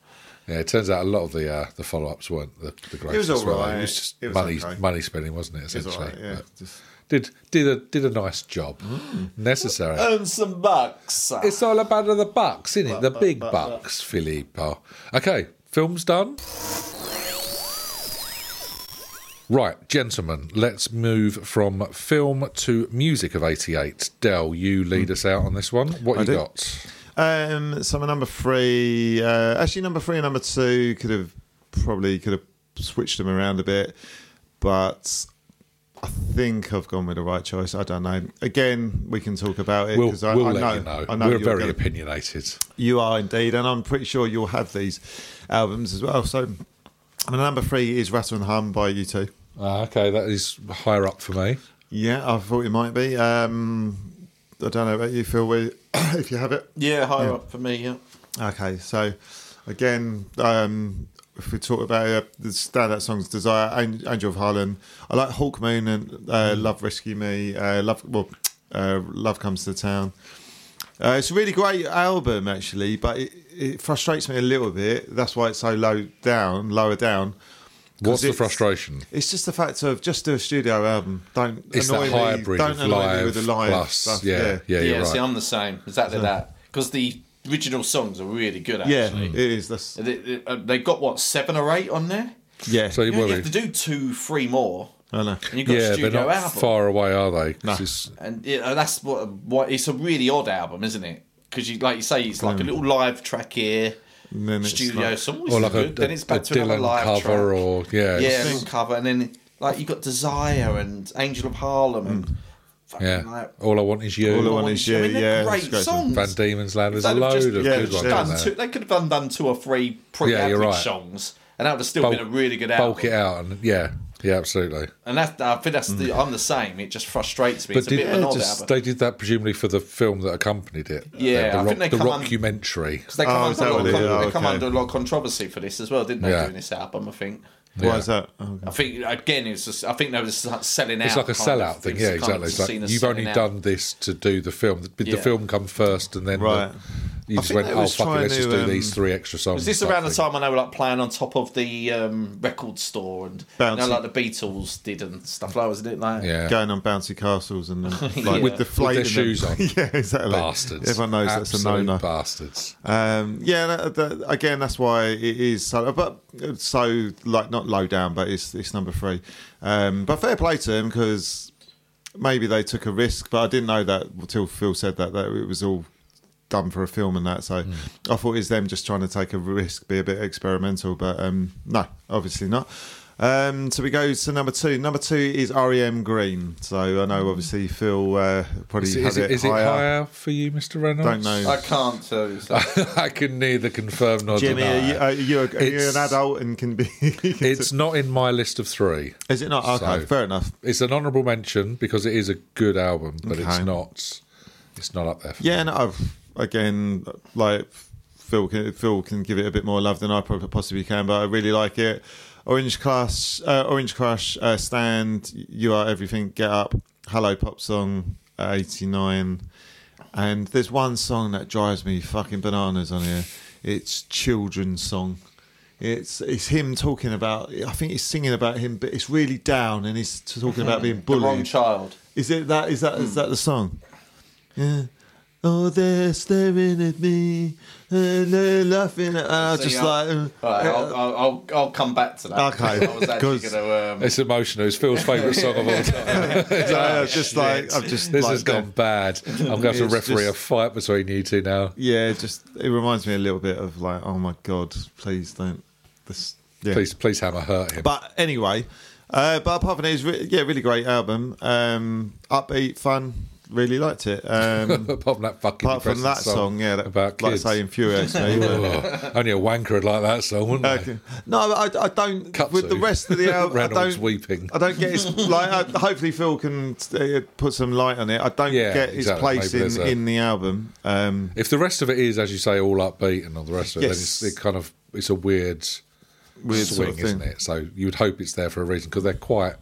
Speaker 1: Yeah, it turns out a lot of the uh, the follow ups weren't the, the greatest.
Speaker 3: was all
Speaker 1: were they?
Speaker 3: right.
Speaker 1: It was just
Speaker 3: It was
Speaker 1: money
Speaker 3: okay.
Speaker 1: money spending, wasn't it?
Speaker 3: It's
Speaker 1: Essentially,
Speaker 3: all right, yeah. Mm.
Speaker 1: But
Speaker 3: Just-
Speaker 1: did did a did a nice job, necessary.
Speaker 2: Earn some bucks.
Speaker 1: It's all about the bucks, isn't it? The
Speaker 3: buck,
Speaker 1: big
Speaker 3: buck, buck.
Speaker 1: bucks, Filippo. Okay, film's done. Right, gentlemen, let's move from film to music of 88. Dell, you lead us out on this one. What
Speaker 3: I
Speaker 1: you
Speaker 3: do.
Speaker 1: got?
Speaker 3: Um, so my number three, uh, actually number three and number two could have probably could have switched them around a bit, but I think I've gone with the right choice. I don't know. Again, we can talk about it
Speaker 1: We'll,
Speaker 3: I,
Speaker 1: we'll
Speaker 3: I
Speaker 1: let
Speaker 3: know,
Speaker 1: you know.
Speaker 3: I know
Speaker 1: We're
Speaker 3: you're
Speaker 1: very
Speaker 3: gonna-
Speaker 1: opinionated.
Speaker 3: you are indeed, and I'm pretty sure you'll have these albums as well. So my number three is Rattle and Hum by you two.
Speaker 1: Ah, okay, that is higher up for me.
Speaker 3: Yeah, I thought it might be. Um, I don't know about you, Phil. we- If you have it.
Speaker 2: yeah, higher up for me. Yeah.
Speaker 3: Okay, so again, um, if we talk about uh, the standout songs, Desire, An- Angel of Harlan, I like Hawk Moon and uh,
Speaker 1: Mm.
Speaker 3: Love Rescue Me, uh, Love, well, uh, Love Comes to Town. Uh, it's a really great album, actually, but it, it frustrates me a little bit. That's why it's so low down, lower down. 'Cause
Speaker 1: What's the
Speaker 3: it's-
Speaker 1: frustration?
Speaker 3: It's just the fact of just do a studio album. Don't
Speaker 1: It's
Speaker 3: annoy
Speaker 1: that hybrid
Speaker 3: me. Don't
Speaker 1: of
Speaker 3: annoy
Speaker 1: live
Speaker 3: me with the live
Speaker 1: plus.
Speaker 3: stuff.
Speaker 1: yeah, yeah,
Speaker 3: yeah.
Speaker 1: you're
Speaker 2: yeah, see,
Speaker 1: right.
Speaker 2: I'm the same. Exactly that. Because the original songs are really good,
Speaker 3: Yeah,
Speaker 2: actually.
Speaker 3: it is. That's
Speaker 2: They, they- uh, they've got, what, seven or eight on there?
Speaker 3: yeah.
Speaker 1: So
Speaker 2: You, know, you
Speaker 1: well,
Speaker 2: have to do two, three more,
Speaker 3: I know.
Speaker 2: and you've got a
Speaker 1: yeah, they're
Speaker 2: studio
Speaker 1: not
Speaker 2: album.
Speaker 1: far away, are they? 'Cause
Speaker 3: No.
Speaker 1: it's-
Speaker 2: And yeah, that's what, what it's a really odd album, isn't it? Because you, like you say, it's
Speaker 1: Mm.
Speaker 2: like a little live track here,
Speaker 3: And then it's
Speaker 2: studio
Speaker 3: like-
Speaker 2: song,
Speaker 1: or like a,
Speaker 2: good. then it's back
Speaker 1: a
Speaker 2: to another
Speaker 1: Dylan
Speaker 2: live
Speaker 1: cover,
Speaker 2: track.
Speaker 1: or yeah,
Speaker 2: yeah,
Speaker 1: it's-
Speaker 2: a little cover, and then like you got Desire and Angel of Harlem and fucking
Speaker 1: Mm. Yeah.
Speaker 2: like
Speaker 1: All I want is you.
Speaker 3: All I
Speaker 2: Go
Speaker 3: Want
Speaker 2: On
Speaker 3: Is
Speaker 2: I
Speaker 3: You,
Speaker 2: mean, they're
Speaker 3: yeah,
Speaker 2: great
Speaker 3: that's great.
Speaker 2: songs.
Speaker 1: Van Diemen's Land. There's
Speaker 2: They'd
Speaker 1: a
Speaker 2: have
Speaker 1: load
Speaker 2: just-
Speaker 1: of
Speaker 2: yeah,
Speaker 1: good
Speaker 3: just
Speaker 1: ones
Speaker 3: done
Speaker 1: in there.
Speaker 2: Two, they could have done, done two or three
Speaker 1: Yeah,
Speaker 2: pre-average
Speaker 1: you're right.
Speaker 2: songs, and that would have still
Speaker 1: Bulk-
Speaker 2: been a really good album.
Speaker 1: Bulk it out, and yeah, yeah, absolutely.
Speaker 2: And that's, I think that's the, I'm the same. It just frustrates me.
Speaker 1: Mm. But
Speaker 2: it's a
Speaker 1: did,
Speaker 2: bit of an odd
Speaker 1: just-
Speaker 2: album.
Speaker 1: they did that presumably for the film that accompanied it.
Speaker 2: Yeah,
Speaker 1: the,
Speaker 2: I
Speaker 1: the,
Speaker 2: think
Speaker 1: rock,
Speaker 2: they
Speaker 1: the
Speaker 2: come un-
Speaker 1: rockumentary.
Speaker 2: 'Cause they come,
Speaker 3: Oh, is
Speaker 2: under, a lot, of
Speaker 3: that what it
Speaker 2: con-
Speaker 3: is?
Speaker 2: they come
Speaker 3: Okay.
Speaker 2: under a lot of controversy for this as well, didn't they?
Speaker 1: Yeah.
Speaker 2: Doing this album, I think.
Speaker 3: Why is that? Oh, okay.
Speaker 2: I think again, it's just, I think they was like selling out.
Speaker 1: It's like a
Speaker 2: kind
Speaker 1: sellout
Speaker 2: of-
Speaker 1: thing,
Speaker 2: it was
Speaker 1: yeah,
Speaker 2: kind of
Speaker 1: exactly. It's like,
Speaker 2: seen as
Speaker 1: you've only
Speaker 2: selling out.
Speaker 1: done this to do the film. Did the
Speaker 2: Yeah.
Speaker 1: film come first, and then the-
Speaker 3: Right.
Speaker 1: you
Speaker 3: I
Speaker 1: just
Speaker 3: think
Speaker 1: went,
Speaker 3: they
Speaker 1: "Oh
Speaker 3: was
Speaker 1: fuck it,
Speaker 3: trying
Speaker 1: let's just
Speaker 3: to,
Speaker 1: do
Speaker 3: um,
Speaker 1: these three extra songs."
Speaker 2: Was this
Speaker 1: type
Speaker 2: around the
Speaker 1: thing.
Speaker 2: time when they were like playing on top of the um, record store and you know,
Speaker 3: Bouncing.
Speaker 2: like the Beatles did and stuff like that, wasn't it? Like,
Speaker 1: Yeah,
Speaker 3: going on bouncy castles and like,
Speaker 2: Yeah.
Speaker 3: with the
Speaker 2: With
Speaker 3: flayed
Speaker 1: their
Speaker 3: in them.
Speaker 1: shoes on.
Speaker 3: yeah, exactly.
Speaker 1: bastards.
Speaker 3: Everyone knows that's a
Speaker 1: Absolute
Speaker 3: no-no.
Speaker 1: Bastards.
Speaker 3: Um, yeah, that, that, again, that's why it is so. But it's so like not low down, but it's it's number three. Um, but fair play to him because maybe they took a risk. But I didn't know that until Phil said that that it was all done for a film and that.
Speaker 1: Hmm.
Speaker 3: So I thought it's them just trying to take a risk, be a bit experimental. But um, no, obviously not. Um, so we go to number two. Number two is REM Green. So I know obviously Phil uh, probably
Speaker 1: Hmm. Is, it- is it,
Speaker 3: had
Speaker 1: is it
Speaker 3: higher.
Speaker 1: higher for you, Mister Reynolds?
Speaker 3: Don't know.
Speaker 2: I can't uh, tell you. So.
Speaker 1: I can neither confirm nor
Speaker 3: Jimmy,
Speaker 1: deny.
Speaker 3: are you, are you, are you
Speaker 1: It's-
Speaker 3: an adult and can be?
Speaker 1: It's not in my list of three.
Speaker 3: is it not? Okay,
Speaker 1: So-
Speaker 3: fair enough.
Speaker 1: It's an honourable mention because it is a good album, but it's
Speaker 3: Okay.
Speaker 1: not. It's not up there. For
Speaker 3: Yeah, and I've again like Phil can Phil can give it a bit more love than I probably possibly can, but I really like it. Orange Crush, uh, Orange Crush, uh, Stand, You Are Everything, Get Up, Hello Pop Song, uh, eighty nine, and there's one song that drives me fucking bananas on here. It's Children's Song. It's it's him talking about. I think he's singing about him, but it's really down, and he's talking about being
Speaker 2: The
Speaker 3: bullied.
Speaker 2: wrong child.
Speaker 3: Is it that? Is that? Is that the song? Yeah. Oh, they're staring at me and they're laughing. At, and I was
Speaker 2: So,
Speaker 3: just
Speaker 2: yeah.
Speaker 3: like, um,
Speaker 2: All right, I'll, I'll, I'll, I'll come back to that.
Speaker 3: Okay,
Speaker 2: I was actually
Speaker 3: 'cause-
Speaker 2: going to. Um,
Speaker 1: It's emotional. It's Phil's favourite song of all time.
Speaker 3: I was just like, I've just
Speaker 1: This
Speaker 3: like,
Speaker 1: has gone bad. I'm going to
Speaker 3: It's
Speaker 1: referee
Speaker 3: just-
Speaker 1: a fight between you two now.
Speaker 3: Yeah, it just it reminds me a little bit of like, oh my god, please don't. This, yeah.
Speaker 1: Please, please, hammer hurt him.
Speaker 3: But anyway, uh, but apart from it, it's re- yeah, really great album. Um, upbeat, fun. Really liked it. Um,
Speaker 1: apart from that fucking
Speaker 3: apart from
Speaker 1: depressing
Speaker 3: that song, yeah, that
Speaker 1: about
Speaker 3: like I
Speaker 1: kids.
Speaker 3: say, infuriates me. but-
Speaker 1: Oh, only a wanker would like that song, wouldn't they?
Speaker 3: Okay. Uh, No, I, I don't.
Speaker 1: Cut
Speaker 3: with
Speaker 1: to.
Speaker 3: the rest of the album, I
Speaker 1: Reynolds
Speaker 3: don't.
Speaker 1: weeping.
Speaker 3: I don't get his like. I, hopefully, Phil can uh, put some light on it. I don't
Speaker 1: Yeah,
Speaker 3: get his
Speaker 1: exactly.
Speaker 3: place
Speaker 1: Maybe there's
Speaker 3: in,
Speaker 1: a-
Speaker 3: in the album. Um,
Speaker 1: If the rest of it is, as you say, all upbeat and all the rest of it,
Speaker 3: Yes.
Speaker 1: then it's, it kind of it's a weird,
Speaker 3: Weird
Speaker 1: swing,
Speaker 3: sort of
Speaker 1: isn't
Speaker 3: thing.
Speaker 1: it? So you would hope it's there for a reason because they're quite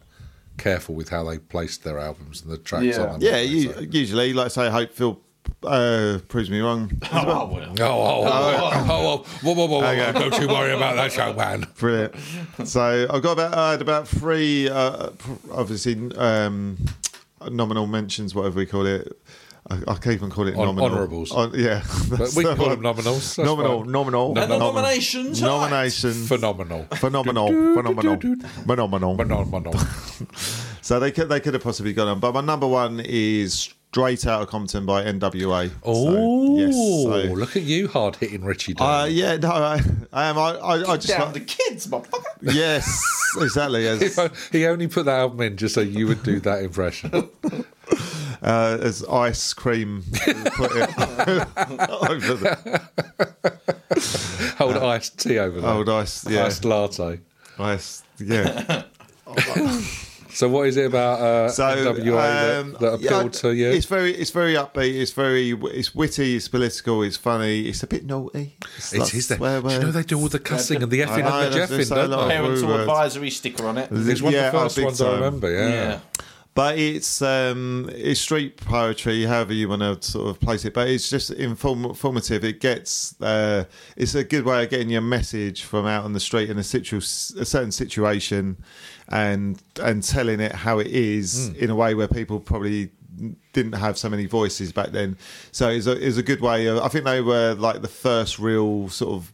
Speaker 1: careful with how they placed their albums and the tracks
Speaker 2: Yeah.
Speaker 1: on them.
Speaker 3: yeah,
Speaker 1: aren't they?
Speaker 3: you,
Speaker 1: So-
Speaker 3: usually, like I say, I hope Phil uh, proves me wrong.
Speaker 2: Oh, I wouldn't.
Speaker 1: Oh, oh, oh, oh, oh, whoa, whoa, whoa, whoa,
Speaker 3: Okay.
Speaker 1: whoa. Don't you worry about that, Chopin.
Speaker 3: Brilliant. So I've got about I had about three, uh, pr- obviously um, nominal mentions, whatever we call it. I, I can even call it
Speaker 1: Hon-
Speaker 3: nominal.
Speaker 1: honourables.
Speaker 3: Hon- yeah,
Speaker 1: But
Speaker 3: that's
Speaker 1: we
Speaker 3: the
Speaker 1: call
Speaker 3: one.
Speaker 1: them nominals. That's
Speaker 3: Nominal,
Speaker 1: fine.
Speaker 3: nominal,
Speaker 2: And the
Speaker 3: nominal.
Speaker 2: nomination tonight.
Speaker 3: nomination,
Speaker 1: Phenomenal.
Speaker 3: phenomenal, phenomenal, phenomenal,
Speaker 1: Phenomenal.
Speaker 3: So they could they could have possibly gone on, but my number one is straight out of Compton by NWA.
Speaker 1: Oh,
Speaker 3: so, yes, so-
Speaker 1: look at you, hard hitting Richie. Dale.
Speaker 3: Uh, yeah, no, I, I am. I, I, I just
Speaker 2: Down
Speaker 3: like-
Speaker 2: the kids, motherfucker.
Speaker 3: yes, exactly. As,
Speaker 1: he only put that album in just so you would do that impression.
Speaker 3: uh, as ice cream put it over the
Speaker 1: Hold iced tea over there.
Speaker 3: old ice. Yeah,
Speaker 1: Iced latte.
Speaker 3: ice. Yeah.
Speaker 1: So what is it about uh,
Speaker 3: So
Speaker 1: NWA
Speaker 3: um,
Speaker 1: that, that
Speaker 3: yeah,
Speaker 1: appealed to you?
Speaker 3: It's very, it's very upbeat. It's very, it's witty. It's political. It's funny. It's a bit naughty. It's,
Speaker 1: It is that. Do you know they do all the cussing and the effing
Speaker 3: know,
Speaker 1: and the
Speaker 3: there's-
Speaker 1: jeffing,
Speaker 3: there's a
Speaker 1: don't
Speaker 3: lot
Speaker 1: they?
Speaker 3: of-
Speaker 2: Parental
Speaker 3: word.
Speaker 2: advisory sticker on it.
Speaker 1: It's one
Speaker 3: yeah,
Speaker 1: of the first
Speaker 3: big
Speaker 1: ones I
Speaker 3: time.
Speaker 1: remember. Yeah.
Speaker 2: Yeah.
Speaker 3: But it's um, it's street poetry, however you want to sort of place it. But it's just inform- informative. It gets uh, it's a good way of getting your message from out on the street in a, situ- a certain situation, and and telling it how it is in a way where people probably didn't have so many voices back then. So it's a, it's a good way. Of, I think they were like the first real sort of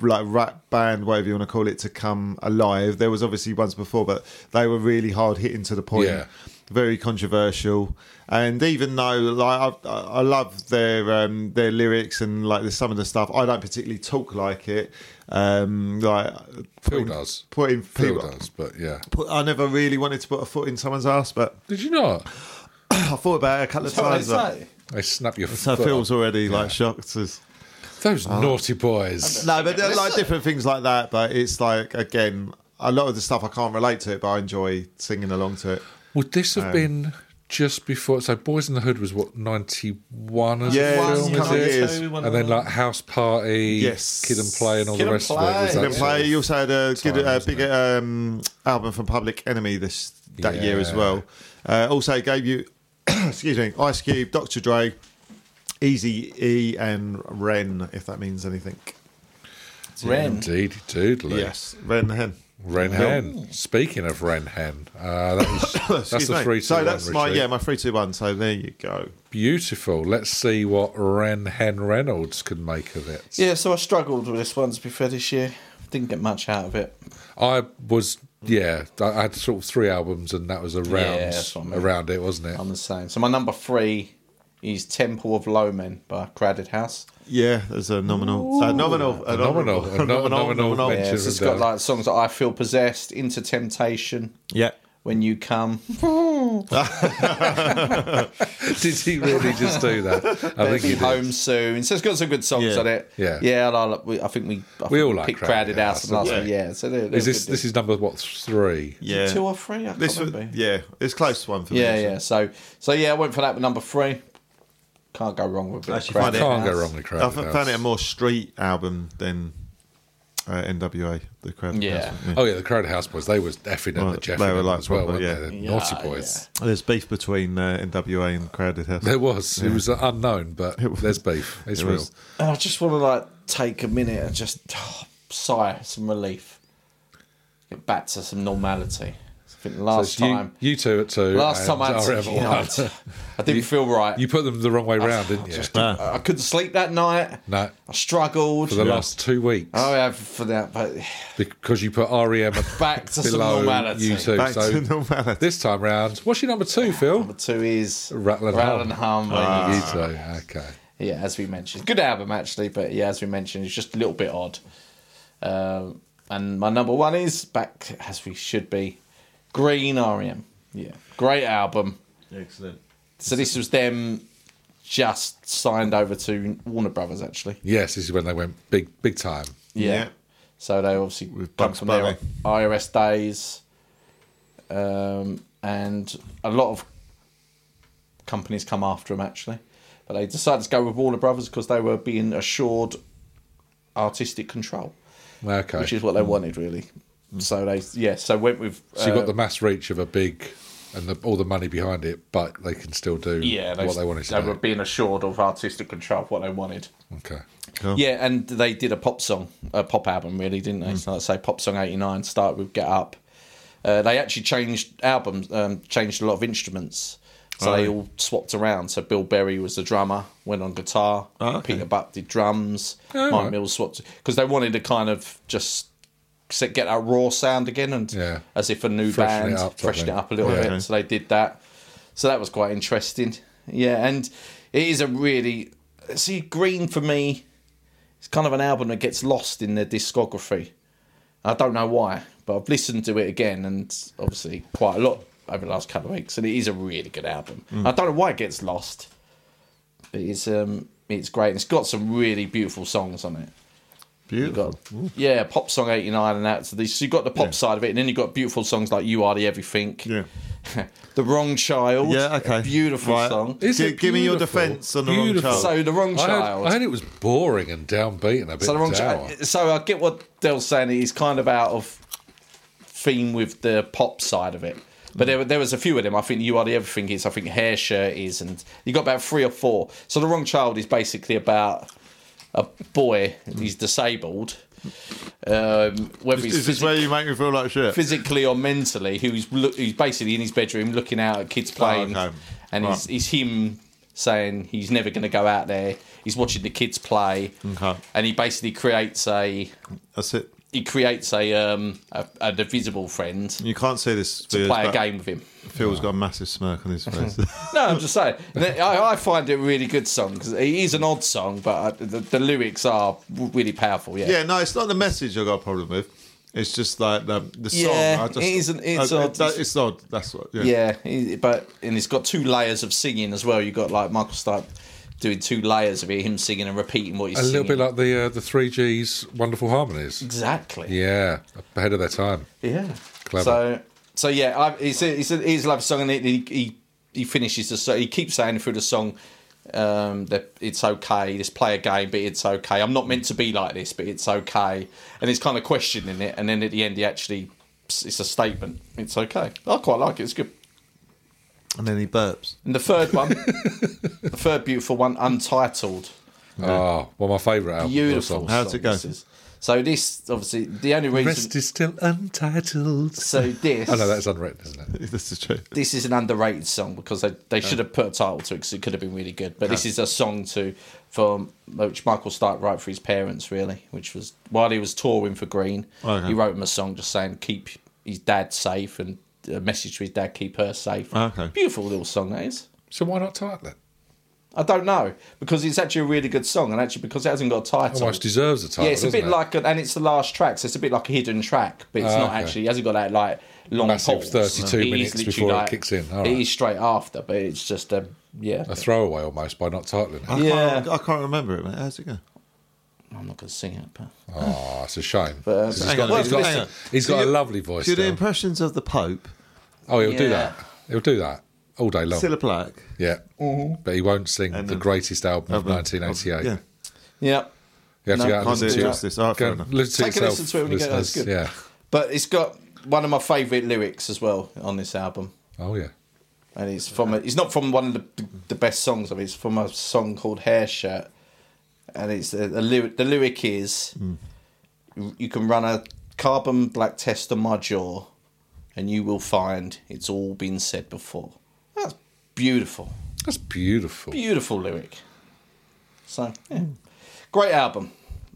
Speaker 3: like rap band, whatever you want to call it, to come alive. There was obviously ones before, but they were really hard hitting to the point,
Speaker 1: Yeah.
Speaker 3: very controversial. And even though like I, I love their um, their lyrics and like the, some of the stuff, I don't particularly talk like it. Um, like
Speaker 1: Phil does.
Speaker 3: putting
Speaker 1: Phil
Speaker 3: people.
Speaker 1: does, but yeah.
Speaker 3: Put, I never really wanted to put a foot in someone's ass, but
Speaker 1: Did you not?
Speaker 3: I thought about it a couple of
Speaker 2: That's what they
Speaker 3: times. but-
Speaker 2: say.
Speaker 1: They snap your
Speaker 3: So
Speaker 1: foot.
Speaker 3: Phil's Oh.
Speaker 1: up.
Speaker 3: already like shocked. As,
Speaker 1: Those naughty boys.
Speaker 3: No, but there are like different things like that. But it's like again, a lot of the stuff I can't relate to it, but I enjoy singing along to it.
Speaker 1: Would this
Speaker 3: um,
Speaker 1: have been just before? So, Boys in the Hood was what ninety one as
Speaker 3: Yeah,
Speaker 1: a
Speaker 3: One,
Speaker 1: film, is
Speaker 3: couple
Speaker 1: it?
Speaker 3: years.
Speaker 2: two, one
Speaker 1: And then
Speaker 2: of
Speaker 1: like House Party,
Speaker 3: Yes.
Speaker 1: Kid and Play, and all
Speaker 2: Kid
Speaker 1: the
Speaker 2: and
Speaker 1: rest of it. Was
Speaker 2: Play.
Speaker 1: that
Speaker 3: Didn't
Speaker 1: sort
Speaker 3: play.
Speaker 1: of-
Speaker 3: You also had a good, uh,
Speaker 1: wasn't
Speaker 3: big um, album from Public Enemy this that year as
Speaker 1: Yeah.
Speaker 3: well. Uh, also gave you, excuse me, Ice Cube, Dr. Dre, Easy E, and Ren, if that means anything.
Speaker 2: Ren.
Speaker 1: Indeed, doodly.
Speaker 3: Yes, Ren the Hen.
Speaker 1: Ren Hen. Speaking of Ren Hen, uh, that was, that's
Speaker 3: Excuse
Speaker 1: the
Speaker 3: me.
Speaker 1: three.
Speaker 3: So
Speaker 1: two,
Speaker 3: that's
Speaker 1: one,
Speaker 3: my
Speaker 1: Richie.
Speaker 3: yeah, my three two one. So there you go.
Speaker 1: Beautiful. Let's see what Ren Hen Reynolds could make of it.
Speaker 2: Yeah, so I struggled with this one to be fair this year. Didn't get much out of it.
Speaker 1: I was yeah. I I had sort of three albums, and that was around
Speaker 2: Yeah, that's what I mean.
Speaker 1: around it, wasn't it?
Speaker 2: I'm the same. So my number three is Temple of Lomen by Crowded House.
Speaker 3: Yeah, there's a nominal, uh, nominal, a
Speaker 1: nominal, a no- nominal
Speaker 2: Yeah,
Speaker 1: mention.
Speaker 2: so it's got like songs like I Feel Possessed, Into Temptation,
Speaker 3: Yeah.
Speaker 2: When You Come.
Speaker 1: Did he really just do that? I think he
Speaker 2: Be
Speaker 1: did.
Speaker 2: home soon. So it's got some good songs
Speaker 3: Yeah.
Speaker 2: on it.
Speaker 1: Yeah.
Speaker 2: yeah. I like- we- I think we. I think
Speaker 1: all like
Speaker 2: picked
Speaker 1: Crowded
Speaker 2: crowded,
Speaker 1: House,
Speaker 2: house. and last
Speaker 3: yeah.
Speaker 2: one. Yeah. So they're, they're
Speaker 1: Is this
Speaker 2: good
Speaker 1: this is number what three?
Speaker 3: Yeah.
Speaker 2: two or three? I
Speaker 3: This
Speaker 2: can't
Speaker 3: was,
Speaker 2: remember.
Speaker 3: yeah, it's close one for me.
Speaker 2: yeah,
Speaker 3: actually.
Speaker 2: yeah. So so yeah, I went for that with number three. Can't go wrong with it.
Speaker 3: Actually
Speaker 1: I
Speaker 3: find it-
Speaker 1: can't go wrong with Crowded
Speaker 3: I f-
Speaker 1: House.
Speaker 3: found it a more street album than uh, NWA, the Crowded
Speaker 2: Yeah.
Speaker 3: House.
Speaker 1: Oh yeah, the Crowded House Boys. They was effing and
Speaker 3: Well,
Speaker 1: the Jeff
Speaker 3: they were like
Speaker 1: as well,
Speaker 3: proper,
Speaker 1: weren't
Speaker 3: yeah.
Speaker 1: they? They're
Speaker 2: Yeah,
Speaker 1: Naughty boys.
Speaker 3: There's beef between uh, NWA and Crowded House.
Speaker 1: There was. It was unknown, but there's beef. It's
Speaker 3: It
Speaker 1: real.
Speaker 3: was.
Speaker 2: And I just want to like take a minute and just oh, sigh some relief, get back to some normality. I think
Speaker 1: So
Speaker 2: last
Speaker 1: it's you-
Speaker 2: time,
Speaker 1: you, two at two.
Speaker 2: last
Speaker 1: and
Speaker 2: time I, had
Speaker 1: RM at
Speaker 2: to, yeah, I
Speaker 1: one.
Speaker 2: d- I didn't feel right.
Speaker 1: You put them the wrong way round, didn't you?
Speaker 2: Just- I I couldn't sleep that night.
Speaker 1: no,
Speaker 2: I struggled.
Speaker 1: for the last two weeks
Speaker 2: Oh yeah, for that, but
Speaker 1: because you put REM
Speaker 2: back to some
Speaker 1: below
Speaker 2: normality.
Speaker 1: you two.
Speaker 3: Back
Speaker 1: so
Speaker 3: to normality.
Speaker 1: this time round, what's your number two, Phil?
Speaker 2: Number two is
Speaker 1: Rattle and Oh,
Speaker 2: Hum. Ah. by
Speaker 1: You
Speaker 2: U2.
Speaker 1: two. Okay.
Speaker 2: yeah, as we mentioned, good album actually, but yeah, as we mentioned, it's just a little bit odd. Um, and my number one is back as we should be, Green REM. Yeah, great album.
Speaker 3: Excellent.
Speaker 2: So this was them just signed over to Warner Brothers actually.
Speaker 1: Yes, this is when they went big, big time.
Speaker 2: Yeah.
Speaker 3: Yeah.
Speaker 2: So they obviously
Speaker 3: With
Speaker 2: come
Speaker 3: Bugs
Speaker 2: from their
Speaker 3: Bunny.
Speaker 2: IRS days, um, and a lot of companies come after them actually, but they decided to go with Warner Brothers because they were being assured artistic control,
Speaker 1: Okay. Hmm.
Speaker 2: which is what they wanted really. So they yeah, so went with.
Speaker 1: so you
Speaker 2: uh,
Speaker 1: got the mass reach of a big and the, all the money behind it, but they can still do
Speaker 2: yeah,
Speaker 1: what they wanted to
Speaker 2: They
Speaker 1: do.
Speaker 2: were being assured of artistic control of what they wanted.
Speaker 1: Okay.
Speaker 3: Cool.
Speaker 2: Yeah, and they did a pop song, a pop album, really, didn't they? So, like I say, pop song '89 started with Get Up. Uh, they actually changed albums, um, changed a lot of instruments, so they all swapped around. So Bill Berry was the drummer, went on guitar.
Speaker 3: Oh, okay.
Speaker 2: Peter Buck did drums.
Speaker 1: Oh,
Speaker 2: Mike
Speaker 1: right.
Speaker 2: Mills swapped because they wanted to kind of just set- get that raw sound again, and
Speaker 1: Yeah.
Speaker 2: as if a new
Speaker 1: Freshen it
Speaker 2: band,
Speaker 1: up,
Speaker 2: freshen it
Speaker 1: something.
Speaker 2: up a little
Speaker 1: Yeah.
Speaker 2: bit.
Speaker 3: Okay.
Speaker 2: So they did that. So that was quite interesting. Yeah, and it is a really see Green for me. It's kind of an album that gets lost in their discography. I don't know why, but I've listened to it again and obviously quite a lot over the last couple of weeks, and it is a really good album. I don't know why it gets lost, but it's um it's great. and It's got some really beautiful songs on it. You
Speaker 3: Beautiful.
Speaker 2: got yeah, pop song eighty nine and that. So these- so you've got the pop
Speaker 3: Yeah.
Speaker 2: side of it, and then you've got beautiful songs like "You Are the Everything,"
Speaker 3: Yeah.
Speaker 2: "The Wrong Child,"
Speaker 3: Yeah, okay.
Speaker 2: beautiful
Speaker 3: Right.
Speaker 2: song.
Speaker 3: Is- Gi- give me your defence on the wrong
Speaker 1: Beautiful.
Speaker 3: child.
Speaker 2: So the wrong
Speaker 1: I heard-
Speaker 2: child.
Speaker 1: I heard it was boring and downbeat and a bit
Speaker 2: So the wrong
Speaker 1: dour.
Speaker 2: chi- So I get what Dell's saying. He's kind of out of theme with the pop side of it. But there, were- there was a few of them. I think you are the everything is. I think hair shirt is, and you got about three or four. So the wrong child is basically about a boy. He's disabled. Um, whether he's
Speaker 3: Is this where you make me feel like shit?
Speaker 2: physically or mentally, who's look, who's basically in his bedroom looking out at kids playing,
Speaker 3: Oh, okay.
Speaker 2: and he's,
Speaker 3: Right.
Speaker 2: he's him saying he's never going to go out there. He's watching the kids play,
Speaker 3: Okay.
Speaker 2: and he basically creates a
Speaker 3: That's it.
Speaker 2: he creates a um a, an invisible friend
Speaker 3: You can't see this.
Speaker 2: to play a game with him.
Speaker 3: Phil's got a massive smirk on his face.
Speaker 2: No, I'm just saying. And then I, I find it a really good song because it is an odd song, but I, the, the lyrics are really powerful.
Speaker 3: yeah, no, it's not the message I got a problem with. It's just like the, the song.
Speaker 2: Yeah,
Speaker 3: I just,
Speaker 2: it isn't- it's
Speaker 3: I-
Speaker 2: odd.
Speaker 3: that- it's odd. That's what. Yeah.
Speaker 2: Yeah, he- but and it's got two layers of singing as well. You got like Michael Stipe doing two layers of it, him singing and repeating what he's
Speaker 1: a little
Speaker 2: singing.
Speaker 1: bit like the uh, the three Gs wonderful harmonies.
Speaker 2: exactly.
Speaker 1: Yeah, ahead of their time.
Speaker 2: Yeah.
Speaker 1: Clever.
Speaker 2: So, so yeah, I, it's a, it's a, it's a love song, and it, he he he finishes the song. He keeps saying through the song um, that it's okay. Just play a game, but it's okay. I'm not meant to be like this, but it's okay. And he's kind of questioning it, and then at the end, he actually it's a statement. It's okay. I quite like it. It's good.
Speaker 3: And then he burps.
Speaker 2: And the third one, the third beautiful one, Untitled.
Speaker 1: Oh, one of my favourite albums.
Speaker 2: Beautiful.
Speaker 1: songs.
Speaker 3: How's it
Speaker 2: song
Speaker 3: go?
Speaker 2: this is. So this, obviously, the only reason.
Speaker 1: Rest is still untitled. Oh,
Speaker 2: so this.
Speaker 1: I know that's unwritten, isn't it?
Speaker 3: This is true.
Speaker 2: This is an underrated song because they, they should have put a title to it because it could have been really good. But this is a song to from which Michael Stark wrote for his parents, really, which was while he was touring for Green,
Speaker 3: Okay.
Speaker 2: he wrote him a song just saying keep his dad safe and a message to his dad keep her safe.
Speaker 3: Okay.
Speaker 2: Beautiful little song that is.
Speaker 1: So why not title it?
Speaker 2: I don't know because it's actually a really good song, and actually because it hasn't got a title,
Speaker 1: Almost deserves a title.
Speaker 2: yeah, it's a
Speaker 1: doesn't
Speaker 2: bit
Speaker 1: it?
Speaker 2: like, a, and it's the last track, so it's a bit like a hidden track, but it's
Speaker 1: Ah,
Speaker 2: not
Speaker 1: okay.
Speaker 2: actually. It hasn't got that like long
Speaker 1: Massive
Speaker 2: pause.
Speaker 1: 32
Speaker 2: It is
Speaker 1: minutes
Speaker 2: literally
Speaker 1: before it kicks in. All
Speaker 2: It
Speaker 1: right.
Speaker 2: is straight after, but it's just a yeah.
Speaker 1: a throwaway almost by not titling it.
Speaker 3: I
Speaker 2: Yeah.
Speaker 3: Can't, I can't remember it, mate. How's it go?
Speaker 2: I'm not gonna sing it, but
Speaker 1: Oh, it's a shame.
Speaker 2: But, um,
Speaker 1: 'Cause he's
Speaker 3: hang
Speaker 1: got,
Speaker 3: on,
Speaker 1: he's got-
Speaker 3: hang on.
Speaker 1: he's
Speaker 3: Do
Speaker 1: got a
Speaker 3: you-
Speaker 1: lovely voice.
Speaker 3: Do the
Speaker 1: though.
Speaker 3: impressions of the Pope,
Speaker 1: Oh, he'll do
Speaker 2: Yeah.
Speaker 1: that. He'll do that all day long.
Speaker 3: still a black.
Speaker 1: yeah, but he won't sing the
Speaker 3: then-
Speaker 1: greatest album of
Speaker 3: Of- of-
Speaker 1: 1988.
Speaker 3: yeah.
Speaker 2: yeah.
Speaker 1: You have to
Speaker 2: No,
Speaker 1: go out and
Speaker 3: Can't do
Speaker 1: listen
Speaker 3: it
Speaker 1: to it.
Speaker 3: justice. All right,
Speaker 1: Go
Speaker 3: fair
Speaker 1: and
Speaker 3: enough.
Speaker 1: listen to
Speaker 2: Take a
Speaker 1: yourself,
Speaker 2: listen to it when you get- that's
Speaker 1: listeners.
Speaker 2: good. But it's got one of my favourite lyrics as well on this album,
Speaker 1: Yeah. Oh yeah.
Speaker 2: and it's from a, it's not from one of the the best songs of it. It's from a song called Hair Shirt, and it's uh, the, the lyric. The lyric is, "You can run a carbon black test on my jaw, and you will find it's all been said before." That's beautiful.
Speaker 1: That's beautiful.
Speaker 2: Beautiful lyric. So, yeah. great album.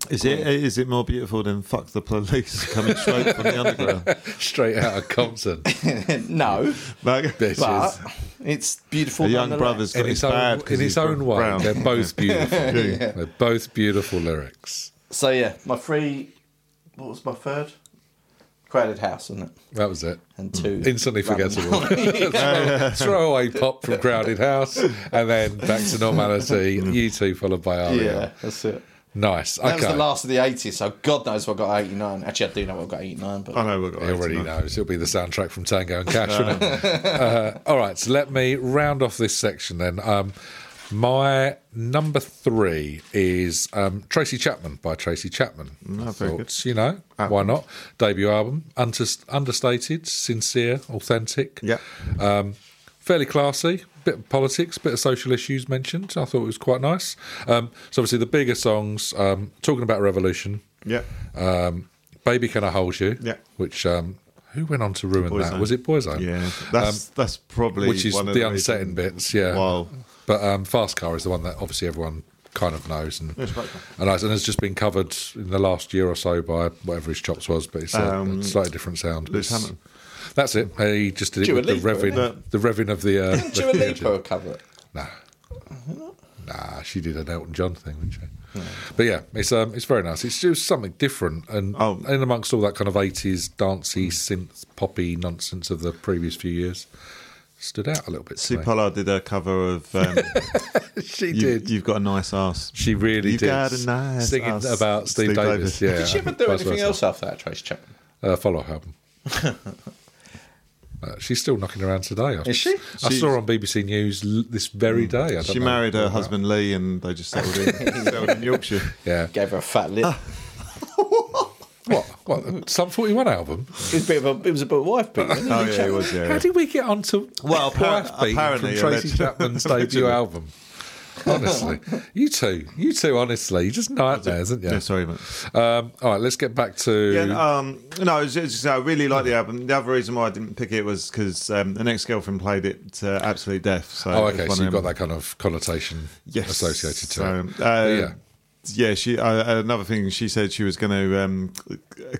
Speaker 3: Is it is it more beautiful than "fuck the police" coming straight from the underground?
Speaker 1: Straight out of Compton.
Speaker 2: no, but
Speaker 3: Like,
Speaker 1: bitches.
Speaker 2: it's beautiful.
Speaker 3: the young
Speaker 2: nonetheless.
Speaker 3: brother's got
Speaker 1: in its
Speaker 3: his
Speaker 1: own,
Speaker 3: bad 'cause
Speaker 1: in
Speaker 3: he's
Speaker 1: its own way,
Speaker 3: brown.
Speaker 1: they're both beautiful.
Speaker 3: Yeah.
Speaker 1: They're both beautiful lyrics.
Speaker 2: So yeah, my three. What was my third? Crowded house, isn't it?
Speaker 1: That was it.
Speaker 2: And two.
Speaker 1: Mm. Instantly
Speaker 2: Random.
Speaker 1: forgettable. Throwaway pop from Crowded House, and then back to normality. you two followed by
Speaker 2: yeah,
Speaker 1: Aria.
Speaker 2: that's it.
Speaker 1: Nice.
Speaker 2: That
Speaker 1: okay.
Speaker 2: was the last of the eighties. So God knows what got eighty nine. Actually, I do know what got eighty nine, but
Speaker 3: I know we've got.
Speaker 1: He already
Speaker 3: 89.
Speaker 1: knows. It'll be the soundtrack from Tango and Cash. wouldn't it? uh, all right, so let me round off this section then. Um, My number three is um, Tracy Chapman by Tracy Chapman. I
Speaker 3: Mm, very Ah.
Speaker 1: thought, You know, why not? Debut album, unders- understated, sincere, authentic.
Speaker 3: Yeah.
Speaker 1: fairly classy. Bit of politics, bit of social issues mentioned. I thought it was quite nice. Um, so obviously the bigger songs, um, talking about revolution,
Speaker 3: Yeah.
Speaker 1: um, "Baby Can I Hold You,"
Speaker 3: Yeah.
Speaker 1: which um, who went on to ruin that?
Speaker 3: Boyzone.
Speaker 1: Was it Boyzone?
Speaker 3: Yeah. That's that's probably
Speaker 1: Um, which is
Speaker 3: one of
Speaker 1: the unsettling bits. Yeah,
Speaker 3: Wow.
Speaker 1: but um, Fast Car is the one that obviously everyone kind of knows, and and, I, and has just been covered in the last year or so by whatever his chops was, but it's a
Speaker 3: Um,
Speaker 1: slightly different sound.
Speaker 3: Lewis
Speaker 1: It's-
Speaker 3: Hamilton.
Speaker 1: That's it. He just did it
Speaker 2: Dua
Speaker 1: with the
Speaker 2: Lipa,
Speaker 1: revving,
Speaker 3: isn't
Speaker 1: the revving of the. Uh,
Speaker 2: Didn't Dua
Speaker 1: the
Speaker 2: Lipa cover it?
Speaker 1: Nah, nah, she did an Elton John thing, didn't she? But yeah, it's um, it's very nice. It's just something different, and
Speaker 3: Oh.
Speaker 1: in amongst all that kind of eighties dancey, synth, poppy nonsense of the previous few years, stood out a little bit.
Speaker 3: Sue
Speaker 1: to me.
Speaker 3: Pollard did a cover of um,
Speaker 1: she
Speaker 3: you,
Speaker 1: did.
Speaker 3: You've Got a Nice Ass.
Speaker 1: She really
Speaker 3: You've
Speaker 1: did.
Speaker 3: got a nice
Speaker 1: Singing
Speaker 3: ass,
Speaker 1: about Steve,
Speaker 3: Steve
Speaker 1: Davis.
Speaker 3: Davis.
Speaker 1: Yeah.
Speaker 2: Did she ever do
Speaker 1: vice
Speaker 2: anything
Speaker 1: versa.
Speaker 2: else after that, Tracy Chapman?
Speaker 1: Uh, follow up album. Uh, she's still knocking around today. I,
Speaker 2: Is she?
Speaker 1: I
Speaker 3: She's- Mm.
Speaker 1: saw her on BBC News l- this very day. I don't
Speaker 3: She
Speaker 1: know.
Speaker 3: married her husband Lee and they just settled in, settled in Yorkshire.
Speaker 1: Yeah.
Speaker 2: Gave her a fat lip.
Speaker 1: What? What? Some 41 album?
Speaker 2: It was a bit of a, it was a bit of a wife beat. wasn't it?
Speaker 3: Oh, yeah, it was, yeah.
Speaker 1: How did we get onto
Speaker 3: Well,
Speaker 1: Poor
Speaker 3: appar-
Speaker 1: Half Beat
Speaker 3: apparently,
Speaker 1: from Tracy
Speaker 3: alleged-
Speaker 1: Chapman's debut
Speaker 3: allegedly.
Speaker 1: album? Honestly, you two, you two, honestly, you're just nightmares, aren't you?
Speaker 3: Yeah, sorry, mate.
Speaker 1: Um, all right, let's get back to.
Speaker 3: Yeah, um, no, it's just, I really like the album. The other reason why I didn't pick it was because um, the next girlfriend played it to absolute death. So
Speaker 1: oh,
Speaker 3: it's
Speaker 1: okay,
Speaker 3: one
Speaker 1: so you've
Speaker 3: of
Speaker 1: got that
Speaker 3: them.
Speaker 1: kind of connotation
Speaker 3: yes.
Speaker 1: associated to
Speaker 3: so,
Speaker 1: it.
Speaker 3: Uh,
Speaker 1: Yeah.
Speaker 3: yeah. she. Uh, another thing, she said she was going to um,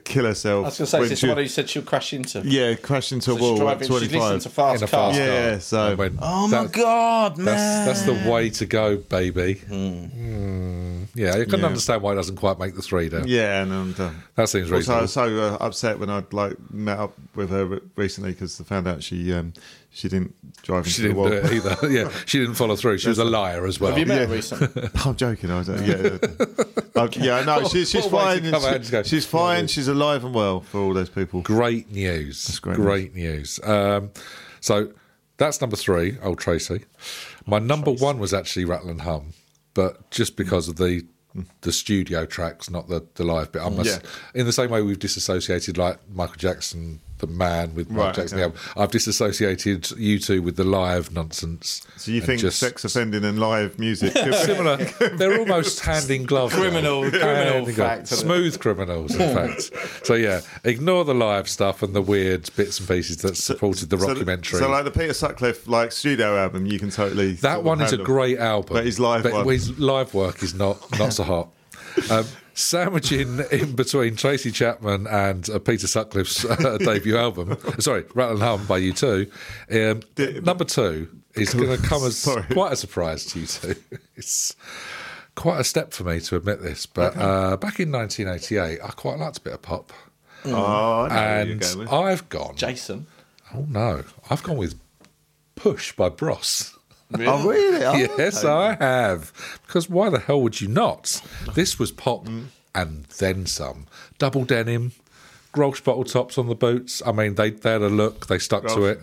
Speaker 3: kill herself.
Speaker 2: I was going to say, is
Speaker 3: when
Speaker 2: this
Speaker 3: she-
Speaker 2: the one who said she'll crash into?
Speaker 3: yeah, crashed into
Speaker 2: So
Speaker 3: a
Speaker 2: she's
Speaker 3: wall at
Speaker 2: driving, she listened to
Speaker 3: 25.
Speaker 1: In
Speaker 2: fast
Speaker 1: a
Speaker 2: car.
Speaker 1: fast
Speaker 3: Yeah,
Speaker 1: car.
Speaker 3: so-
Speaker 1: I went,
Speaker 2: Oh my
Speaker 1: "That-
Speaker 2: god, man!
Speaker 1: That's that's the way to go, baby. Mm. Yeah, you can
Speaker 3: Hmm. Yeah.
Speaker 1: understand why it doesn't quite make the three there.
Speaker 3: Yeah, and I'm done.
Speaker 1: That seems
Speaker 3: Also, I
Speaker 1: reasonable.
Speaker 3: was so uh, upset when I'd like met up with her re- recently because I found out she um, she didn't drive into
Speaker 1: she
Speaker 3: the
Speaker 1: didn't
Speaker 3: wall.
Speaker 1: do it either. Yeah, she didn't follow through. She was a liar as well.
Speaker 2: Have you met
Speaker 3: Yeah.
Speaker 2: her recently?
Speaker 3: I'm joking. I was, uh, yeah, uh, yeah, no, she's she's
Speaker 1: What a way to
Speaker 3: fine.
Speaker 1: come out and
Speaker 3: She-
Speaker 1: go,
Speaker 3: she's fine. She's alive and well for all those people.
Speaker 1: Great news.
Speaker 3: great
Speaker 1: news. Um, so that's number three, old Tracy. My number one was actually Rattle and Hum, but just because of the the studio tracks, not the, the live bit. I must, In the same way we've disassociated like Michael Jackson, the man with Michael
Speaker 3: Right,
Speaker 1: Jackson.
Speaker 3: okay.
Speaker 1: yeah, I've disassociated you two with the live nonsense.
Speaker 3: So you
Speaker 1: and
Speaker 3: think
Speaker 1: just-
Speaker 3: sex offending and live music?
Speaker 1: similar. They're almost hand in glove.
Speaker 2: Criminal-
Speaker 1: Hand
Speaker 2: criminal
Speaker 1: in glove.
Speaker 2: fact, isn't it?
Speaker 1: Smooth criminals, in fact. So yeah, ignore the live stuff and the weird bits and pieces that supported the
Speaker 3: So-
Speaker 1: documentary.
Speaker 3: So, like the Peter Sutcliffe like studio album, you can totally sort
Speaker 1: that
Speaker 3: of
Speaker 1: one is a
Speaker 3: handle.
Speaker 1: great album,
Speaker 3: But his live one.
Speaker 1: his live work is not not so hot. Um, sandwiching in between Tracy Chapman and uh, Peter Sutcliffe's uh, debut album, sorry, Rattle and Hum by you two. Um, number two is going to come as
Speaker 3: Sorry.
Speaker 1: quite a surprise to you two. It's quite a step for me to admit this, but uh, back in 1988, I quite liked a bit of pop,
Speaker 3: Oh, I know where you're
Speaker 1: and
Speaker 3: going with.
Speaker 1: I've gone.
Speaker 2: Jason.
Speaker 1: Oh no, I've gone with "Push" by Bros.
Speaker 3: oh really? Oh,
Speaker 1: Yes, I have. Because why the hell would you not? This was pop and then some. Double denim, Grolsch bottle tops on the boots. I mean, they, they had a look, they stuck to it.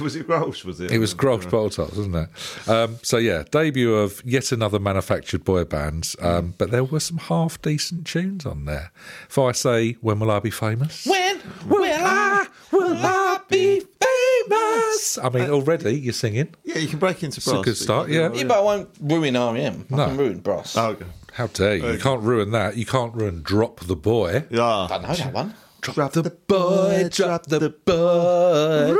Speaker 3: was Oh, it Welsh? Was it?
Speaker 1: It was Grolsch bottle tops, wasn't it? Um, so, yeah, debut of yet another manufactured boy band.
Speaker 3: Mm.
Speaker 1: Um, but there were some half decent tunes on there. If I say, When Will I Be Famous?
Speaker 2: When will I?
Speaker 1: Will I be famous? I mean, already you're singing.
Speaker 3: Yeah, you can break into brass.
Speaker 1: a good start,
Speaker 3: Uh, You
Speaker 1: yeah.
Speaker 3: can-
Speaker 2: Yeah, but I won't ruin REM. I
Speaker 1: No.
Speaker 2: can ruin Bros.
Speaker 3: Oh, okay.
Speaker 1: How dare you? You can't ruin that. You can't ruin Drop the Boy.
Speaker 3: yeah.
Speaker 2: I don't know that one.
Speaker 1: Drop the boy, drop the boy.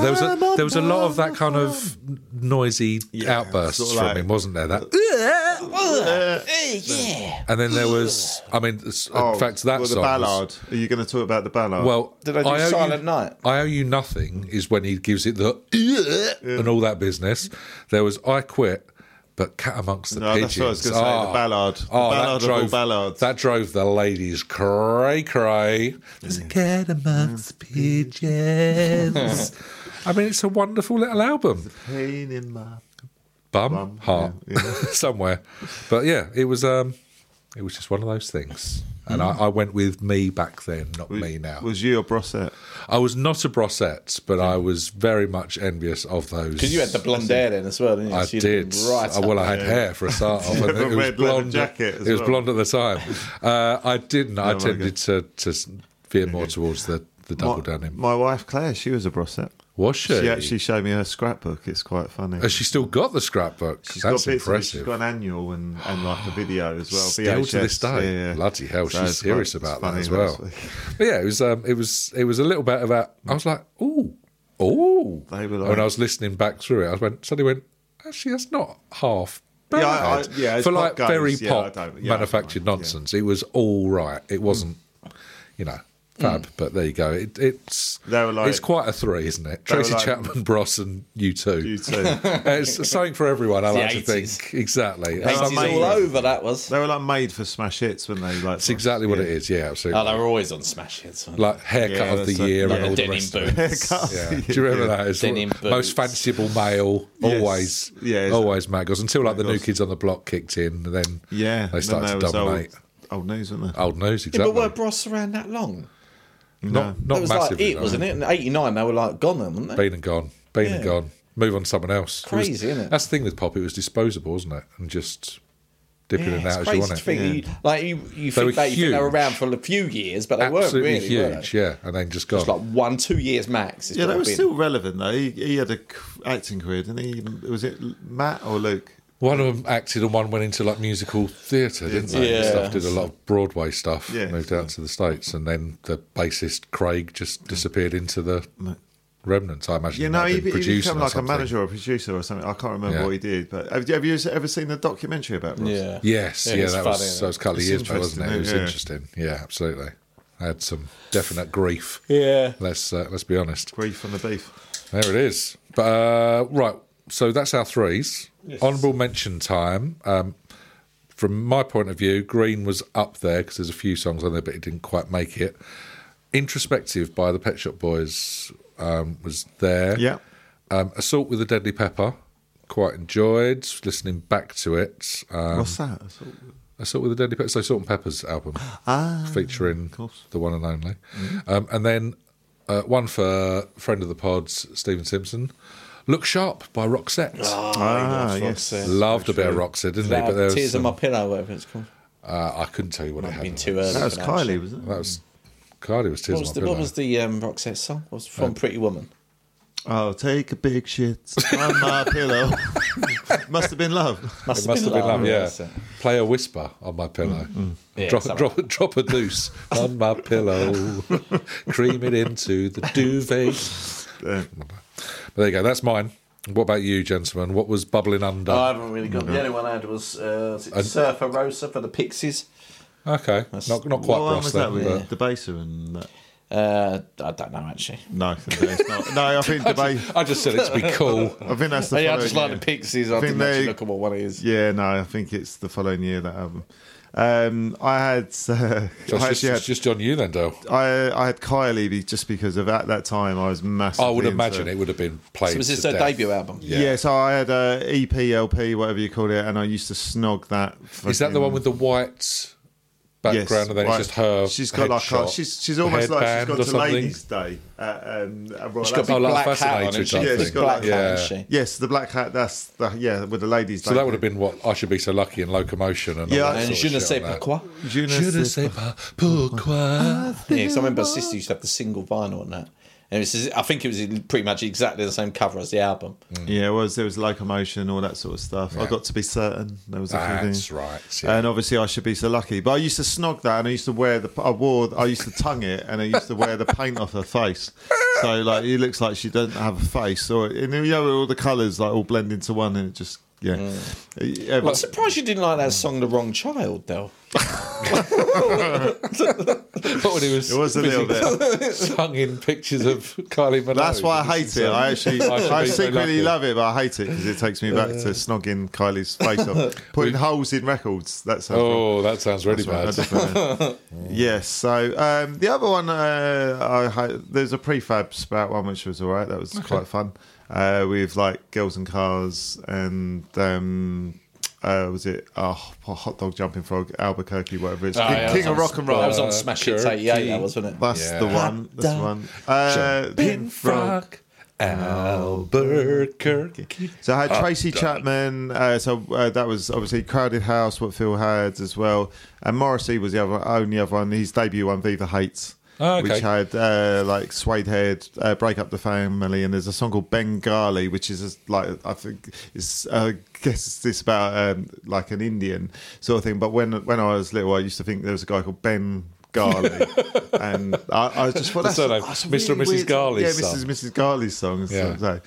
Speaker 1: There was a, there was a lot of that kind of noisy
Speaker 3: Yeah,
Speaker 1: outbursts
Speaker 3: sort of
Speaker 1: from
Speaker 3: like-
Speaker 1: him, wasn't there? That,
Speaker 2: Eh, yeah.
Speaker 1: and then there was, I mean, s- in
Speaker 3: Oh,
Speaker 1: fact, that
Speaker 3: well, the
Speaker 1: song was-
Speaker 3: ballad. Are you going to talk about the ballad?
Speaker 1: well,
Speaker 2: Did I do
Speaker 1: owe
Speaker 2: Silent
Speaker 1: you,
Speaker 2: Night?
Speaker 1: I owe you nothing is when he gives it the and all that business. There was I quit, but cat amongst the
Speaker 3: No,
Speaker 1: pigeons. Oh. Ah.
Speaker 3: that's what I was gonna say, the ballad. The ballad of all ballads.
Speaker 1: That drove the ladies cray cray. There's a cat amongst the pigeons. I mean, it's a wonderful little album
Speaker 3: pain in my
Speaker 1: bum,
Speaker 3: Bum,
Speaker 1: heart somewhere. But yeah, it was um, it was just one of those things. And I, I went with me back then, not me now.
Speaker 3: Was you or Brossette?
Speaker 1: I was not a Brossette, but I was very much envious of those.
Speaker 2: Because you had the blonde hair then as well, didn't you?
Speaker 1: I
Speaker 2: So you'd
Speaker 1: did.
Speaker 2: have been Right.
Speaker 1: Uh, well,
Speaker 2: up
Speaker 1: I had
Speaker 2: there.
Speaker 1: hair for a start off.
Speaker 3: You
Speaker 1: and
Speaker 3: had a
Speaker 1: it was
Speaker 3: red leather
Speaker 1: blonde.
Speaker 3: jacket as
Speaker 1: it was
Speaker 3: well. Oh,
Speaker 1: blonde at the time. Uh, I didn't. I
Speaker 3: my
Speaker 1: tended to, to s- veer more towards the, the double
Speaker 3: my,
Speaker 1: denim.
Speaker 3: my wife Claire, she was a Brossette.
Speaker 1: Was she?
Speaker 3: She actually showed me her scrapbook. It's quite funny.
Speaker 1: Has she still got the scrapbook?
Speaker 3: She's
Speaker 1: That's
Speaker 3: got bits of it. She's
Speaker 1: impressive.
Speaker 3: got an annual and, and like a video as well.
Speaker 1: Still to
Speaker 3: VHS,
Speaker 1: this day,
Speaker 3: yeah.
Speaker 1: bloody hell,
Speaker 3: So
Speaker 1: she's
Speaker 3: it's quite-
Speaker 1: serious
Speaker 3: it's
Speaker 1: about that
Speaker 3: funny
Speaker 1: as well.
Speaker 3: actually.
Speaker 1: But yeah, it was, um, it was, it was a little bit about. I was like, oh, oh.
Speaker 3: They were
Speaker 1: when
Speaker 3: like-
Speaker 1: I was listening back through it, I went suddenly went, actually, that's not half bad.
Speaker 3: Yeah, I- I- yeah, as
Speaker 1: for
Speaker 3: pop
Speaker 1: like
Speaker 3: goes,
Speaker 1: very
Speaker 3: yeah,
Speaker 1: pop
Speaker 3: I don't- yeah, I
Speaker 1: manufactured
Speaker 3: don't mind, yeah.
Speaker 1: nonsense, it was all right. It wasn't, you know. Fab, but there you go. It, it's
Speaker 3: Mm. They were like-
Speaker 1: it's quite a three, isn't it?
Speaker 3: They were
Speaker 1: Tracy
Speaker 3: like-
Speaker 1: Chapman, Bros, and you two. Uh,
Speaker 3: You too.
Speaker 1: it's something for everyone. I
Speaker 2: the
Speaker 1: like to
Speaker 2: 80s.
Speaker 1: think exactly.
Speaker 2: Eighties
Speaker 1: Something for
Speaker 2: all over that was.
Speaker 3: They were like made for smash hits, weren't they? Like
Speaker 1: That's exactly what it is. Yeah, absolutely.
Speaker 2: Oh, they were always on smash hits. weren't they?
Speaker 1: like haircut
Speaker 3: Yeah,
Speaker 1: of the
Speaker 3: that's like-
Speaker 1: year
Speaker 3: like
Speaker 1: and all the
Speaker 2: denim
Speaker 1: rest. Of it.
Speaker 2: boots.
Speaker 1: Yeah. Do you remember that? It's
Speaker 2: Denim
Speaker 1: what- most
Speaker 2: boots.
Speaker 1: fanciable male,
Speaker 3: Yes.
Speaker 1: always,
Speaker 3: Yeah, it's-
Speaker 1: always maggots. Until like the new
Speaker 3: Maggots.
Speaker 1: kids on the block kicked in, and then
Speaker 3: Yeah,
Speaker 1: they
Speaker 3: and
Speaker 1: started
Speaker 3: there
Speaker 1: to
Speaker 3: was
Speaker 1: dominate. Uh,
Speaker 3: Old, old news, weren't they?
Speaker 1: Old news,
Speaker 2: Yeah,
Speaker 1: exactly.
Speaker 2: but were Bros around that long?
Speaker 1: not
Speaker 2: That
Speaker 1: not
Speaker 2: was like
Speaker 1: massively.
Speaker 2: it, wasn't it? In '89, they were like gone then, weren't they?
Speaker 1: Been and gone, been and
Speaker 2: Yeah.
Speaker 1: gone. Move on to someone else. It was-
Speaker 2: Crazy, isn't it?
Speaker 1: That's the thing with pop. It was disposable, wasn't it? And just dipping
Speaker 2: Yeah,
Speaker 1: in and out
Speaker 2: it's
Speaker 1: as you
Speaker 2: crazy
Speaker 1: want
Speaker 2: to
Speaker 1: it.
Speaker 2: think. that You, like you, you
Speaker 1: were
Speaker 2: think that you think they were
Speaker 1: huge.
Speaker 2: around for a few years, but they
Speaker 1: Absolutely
Speaker 2: weren't really. were they?
Speaker 1: huge, yeah. And then just gone.
Speaker 2: It's like one, two years max. is
Speaker 3: Yeah,
Speaker 2: what
Speaker 3: they were
Speaker 2: I've been-
Speaker 3: still relevant though. He, he had a c- acting career, didn't he? Was it Matt or Luke?
Speaker 1: One of them acted and one went into like musical theatre, didn't they?
Speaker 2: Yeah.
Speaker 1: And Stuff, did a lot of Broadway stuff,
Speaker 3: Yeah.
Speaker 1: moved out to the States, and then the bassist Craig just disappeared into the remnants, I imagine.
Speaker 3: Mm. You
Speaker 1: he
Speaker 3: know,
Speaker 1: might
Speaker 3: he,
Speaker 1: have
Speaker 3: he
Speaker 1: been producing
Speaker 3: became
Speaker 1: or
Speaker 3: like a
Speaker 1: something.
Speaker 3: manager or a producer or something. I can't remember
Speaker 1: Yeah.
Speaker 3: what he did. But have, you- have you ever seen the documentary about Ross?
Speaker 2: Yeah.
Speaker 1: Yes, yeah,
Speaker 2: it's
Speaker 1: that
Speaker 2: funny,
Speaker 1: was,
Speaker 2: isn't
Speaker 1: that was a couple of
Speaker 3: It's
Speaker 1: years ago, wasn't it? It was
Speaker 3: interesting, yeah.
Speaker 1: interesting. Yeah, absolutely. I had some definite grief.
Speaker 2: Yeah.
Speaker 1: Let's uh, let's be honest.
Speaker 3: Grief on the beef.
Speaker 1: There it is. But uh, right, so that's our threes. Honourable mention time. Um, from my point of view, Green was up there because there's a few songs on there, but it didn't quite make it. Introspective by the Pet Shop Boys um, was there.
Speaker 3: Yeah.
Speaker 1: Um, Assault with a Deadly Pepper. Quite enjoyed listening back to it. Um,
Speaker 3: What's that? That's all-
Speaker 1: Assault with a Deadly Pepper, so Salt and Pepper's album
Speaker 3: Ah,
Speaker 1: featuring
Speaker 3: course.
Speaker 1: the one and only.
Speaker 2: Mm-hmm.
Speaker 1: Um, and then uh, one for friend of the pods, Stephen Simpson. Look Sharp by Roxette.
Speaker 3: ah, yes.
Speaker 1: Loved a bit of Roxette, didn't he? But there
Speaker 2: That,
Speaker 1: was
Speaker 2: tears on
Speaker 1: some-
Speaker 2: my pillow, whatever it's called.
Speaker 1: uh, I couldn't tell you what it
Speaker 2: I've
Speaker 1: had.
Speaker 2: been
Speaker 1: on
Speaker 2: too
Speaker 1: it.
Speaker 2: early.
Speaker 3: That was
Speaker 2: for that, uh, actually.
Speaker 3: Kylie, wasn't
Speaker 1: That
Speaker 3: it?
Speaker 1: was Cardi was tears
Speaker 2: What was,
Speaker 1: on
Speaker 2: the,
Speaker 1: my
Speaker 2: what
Speaker 1: pillow.
Speaker 2: was the um, Roxette song? What was from
Speaker 3: Uh,
Speaker 2: Pretty Woman?
Speaker 3: Oh, take a big shit on my pillow. Must have been love.
Speaker 1: It must have been love,
Speaker 2: Love,
Speaker 1: yeah.
Speaker 2: that's it.
Speaker 1: Play a whisper on my pillow.
Speaker 3: Mm.
Speaker 2: Yeah,
Speaker 1: drop,
Speaker 2: something.
Speaker 1: drop, drop a deuce on my pillow. Cream it into the duvet.
Speaker 3: Yeah.
Speaker 1: But there you go. That's mine. What about you, gentlemen? What was bubbling under?
Speaker 2: I haven't really got the only one I had was, uh, was it Surfer Rosa for the Pixies.
Speaker 1: okay, not not quite
Speaker 3: what one
Speaker 1: Ross
Speaker 3: was
Speaker 1: then.
Speaker 3: that with
Speaker 1: but-
Speaker 3: the baser and that?
Speaker 2: Uh, I don't know actually.
Speaker 3: No, it's not. No, I think the base.
Speaker 1: I just said it to be cool.
Speaker 3: I think that's the.
Speaker 2: yeah, I
Speaker 3: following
Speaker 2: just like
Speaker 3: year.
Speaker 2: the Pixies. I,
Speaker 3: I think
Speaker 2: didn't actually
Speaker 3: they-
Speaker 2: look at what one it is.
Speaker 3: Yeah, no, I think it's the following year that album. Um, I had, uh,
Speaker 1: So
Speaker 3: I,
Speaker 1: it's just,
Speaker 3: actually
Speaker 1: it's just on you then, Dale.
Speaker 3: had I, I had Kylie be- just because of at that time I was massive.
Speaker 1: I would imagine it would have been played.
Speaker 2: So was this
Speaker 1: to
Speaker 2: their
Speaker 1: death.
Speaker 2: debut album?
Speaker 1: Yeah.
Speaker 3: Yeah. so I had a E EP, LP, whatever you call it, and I used to snog that.
Speaker 1: Is that the
Speaker 3: fucking-
Speaker 1: one with the white background, and then
Speaker 3: right.
Speaker 1: it's just her?
Speaker 3: She's got like a,
Speaker 1: headshot,
Speaker 3: she's she's almost like she's
Speaker 1: headband
Speaker 3: gone
Speaker 1: or
Speaker 3: to
Speaker 1: something?
Speaker 3: Ladies' Day. At, um, at Royal
Speaker 2: She's got a
Speaker 1: Oh,
Speaker 2: big
Speaker 1: like
Speaker 2: black hat on.
Speaker 1: Fascinator
Speaker 2: and She's
Speaker 1: type
Speaker 2: got a
Speaker 3: thing.
Speaker 2: big black
Speaker 3: Yeah.
Speaker 2: hat, hasn't she?
Speaker 3: Yes, the black hat. That's the yeah with the Ladies'
Speaker 1: So
Speaker 3: Day.
Speaker 1: that would have been what I should be so lucky in locomotion and
Speaker 3: Yeah,
Speaker 1: all that
Speaker 3: I-
Speaker 2: And
Speaker 1: sort
Speaker 2: Je
Speaker 1: of
Speaker 2: ne
Speaker 1: shit
Speaker 2: sais
Speaker 1: like that.
Speaker 2: pourquoi.
Speaker 3: Je ne
Speaker 1: Je ne sais
Speaker 3: sais
Speaker 1: pas pourquoi.
Speaker 2: Yeah, because I remember sister used to have the single vinyl on that. And it was, I think it was pretty much exactly the same cover as the album.
Speaker 3: Yeah, it was there was locomotion, all that sort of stuff. I got to be certain. There was Ah, a few
Speaker 1: That's
Speaker 3: things.
Speaker 1: right. Yeah.
Speaker 3: And obviously, I should be so lucky. But I used to snog that, and I used to wear the. I wore. I used to tongue it, and I used to wear the paint off her face. So like, it looks like she doesn't have a face, or and you know, all the colours like all blend into one, and it just yeah.
Speaker 1: Mm.
Speaker 3: Yeah,
Speaker 2: I'm
Speaker 3: but-
Speaker 2: surprised you didn't like that song, The Wrong Child, though.
Speaker 1: But when he was,
Speaker 3: It was a little
Speaker 1: bit sung in pictures of Kylie Minogue. um,
Speaker 3: That's why I hate it. I actually,
Speaker 1: I should
Speaker 3: I,
Speaker 1: be so lucky.
Speaker 3: secretly love it, but I hate it because it takes me back to snogging Kylie's face off, putting holes in records. That's how
Speaker 1: Oh, that sounds really bad.
Speaker 3: That's right. yes. So um, the other one, uh, I had, there's a prefab spout one which was all right. That was quite fun. Uh, with like girls and cars and um, uh, was it oh, hot dog jumping frog Albuquerque whatever it's
Speaker 2: Oh,
Speaker 3: King,
Speaker 2: yeah, I was
Speaker 3: King
Speaker 2: on-
Speaker 3: of Rock and Roll.
Speaker 2: I was on Smash Hits
Speaker 1: Albuquerque.
Speaker 2: 88, that was, wasn't it?
Speaker 3: That's the
Speaker 1: Yeah.
Speaker 3: one. That's the one. Uh,
Speaker 1: Jumping frog. Albuquerque.
Speaker 3: So I had Tracy Chapman. Uh, so uh, that was obviously Crowded House, what Phil had as well, and Morrissey was the other only other one. His debut one, Viva Hates,
Speaker 1: Oh, okay.
Speaker 3: which had uh, like Suede Head, uh, Break Up the Family, and there's a song called Bengali, which is a, like I think is uh, guess it's this about um, like an Indian sort of thing. But when when I was little, I used to think there was a guy called Ben. Garley, and I, I just
Speaker 1: The
Speaker 3: thought that's,
Speaker 1: surname,
Speaker 3: that's a
Speaker 1: Mr. and Mrs.
Speaker 3: weird-
Speaker 1: Garley's
Speaker 3: Yeah,
Speaker 1: son.
Speaker 3: Mrs. Mrs. Garley's song. so-
Speaker 1: Yeah.
Speaker 3: so.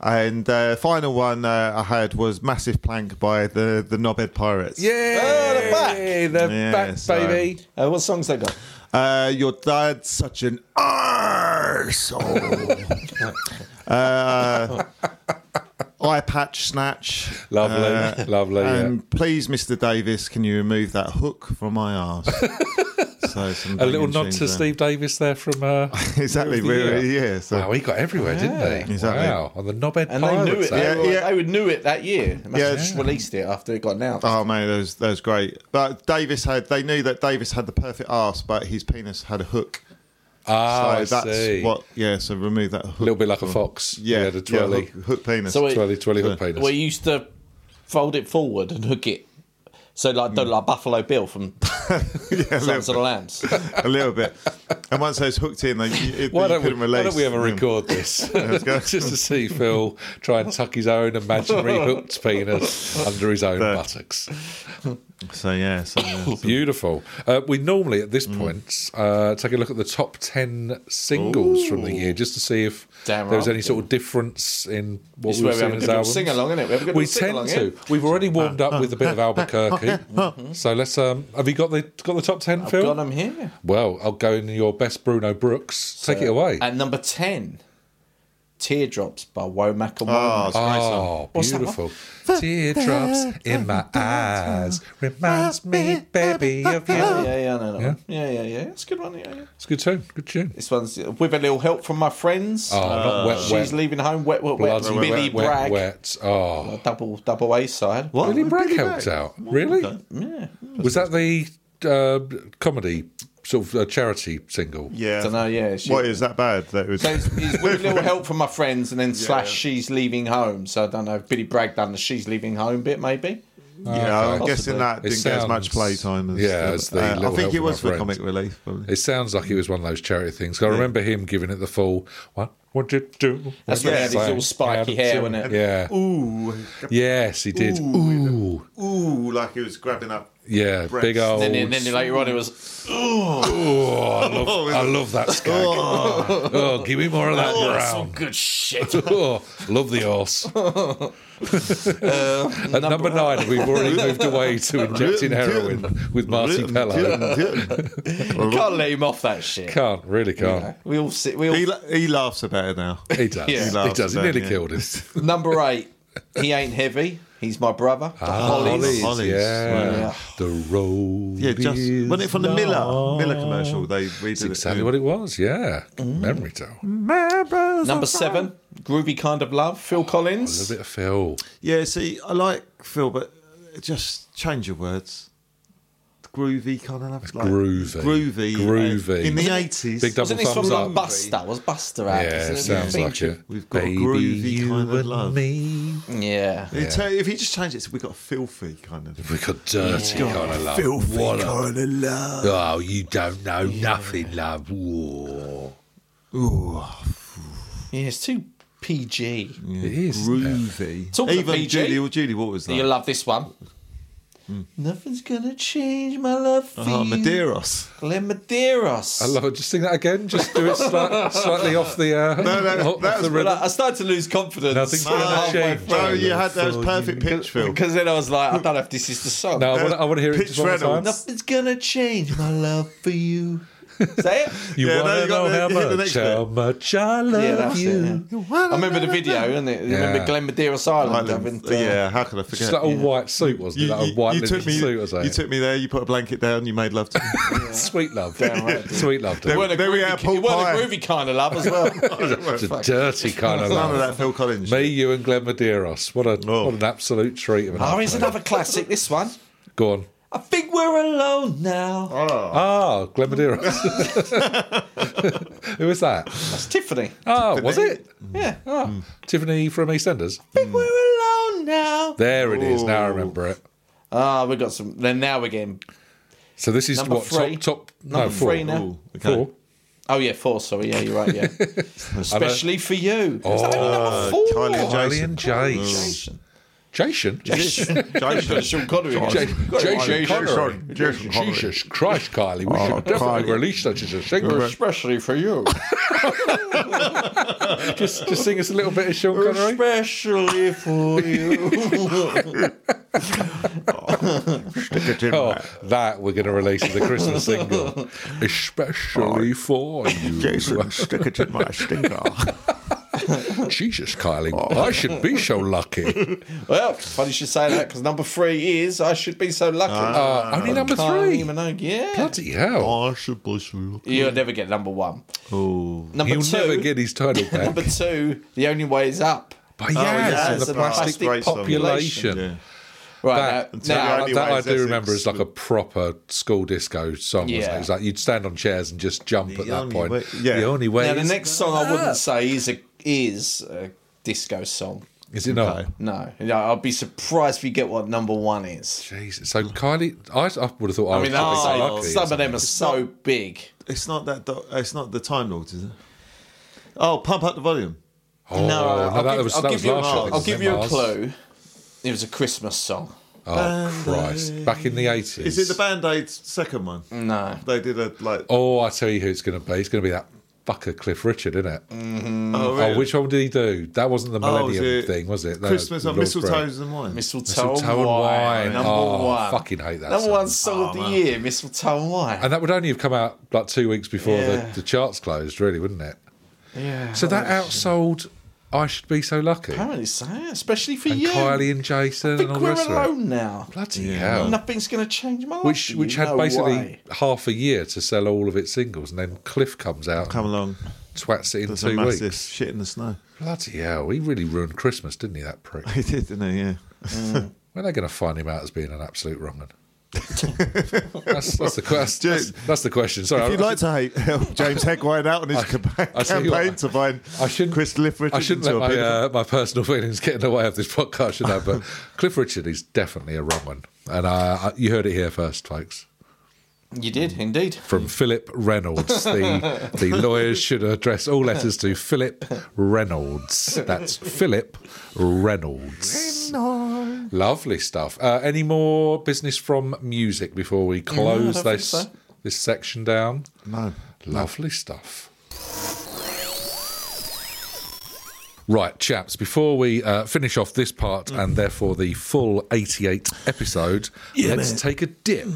Speaker 3: And uh, final one uh, I had was Massive Plank by the, the Knobhead Pirates.
Speaker 1: Yeah,
Speaker 2: Oh,
Speaker 1: the
Speaker 3: Yeah,
Speaker 1: back,
Speaker 3: so-
Speaker 1: baby.
Speaker 2: Uh, what songs they got?
Speaker 3: Uh, your dad's such an arsehole. uh, eye patch snatch.
Speaker 1: Lovely,
Speaker 3: Uh,
Speaker 1: lovely, yeah.
Speaker 3: And please, Mr. Davis, can you remove that hook from my arse? so some
Speaker 1: A little
Speaker 3: banging
Speaker 1: nod
Speaker 3: tunes
Speaker 1: to
Speaker 3: there.
Speaker 1: Steve Davis there from. Uh,
Speaker 3: exactly.
Speaker 1: the
Speaker 3: we're-
Speaker 1: year.
Speaker 3: yeah. So.
Speaker 1: wow, he got everywhere, didn't he?
Speaker 3: Exactly.
Speaker 1: Wow, on the knobhead
Speaker 2: And they knew
Speaker 1: pirates.
Speaker 2: it.
Speaker 1: eh?
Speaker 2: They,
Speaker 3: Yeah,
Speaker 2: were, they
Speaker 3: yeah.
Speaker 2: knew it that year. They must
Speaker 3: Yeah,
Speaker 2: have just
Speaker 3: yeah.
Speaker 2: released it after it got announced.
Speaker 3: Oh man, that was that was great. But Davis had they knew that Davis had the perfect arse, but his penis had a hook.
Speaker 1: Ah,
Speaker 3: so
Speaker 1: I
Speaker 3: that's
Speaker 1: see.
Speaker 3: what. Yeah, so remove that hook.
Speaker 1: A little bit like a fox.
Speaker 3: yeah,
Speaker 1: Yeah, the twirly,
Speaker 3: hook, hook penis.
Speaker 2: So it-
Speaker 1: twirly, twirly hook
Speaker 2: We
Speaker 1: penis.
Speaker 2: used to fold it forward and hook it. So like, don't like Buffalo Bill from
Speaker 3: yeah, a,
Speaker 2: Sons of
Speaker 3: little,
Speaker 2: the Lambs.
Speaker 3: a little bit. And once those hooked in, they you,
Speaker 1: Why
Speaker 3: you
Speaker 1: don't, we,
Speaker 3: couldn't release.
Speaker 1: why don't we ever
Speaker 3: them.
Speaker 1: record this?
Speaker 3: go.
Speaker 1: Just to see Phil try and tuck his own imaginary hooked penis under his own
Speaker 3: There.
Speaker 1: buttocks.
Speaker 3: So yeah, so, yeah, so-
Speaker 1: Beautiful. Uh, we normally, at
Speaker 3: Mm.
Speaker 1: this point, uh, take a look at the top 10 singles from the year just to see if
Speaker 2: Damn
Speaker 1: there was
Speaker 2: right.
Speaker 1: any sort of difference in what
Speaker 2: This is
Speaker 1: we were
Speaker 2: where we
Speaker 1: seeing
Speaker 2: have a
Speaker 1: as
Speaker 2: good little
Speaker 1: albums.
Speaker 2: sing along, isn't it? We have a good
Speaker 1: we
Speaker 2: little sing-along,
Speaker 1: tend to. We've already warmed up with a bit of Albuquerque. so let's. um Have you got the got the top 10, Phil?
Speaker 2: Got 'em here.
Speaker 1: Well, I'll go in your best Bruno Brooks. Take it away.
Speaker 2: At number 10, Teardrops by Womack and
Speaker 3: Oh,
Speaker 2: Womack.
Speaker 3: it's a great song.
Speaker 1: Oh,
Speaker 2: What's that
Speaker 1: beautiful. Teardrops in my eyes reminds me, baby, of
Speaker 2: Yeah,
Speaker 1: you.
Speaker 2: yeah, yeah, I know that one. yeah, yeah, yeah. It's a good one. Yeah, yeah.
Speaker 1: It's a good tune. Good tune.
Speaker 2: This one's with a little help from my friends. Uh,
Speaker 1: Oh, not wet,
Speaker 2: she's
Speaker 1: wet.
Speaker 2: leaving home. Wet, wet, wet.
Speaker 1: Bloody
Speaker 2: Billy
Speaker 1: wet,
Speaker 2: Bragg,
Speaker 1: wet. Oh,
Speaker 2: double, double A side.
Speaker 3: What?
Speaker 1: Billy
Speaker 3: Oh,
Speaker 1: Bragg
Speaker 3: Billy
Speaker 1: helped
Speaker 3: Bragg.
Speaker 1: out. Really?
Speaker 2: Yeah.
Speaker 1: Was that the uh, comedy sort of uh, charity single?
Speaker 3: yeah.
Speaker 2: I don't know. Yeah. She,
Speaker 3: What is that bad? That was.
Speaker 2: So it's, it's with a little help from my friends, and then slash she's leaving home. So I don't know. if Billy Bragg done the she's leaving home bit, maybe.
Speaker 3: yeah, I'm
Speaker 1: Okay.
Speaker 3: guessing that
Speaker 1: It
Speaker 3: didn't get as much
Speaker 1: sounds-
Speaker 3: playtime as.
Speaker 1: yeah, as the
Speaker 3: uh,
Speaker 1: Little
Speaker 3: I
Speaker 1: Help
Speaker 3: think it
Speaker 1: From
Speaker 3: was
Speaker 1: Our
Speaker 3: for
Speaker 1: Friends.
Speaker 3: comic relief. Probably.
Speaker 1: It sounds like it was one of those charity things. 'Cause I remember him giving it the full, what would you do?
Speaker 2: That's when he had his little spiky hair, wasn't it?
Speaker 1: Yeah.
Speaker 3: Ooh,
Speaker 1: Yes, he did. Ooh.
Speaker 3: ooh, like it was grabbing up.
Speaker 1: Yeah,
Speaker 3: Breasts.
Speaker 1: big old.
Speaker 2: Then, then later on, it was
Speaker 1: Oh, I love, I love that skag. Oh. give me more of that
Speaker 3: Oh.
Speaker 1: brown.
Speaker 2: good shit.
Speaker 1: Oh, love the horse.
Speaker 2: Uh,
Speaker 1: At number, nine, we've already moved away to injecting heroin with Marty Pello.
Speaker 2: Can't let him off that shit.
Speaker 1: Can't, really can't.
Speaker 2: We all sit. We all
Speaker 3: he, la- he laughs about it now.
Speaker 1: He does.
Speaker 2: Yeah. He
Speaker 1: He,
Speaker 3: laughs
Speaker 1: does. He
Speaker 3: at that,
Speaker 1: nearly
Speaker 3: yeah.
Speaker 1: killed him.
Speaker 2: number eight. He ain't heavy. He's my brother. The
Speaker 1: Ah,
Speaker 2: Hollies.
Speaker 3: Hollies. Hollies,
Speaker 1: Yeah.
Speaker 2: yeah.
Speaker 1: The road.
Speaker 3: Yeah, just
Speaker 1: is
Speaker 3: wasn't it from the
Speaker 1: long.
Speaker 3: Miller Miller commercial? They we did
Speaker 1: Exactly
Speaker 3: it.
Speaker 1: what it was. Yeah.
Speaker 2: Mm.
Speaker 1: Memory tell. A
Speaker 2: Number seven. Groovy kind of love.
Speaker 1: Oh,
Speaker 2: Phil Collins.
Speaker 1: little bit of Phil.
Speaker 3: Yeah, see, I like Phil, but just change your words. Groovy kind of love. Like,
Speaker 1: groovy.
Speaker 3: groovy, uh,
Speaker 1: Groovy.
Speaker 3: in the eighties.
Speaker 1: Big double
Speaker 2: Wasn't this from
Speaker 1: thumbs up.
Speaker 2: like Buster? Was Buster out?
Speaker 1: Yeah,
Speaker 2: Isn't it?
Speaker 1: sounds
Speaker 2: Yeah.
Speaker 1: like it.
Speaker 3: We've got a groovy kind of love.
Speaker 1: me.
Speaker 2: Yeah.
Speaker 3: If you just change it, we got filthy kind of.
Speaker 1: We got dirty kind of love.
Speaker 3: Filthy
Speaker 1: What a-
Speaker 3: kind of love.
Speaker 1: oh, you don't know nothing, love. Whoa.
Speaker 2: Yeah, it's too PG.
Speaker 1: It is.
Speaker 3: Groovy.
Speaker 2: Talking of
Speaker 3: Even
Speaker 2: PG,
Speaker 3: Julie, Julie Waters. Like,
Speaker 2: You'll love this one. Mm. Nothing's gonna change my love for
Speaker 3: oh,
Speaker 2: you.
Speaker 3: Madeiros.
Speaker 2: Glenn Medeiros.
Speaker 1: Ah, I love it. Just sing that again. Just do it slight, slightly off the uh,
Speaker 3: no,
Speaker 1: off
Speaker 3: that
Speaker 1: the
Speaker 3: was-
Speaker 2: But
Speaker 1: rhythm.
Speaker 2: I, I started to lose confidence.
Speaker 1: Nothing's
Speaker 2: about
Speaker 1: gonna
Speaker 2: halfway
Speaker 1: change.
Speaker 2: through.
Speaker 3: No, you had
Speaker 1: Oh,
Speaker 3: that was perfect pitch, Phil.
Speaker 2: Because then I was like, I don't know if this is the song.
Speaker 1: No, I want to hear it
Speaker 3: Pitch
Speaker 1: just one more time.
Speaker 3: Reynolds.
Speaker 2: Nothing's gonna change my love for you. Say it.
Speaker 1: You
Speaker 3: Yeah,
Speaker 1: want
Speaker 3: no,
Speaker 1: to
Speaker 3: you got
Speaker 1: know
Speaker 3: the-
Speaker 1: how
Speaker 3: hit the
Speaker 1: much,
Speaker 3: next
Speaker 1: how much I love
Speaker 2: Yeah, that's
Speaker 1: you.
Speaker 2: it. Yeah. I remember the video, isn't it? I
Speaker 1: Yeah.
Speaker 2: remember Glen Medeiros Island. having, uh,
Speaker 3: yeah, how could I forget?
Speaker 1: Just like a white suit, wasn't it? Like a white linen
Speaker 3: took me,
Speaker 1: suit or something.
Speaker 3: you took me there. You put a blanket down. You made love to me.
Speaker 1: Sweet love.
Speaker 2: Damn right, dude.
Speaker 1: Sweet love.
Speaker 2: It
Speaker 1: Dave.
Speaker 2: weren't a
Speaker 3: There we are,
Speaker 2: groovy,
Speaker 3: Paul
Speaker 2: it weren't a
Speaker 3: Pye.
Speaker 2: groovy kind of love as well.
Speaker 1: It's a dirty kind of
Speaker 3: None
Speaker 1: love.
Speaker 3: of that Phil Collins.
Speaker 1: Me, you, and Glenn Medeiros. What, a,
Speaker 3: Oh.
Speaker 1: what an absolute treat of an
Speaker 2: oh, here's
Speaker 1: afternoon.
Speaker 2: another classic. This one.
Speaker 1: Go on.
Speaker 2: I think we're alone now.
Speaker 3: Oh,
Speaker 1: Ah, Glenn Medeiros. Who was that?
Speaker 2: That's Tiffany.
Speaker 1: Oh, was it?
Speaker 2: Yeah. I
Speaker 1: Oh, Tiffany from EastEnders.
Speaker 2: think we're alone now.
Speaker 1: There it is. Now I remember it.
Speaker 2: Ah, we got some. Then now we're getting.
Speaker 1: So this is
Speaker 2: Number
Speaker 1: what
Speaker 2: three.
Speaker 1: top top no,
Speaker 2: Number
Speaker 1: four.
Speaker 2: three now.
Speaker 3: Ooh, okay.
Speaker 1: Four.
Speaker 2: Oh yeah, four. Sorry, yeah, you're right. Yeah, especially for you. Oh,
Speaker 1: Oh,
Speaker 2: number four.
Speaker 3: Kylie and
Speaker 1: Kylie
Speaker 3: Jason. Oh.
Speaker 1: and Jace.
Speaker 2: Jason.
Speaker 1: Jason.
Speaker 2: Sean Connery.
Speaker 1: Jason. Connery.
Speaker 3: Jason, Jason Connery.
Speaker 1: Jesus Christ, Kylie, we should definitely
Speaker 3: Oh, Kylie.
Speaker 1: release such as a single.
Speaker 2: Especially for you.
Speaker 1: just, just sing us a little bit of Sean Connery.
Speaker 2: Especially for you.
Speaker 1: Oh, that we're going to release as a Christmas single, especially for you.
Speaker 3: Jason, stick it in my stinker.
Speaker 1: Jesus, Kylie,
Speaker 3: Oh.
Speaker 1: I should be so lucky.
Speaker 2: well, funny you should say that because number three is I should be so lucky.
Speaker 1: Uh, only number
Speaker 2: Kylie
Speaker 1: three.
Speaker 2: Minogue, yeah.
Speaker 1: Bloody hell!
Speaker 3: I should bless you.
Speaker 2: You'll never get number one.
Speaker 3: Oh,
Speaker 2: Number
Speaker 1: He'll
Speaker 2: two.
Speaker 1: never get his title back.
Speaker 2: number two. The only way is up.
Speaker 3: Oh,
Speaker 1: But yes,
Speaker 3: yes,
Speaker 1: and the
Speaker 3: and
Speaker 1: plastic,
Speaker 3: plastic waste on-
Speaker 1: population.
Speaker 3: yeah.
Speaker 2: Right
Speaker 1: That,
Speaker 2: now, now
Speaker 1: that,
Speaker 3: only
Speaker 1: that
Speaker 3: way
Speaker 1: I
Speaker 3: is
Speaker 1: do remember
Speaker 3: Essex.
Speaker 1: is like a proper school disco song. Yeah. Wasn't it?
Speaker 2: Yeah.
Speaker 1: It's like you'd stand on chairs and just jump at that
Speaker 3: only
Speaker 1: point.
Speaker 3: way- yeah.
Speaker 1: The only way
Speaker 2: Now, the
Speaker 1: is,
Speaker 2: next song I wouldn't say is a is a disco song.
Speaker 1: is it not?
Speaker 3: Okay.
Speaker 2: No, no, I'd be surprised if you get what number one is.
Speaker 1: Jesus. So Kylie, I, I would have thought I,
Speaker 2: I mean,
Speaker 1: was probably so
Speaker 2: that's-
Speaker 1: lucky.
Speaker 2: some of them are so big.
Speaker 3: It's not that. Do- it's not the Time Lords, is it? Oh, pump up the volume.
Speaker 1: Oh,
Speaker 2: no, I'll,
Speaker 1: that
Speaker 2: give,
Speaker 1: was,
Speaker 2: I'll
Speaker 1: that
Speaker 2: give
Speaker 1: was
Speaker 2: you,
Speaker 1: last year, I
Speaker 2: a,
Speaker 1: think,
Speaker 2: I'll
Speaker 1: wasn't
Speaker 2: give
Speaker 1: it,
Speaker 2: you a
Speaker 1: Mars?
Speaker 2: clue. It was a Christmas song.
Speaker 1: Oh Christ! Back in the eighties.
Speaker 3: Is it the Band Aid's second one?
Speaker 2: No,
Speaker 3: They did a like. Oh,
Speaker 1: Oh, I tell you who it's going to be. It's going to be that fucker Cliff Richard, isn't it?
Speaker 3: really?
Speaker 1: Oh, which one did he do? That wasn't the
Speaker 3: Oh,
Speaker 1: Millennium
Speaker 3: is it
Speaker 1: thing, was it? No,
Speaker 3: Christmas on
Speaker 1: Lord Grey.
Speaker 3: mistletoes and wine.
Speaker 2: mistletoe,
Speaker 1: Mistletoe and
Speaker 2: and wine,
Speaker 1: Wine.
Speaker 2: number
Speaker 1: Oh,
Speaker 2: one.
Speaker 1: fucking hate that
Speaker 2: Number
Speaker 1: song.
Speaker 2: one song of the year, mistletoe and wine.
Speaker 1: And that would only have come out like two weeks before
Speaker 2: Yeah.
Speaker 1: the, the charts closed, really, wouldn't it?
Speaker 2: yeah,
Speaker 1: So that outsold I Should Be So Lucky. And
Speaker 2: apparently so, especially for you.
Speaker 1: Kylie and Jason
Speaker 2: I
Speaker 1: and
Speaker 2: think
Speaker 1: all the
Speaker 2: we're
Speaker 1: rest of it.
Speaker 2: alone now.
Speaker 1: Bloody hell.
Speaker 2: Nothing's going to change my life.
Speaker 1: Which
Speaker 2: for
Speaker 1: which
Speaker 2: you.
Speaker 1: had
Speaker 2: No
Speaker 1: basically
Speaker 2: way.
Speaker 1: half a year to sell all of its singles, and then Cliff comes out
Speaker 3: Come
Speaker 1: and
Speaker 3: along.
Speaker 1: twats it in
Speaker 3: There's
Speaker 1: two
Speaker 3: a massive
Speaker 1: weeks.
Speaker 3: shit in the snow.
Speaker 1: Bloody hell, he really ruined Christmas, didn't he, that prick?
Speaker 3: He did, didn't he? Yeah.
Speaker 1: When are they going to find him out as being an absolute wrong'un? that's, that's, the, que- that's,
Speaker 3: Dude.
Speaker 1: that's, that's the question. Sorry,
Speaker 3: If you'd
Speaker 1: I-
Speaker 3: like to hate, help James Hegwine out on his campa-
Speaker 1: I tell you
Speaker 3: campaign
Speaker 1: what,
Speaker 3: to find
Speaker 1: I shouldn't.
Speaker 3: Chris Liff
Speaker 1: I
Speaker 3: Richards
Speaker 1: shouldn't
Speaker 3: into
Speaker 1: let my,
Speaker 3: a pedophile.
Speaker 1: uh, my personal feelings get in the way of this podcast, should I? But Cliff Richard is definitely a wrong one, and uh, you heard it here first, folks,
Speaker 2: You did, indeed.
Speaker 1: from Philip Reynolds. The the lawyers should address all letters to Philip Reynolds. That's Philip Reynolds. Lovely stuff. Uh, any more business from music before we close
Speaker 2: think
Speaker 1: this
Speaker 2: so.
Speaker 1: this section down?
Speaker 3: No.
Speaker 1: Lovely stuff. Right, chaps, before we uh, finish off this part and therefore the full 88 episode, let's take a dip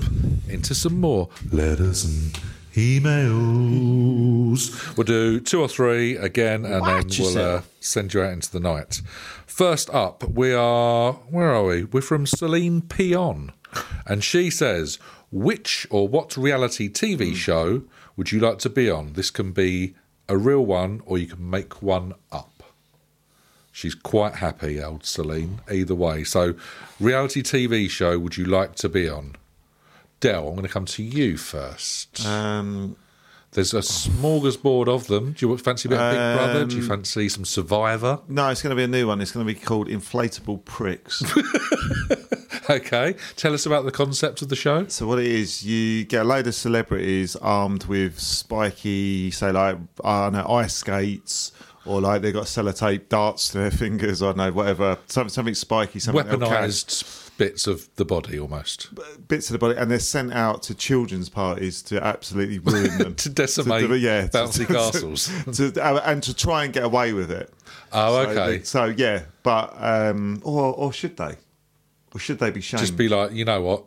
Speaker 1: into some more letters and emails. We'll do two or three again and then we'll uh, send you out into the night. First up, we are, where are we? We're from Celine Pion. And she says, which or what reality TV show would you like to be on? This can be a real one or you can make one up. She's quite happy, old Celine, either way. So, reality TV show would you like to be on? Dell, I'm going to come to you first.
Speaker 3: Um,
Speaker 1: There's a smorgasbord of them. Do you fancy a bit of Big
Speaker 3: Um,
Speaker 1: Brother? Do you fancy some Survivor?
Speaker 3: no, it's going to be a new one. It's going to be called Inflatable Pricks.
Speaker 1: Okay. Tell us about the concept of the show.
Speaker 3: So what it is, you get a load of celebrities armed with spiky, say like I don't know, ice skates, or like they have got sellotape darts to their fingers. I don't know, whatever, something, something spiky, something they'll catch.
Speaker 1: Weaponized bits of the body almost.
Speaker 3: bits of the body, and they're sent out to children's parties to absolutely ruin them,
Speaker 1: To decimate
Speaker 3: do- yeah, to-
Speaker 1: bouncy
Speaker 3: to-
Speaker 1: castles.
Speaker 3: to, uh, and to try and get away with it.
Speaker 1: Oh,
Speaker 3: So
Speaker 1: okay.
Speaker 3: they- So, yeah, but um, or or should they? Or should they be shamed?
Speaker 1: Just be like, you know what?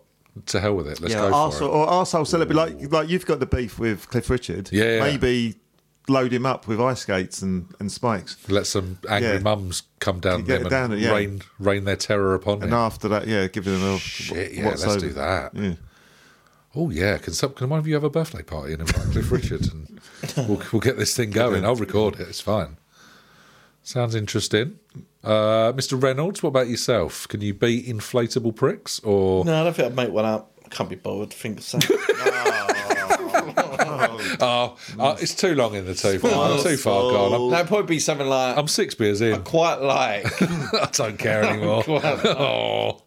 Speaker 1: to hell with it. Let's
Speaker 3: yeah,
Speaker 1: go for
Speaker 3: arsehole,
Speaker 1: it.
Speaker 3: or arsehole celebrity. Like, like you've got the beef with Cliff Richard.
Speaker 1: Yeah, yeah.
Speaker 3: Maybe load him up with ice skates and, and spikes.
Speaker 1: Let some angry
Speaker 3: Yeah.
Speaker 1: mums come down
Speaker 3: Get
Speaker 1: them and
Speaker 3: down it, yeah.
Speaker 1: rain rain their terror upon
Speaker 3: And
Speaker 1: him.
Speaker 3: after that, yeah, give him a
Speaker 1: Shit, yeah,
Speaker 3: what's
Speaker 1: let's
Speaker 3: over.
Speaker 1: do that.
Speaker 3: Yeah.
Speaker 1: Oh yeah, can some, can one of you have a birthday party and invite Cliff Richard and we'll we'll get this thing going. I'll record it. It's fine. Sounds interesting, uh, Mr. Reynolds. What about yourself? Can you beat inflatable pricks or
Speaker 2: No, I don't think I'd make one up. I can't be bothered. Think of something.
Speaker 1: Oh, uh, it's too long in the tooth. I'm too far gone. I'm,
Speaker 2: That'd probably be something like
Speaker 1: I'm six beers in.
Speaker 2: quite like.
Speaker 1: I don't care anymore. oh,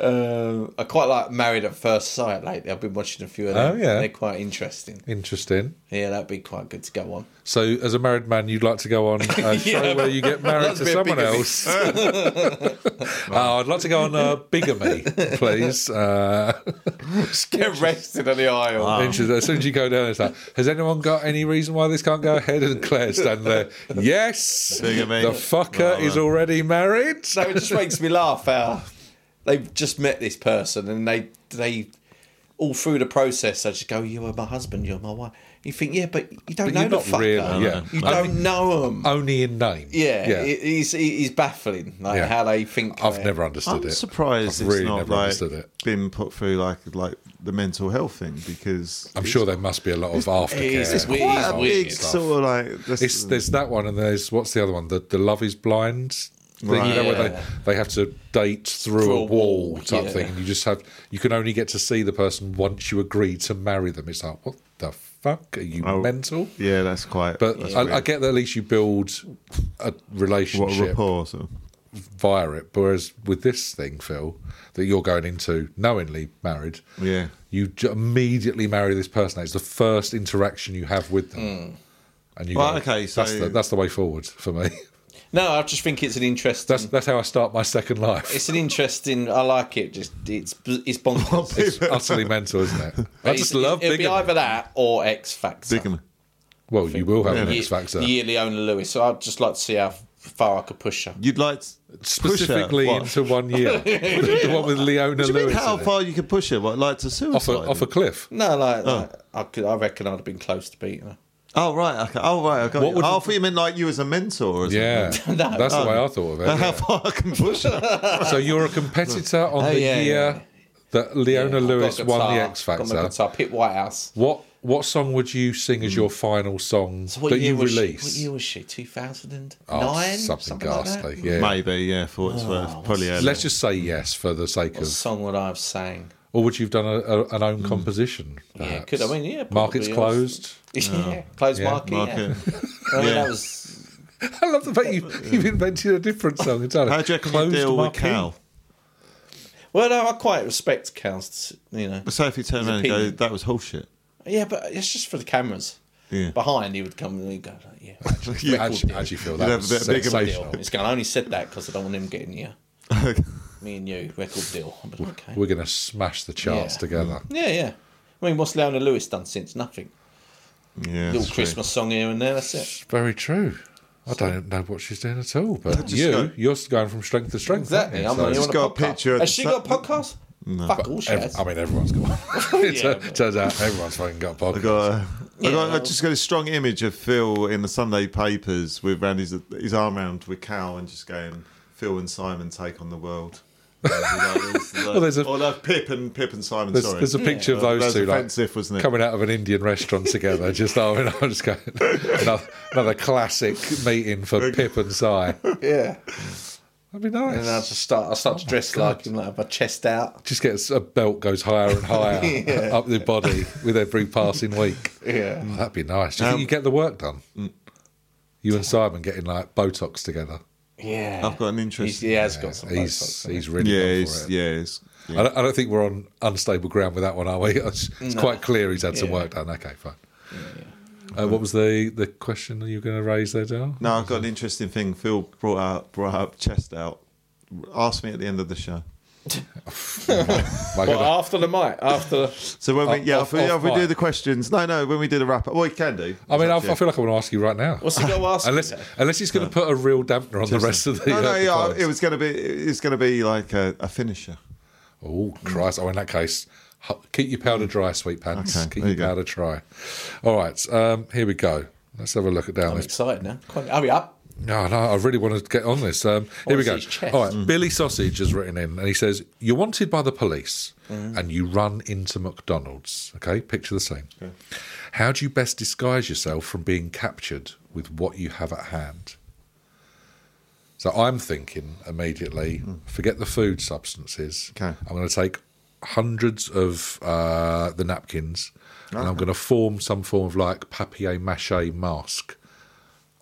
Speaker 2: um, I quite like Married at First Sight lately. I've been watching a few of them.
Speaker 1: Oh, yeah.
Speaker 2: They're quite interesting.
Speaker 1: interesting.
Speaker 2: Yeah, that'd be quite good to go on.
Speaker 1: So, as a married man, you'd like to go on a show where you get married
Speaker 2: That's
Speaker 1: to
Speaker 2: a bit
Speaker 1: someone
Speaker 2: bigamy.
Speaker 1: else. oh, I'd like to go on uh, bigamy, please. Uh,
Speaker 2: Get arrested on the aisle.
Speaker 1: interesting. As soon as you go down, it's like, has anyone got any reason why this can't go ahead? And Claire's standing there. Yes,
Speaker 3: Bigamy.
Speaker 1: the fucker
Speaker 3: Well,
Speaker 1: is
Speaker 3: well.
Speaker 1: already married.
Speaker 2: So it just makes me laugh how they've just met this person and they they all through the process they just go, You are my husband, you're my wife. You think, Yeah, but you don't
Speaker 1: But
Speaker 2: know
Speaker 1: you're
Speaker 2: the
Speaker 1: not
Speaker 2: fucker.
Speaker 1: really, yeah.
Speaker 2: You
Speaker 1: I
Speaker 2: don't know him.
Speaker 1: Only in name.
Speaker 2: yeah, It, he's, he's baffling, like
Speaker 1: Yeah.
Speaker 2: how they think.
Speaker 1: I've
Speaker 2: they're-
Speaker 1: never understood
Speaker 3: I'm
Speaker 1: it.
Speaker 3: surprised
Speaker 1: I've
Speaker 3: it's
Speaker 1: really
Speaker 3: not
Speaker 1: never
Speaker 3: like
Speaker 1: understood it.
Speaker 3: been put through like like the mental health thing because
Speaker 1: I'm sure there must be a lot of aftercare.
Speaker 2: it's
Speaker 1: and
Speaker 2: weird,
Speaker 1: all
Speaker 2: it's
Speaker 1: that
Speaker 2: weird
Speaker 3: big
Speaker 2: stuff.
Speaker 3: sort of like this,
Speaker 1: It's there's that one and there's what's the other one? The the Love Is Blind thing, you
Speaker 3: Right.
Speaker 1: know, where they,
Speaker 2: Yeah.
Speaker 1: they have to date through,
Speaker 2: Through
Speaker 1: a
Speaker 2: a
Speaker 1: wall
Speaker 2: wall,
Speaker 1: type
Speaker 2: yeah.
Speaker 1: thing, and you just have you can only get to see the person once you agree to marry them. It's like what the fuck are you
Speaker 3: Oh.
Speaker 1: mental?
Speaker 3: yeah, that's quite.
Speaker 1: But
Speaker 3: that's
Speaker 1: I,
Speaker 3: weird.
Speaker 1: I get that at least you build a
Speaker 3: what a
Speaker 1: relationship
Speaker 3: rapport. So.
Speaker 1: via it. Whereas with this thing, Phil, that you're going into knowingly married,
Speaker 3: Yeah.
Speaker 1: you j- immediately marry this person. It's the first interaction you have with them, and you
Speaker 3: Hmm. Well,
Speaker 1: go,
Speaker 3: okay, so-
Speaker 1: that's the, that's the way forward for me.
Speaker 2: No, I just think it's an interesting.
Speaker 3: Hmm.
Speaker 1: That's that's how I start my second life.
Speaker 2: it's an interesting. I like it. Just it's it's bonkers.
Speaker 1: It's utterly mental, isn't it? I
Speaker 2: But
Speaker 1: just
Speaker 2: it's-
Speaker 1: love
Speaker 2: It'll be
Speaker 1: bigamy.
Speaker 2: either that or X Factor.
Speaker 3: Big man.
Speaker 1: Well, you will have an
Speaker 2: Ye-
Speaker 1: X Factor.
Speaker 2: the year Leona Lewis. So I'd just like to see how f- far I could push her.
Speaker 3: You'd like to
Speaker 1: Specifically
Speaker 3: push her, what?
Speaker 1: into one year, the one with Leona
Speaker 3: What do you mean
Speaker 1: Lewis.
Speaker 3: how
Speaker 1: in it.
Speaker 3: far you could push her? What, like to suicide?
Speaker 1: Off a, off a cliff.
Speaker 2: No, like,
Speaker 1: Oh.
Speaker 2: like, I could. I reckon I'd have been close to beating her.
Speaker 3: Oh right, okay. Oh right, okay.
Speaker 1: What would-
Speaker 3: oh, I thought you meant like you as a mentor. Or something.
Speaker 1: Yeah, that's the way I thought of it.
Speaker 3: How
Speaker 1: yeah.
Speaker 3: far I can push her?
Speaker 1: So you're a competitor on
Speaker 2: Oh,
Speaker 1: the
Speaker 2: yeah,
Speaker 1: year
Speaker 2: yeah.
Speaker 1: that Leona
Speaker 2: I've got
Speaker 1: Lewis
Speaker 2: a
Speaker 1: won the
Speaker 2: guitar,
Speaker 1: X
Speaker 2: Got my
Speaker 1: Factor.
Speaker 2: guitar. Pit Whitehouse.
Speaker 1: What what song would you sing as your final song that you
Speaker 2: was
Speaker 1: release?
Speaker 2: She, what year was she? Two thousand and
Speaker 1: Oh,
Speaker 2: nine.
Speaker 1: something, ghastly.
Speaker 2: Like that?
Speaker 1: yeah.
Speaker 3: Maybe, yeah. For what it's worth, probably. earlier.
Speaker 1: Let's just say yes for the sake
Speaker 2: What
Speaker 1: of,
Speaker 2: song would I have sang?
Speaker 1: or would you've done a, a, an own composition?
Speaker 2: Mm. Yeah,
Speaker 1: perhaps?
Speaker 2: could I mean? Yeah, probably,
Speaker 1: markets
Speaker 2: yeah.
Speaker 1: closed.
Speaker 2: Yeah, close
Speaker 1: Oh. Yeah.
Speaker 2: market.
Speaker 3: Mark
Speaker 2: Yeah. I
Speaker 3: it.
Speaker 2: mean,
Speaker 3: Yeah.
Speaker 2: that was.
Speaker 1: I love the fact you, you've invented a different song entirely.
Speaker 3: How do you reckon you
Speaker 1: Closed
Speaker 3: deal with
Speaker 1: marquee.
Speaker 3: Cal?
Speaker 2: Well, no, I quite respect Cal's. You know.
Speaker 3: So if you turn around and go,
Speaker 2: opinion.
Speaker 3: that was horseshit.
Speaker 2: Yeah, but it's just for the cameras.
Speaker 3: Yeah.
Speaker 2: Behind, he would come and he'd go, like, yeah.
Speaker 1: I actually, I actually feel that
Speaker 3: have
Speaker 1: was
Speaker 3: a bit of bigamy.
Speaker 1: sensational.
Speaker 2: It's going, I only said that because I don't want him getting you. Me and you, record deal. I'm like, okay.
Speaker 1: We're going to smash the charts
Speaker 2: Yeah.
Speaker 1: together.
Speaker 2: Yeah, yeah. I mean, what's Leona Lewis done since? Nothing.
Speaker 3: Yeah,
Speaker 2: Little
Speaker 3: that's true.
Speaker 2: Christmas song here and there, that's it.
Speaker 1: Very true. I don't know what she's doing at all, but
Speaker 3: just
Speaker 1: you,
Speaker 3: go-
Speaker 1: you're going from strength to strength.
Speaker 2: Exactly.
Speaker 1: aren't
Speaker 2: I'm
Speaker 1: you?
Speaker 2: like,
Speaker 1: So-
Speaker 2: you
Speaker 3: Just
Speaker 2: want
Speaker 3: got a
Speaker 2: podcast?
Speaker 3: picture of
Speaker 2: Has
Speaker 3: the
Speaker 2: she
Speaker 3: sun-
Speaker 2: got a podcast? Fuck all she
Speaker 1: Ev-
Speaker 2: has.
Speaker 1: I mean, everyone's got one. it
Speaker 2: Yeah,
Speaker 1: tu-
Speaker 2: but-
Speaker 1: turns out everyone's fucking got a
Speaker 3: I
Speaker 1: podcast.
Speaker 3: got, a, I, got I
Speaker 2: Yeah.
Speaker 3: just got a strong image of Phil in the Sunday papers with round his, his arm round with Cal and just going, Phil and Simon take on the world. well,
Speaker 1: there's a-
Speaker 3: or no, Pip and Pip and Simon.
Speaker 1: There's,
Speaker 3: sorry,
Speaker 1: there's a picture of
Speaker 3: Yeah.
Speaker 1: those
Speaker 3: That's
Speaker 1: two,
Speaker 3: offensive,
Speaker 1: like,
Speaker 3: wasn't it?
Speaker 1: coming out of an Indian restaurant together. just, I mean, I'm just going another, another classic meeting for Pip and Si. That'd
Speaker 2: yeah.
Speaker 1: be nice.
Speaker 2: And then I just start, I start to dress like him, like have my chest out.
Speaker 1: just gets a belt goes higher and higher up the body with every passing week.
Speaker 2: Yeah.
Speaker 1: Oh, that'd be nice. Do you think you get the work done? You and Simon getting like Botox together.
Speaker 2: Yeah.
Speaker 3: I've got an
Speaker 2: He's,
Speaker 3: interest.
Speaker 2: he has got some
Speaker 1: He's
Speaker 2: Botox.
Speaker 1: he's really
Speaker 3: yeah,
Speaker 1: yeah,
Speaker 3: it's, yeah, it's,
Speaker 1: I, don't, I don't think we're on unstable ground with that one, are we? It's, it's quite clear he's had some
Speaker 2: Yeah.
Speaker 1: work done. Okay, fine. Uh, what was the, the question that you were going to raise there, Dale?
Speaker 3: No, I've got an interesting thing. Phil brought out, brought up chest out. Ask me at the end of the show.
Speaker 1: My
Speaker 2: Well,
Speaker 1: God,
Speaker 2: after the mic, after the.
Speaker 3: So when we
Speaker 1: Off-
Speaker 3: yeah,
Speaker 1: Uh, off-
Speaker 3: if we,
Speaker 1: off
Speaker 3: if we do
Speaker 1: mic.
Speaker 3: the questions, no, no, when we do the wrap up, well, you can do.
Speaker 1: I mean, I,
Speaker 3: It's up to
Speaker 1: I feel like I want to ask you right now.
Speaker 2: What's he going to ask?
Speaker 1: Unless,
Speaker 2: me?
Speaker 1: unless he's going to put a real dampener on the rest of the.
Speaker 3: you. no,
Speaker 1: uh,
Speaker 3: no,
Speaker 1: the
Speaker 3: yeah,
Speaker 1: cards.
Speaker 3: it was going to be, it's going to be like a, a finisher.
Speaker 1: Oh, Christ. Oh, in that case, hu- keep your powder dry, sweet pants.
Speaker 3: Okay,
Speaker 1: keep
Speaker 3: there
Speaker 1: your
Speaker 3: you go.
Speaker 1: powder dry. All right, um, here we go. Let's have a look at down
Speaker 2: I'm
Speaker 1: this.
Speaker 2: excited now. Come on, hurry up.
Speaker 1: No, no, I really want to get on this. Um, here we
Speaker 2: see
Speaker 1: go.
Speaker 2: his chest.
Speaker 1: All right, Billy Sausage has written in, and he says, "You're wanted by the police, and you run into McDonald's." Okay, picture the scene. How do you best disguise yourself from being captured with what you have at hand? So I'm thinking immediately, forget the food substances.
Speaker 3: Okay.
Speaker 1: I'm going to take hundreds of uh, the napkins and I'm going to form some form of like papier mache mask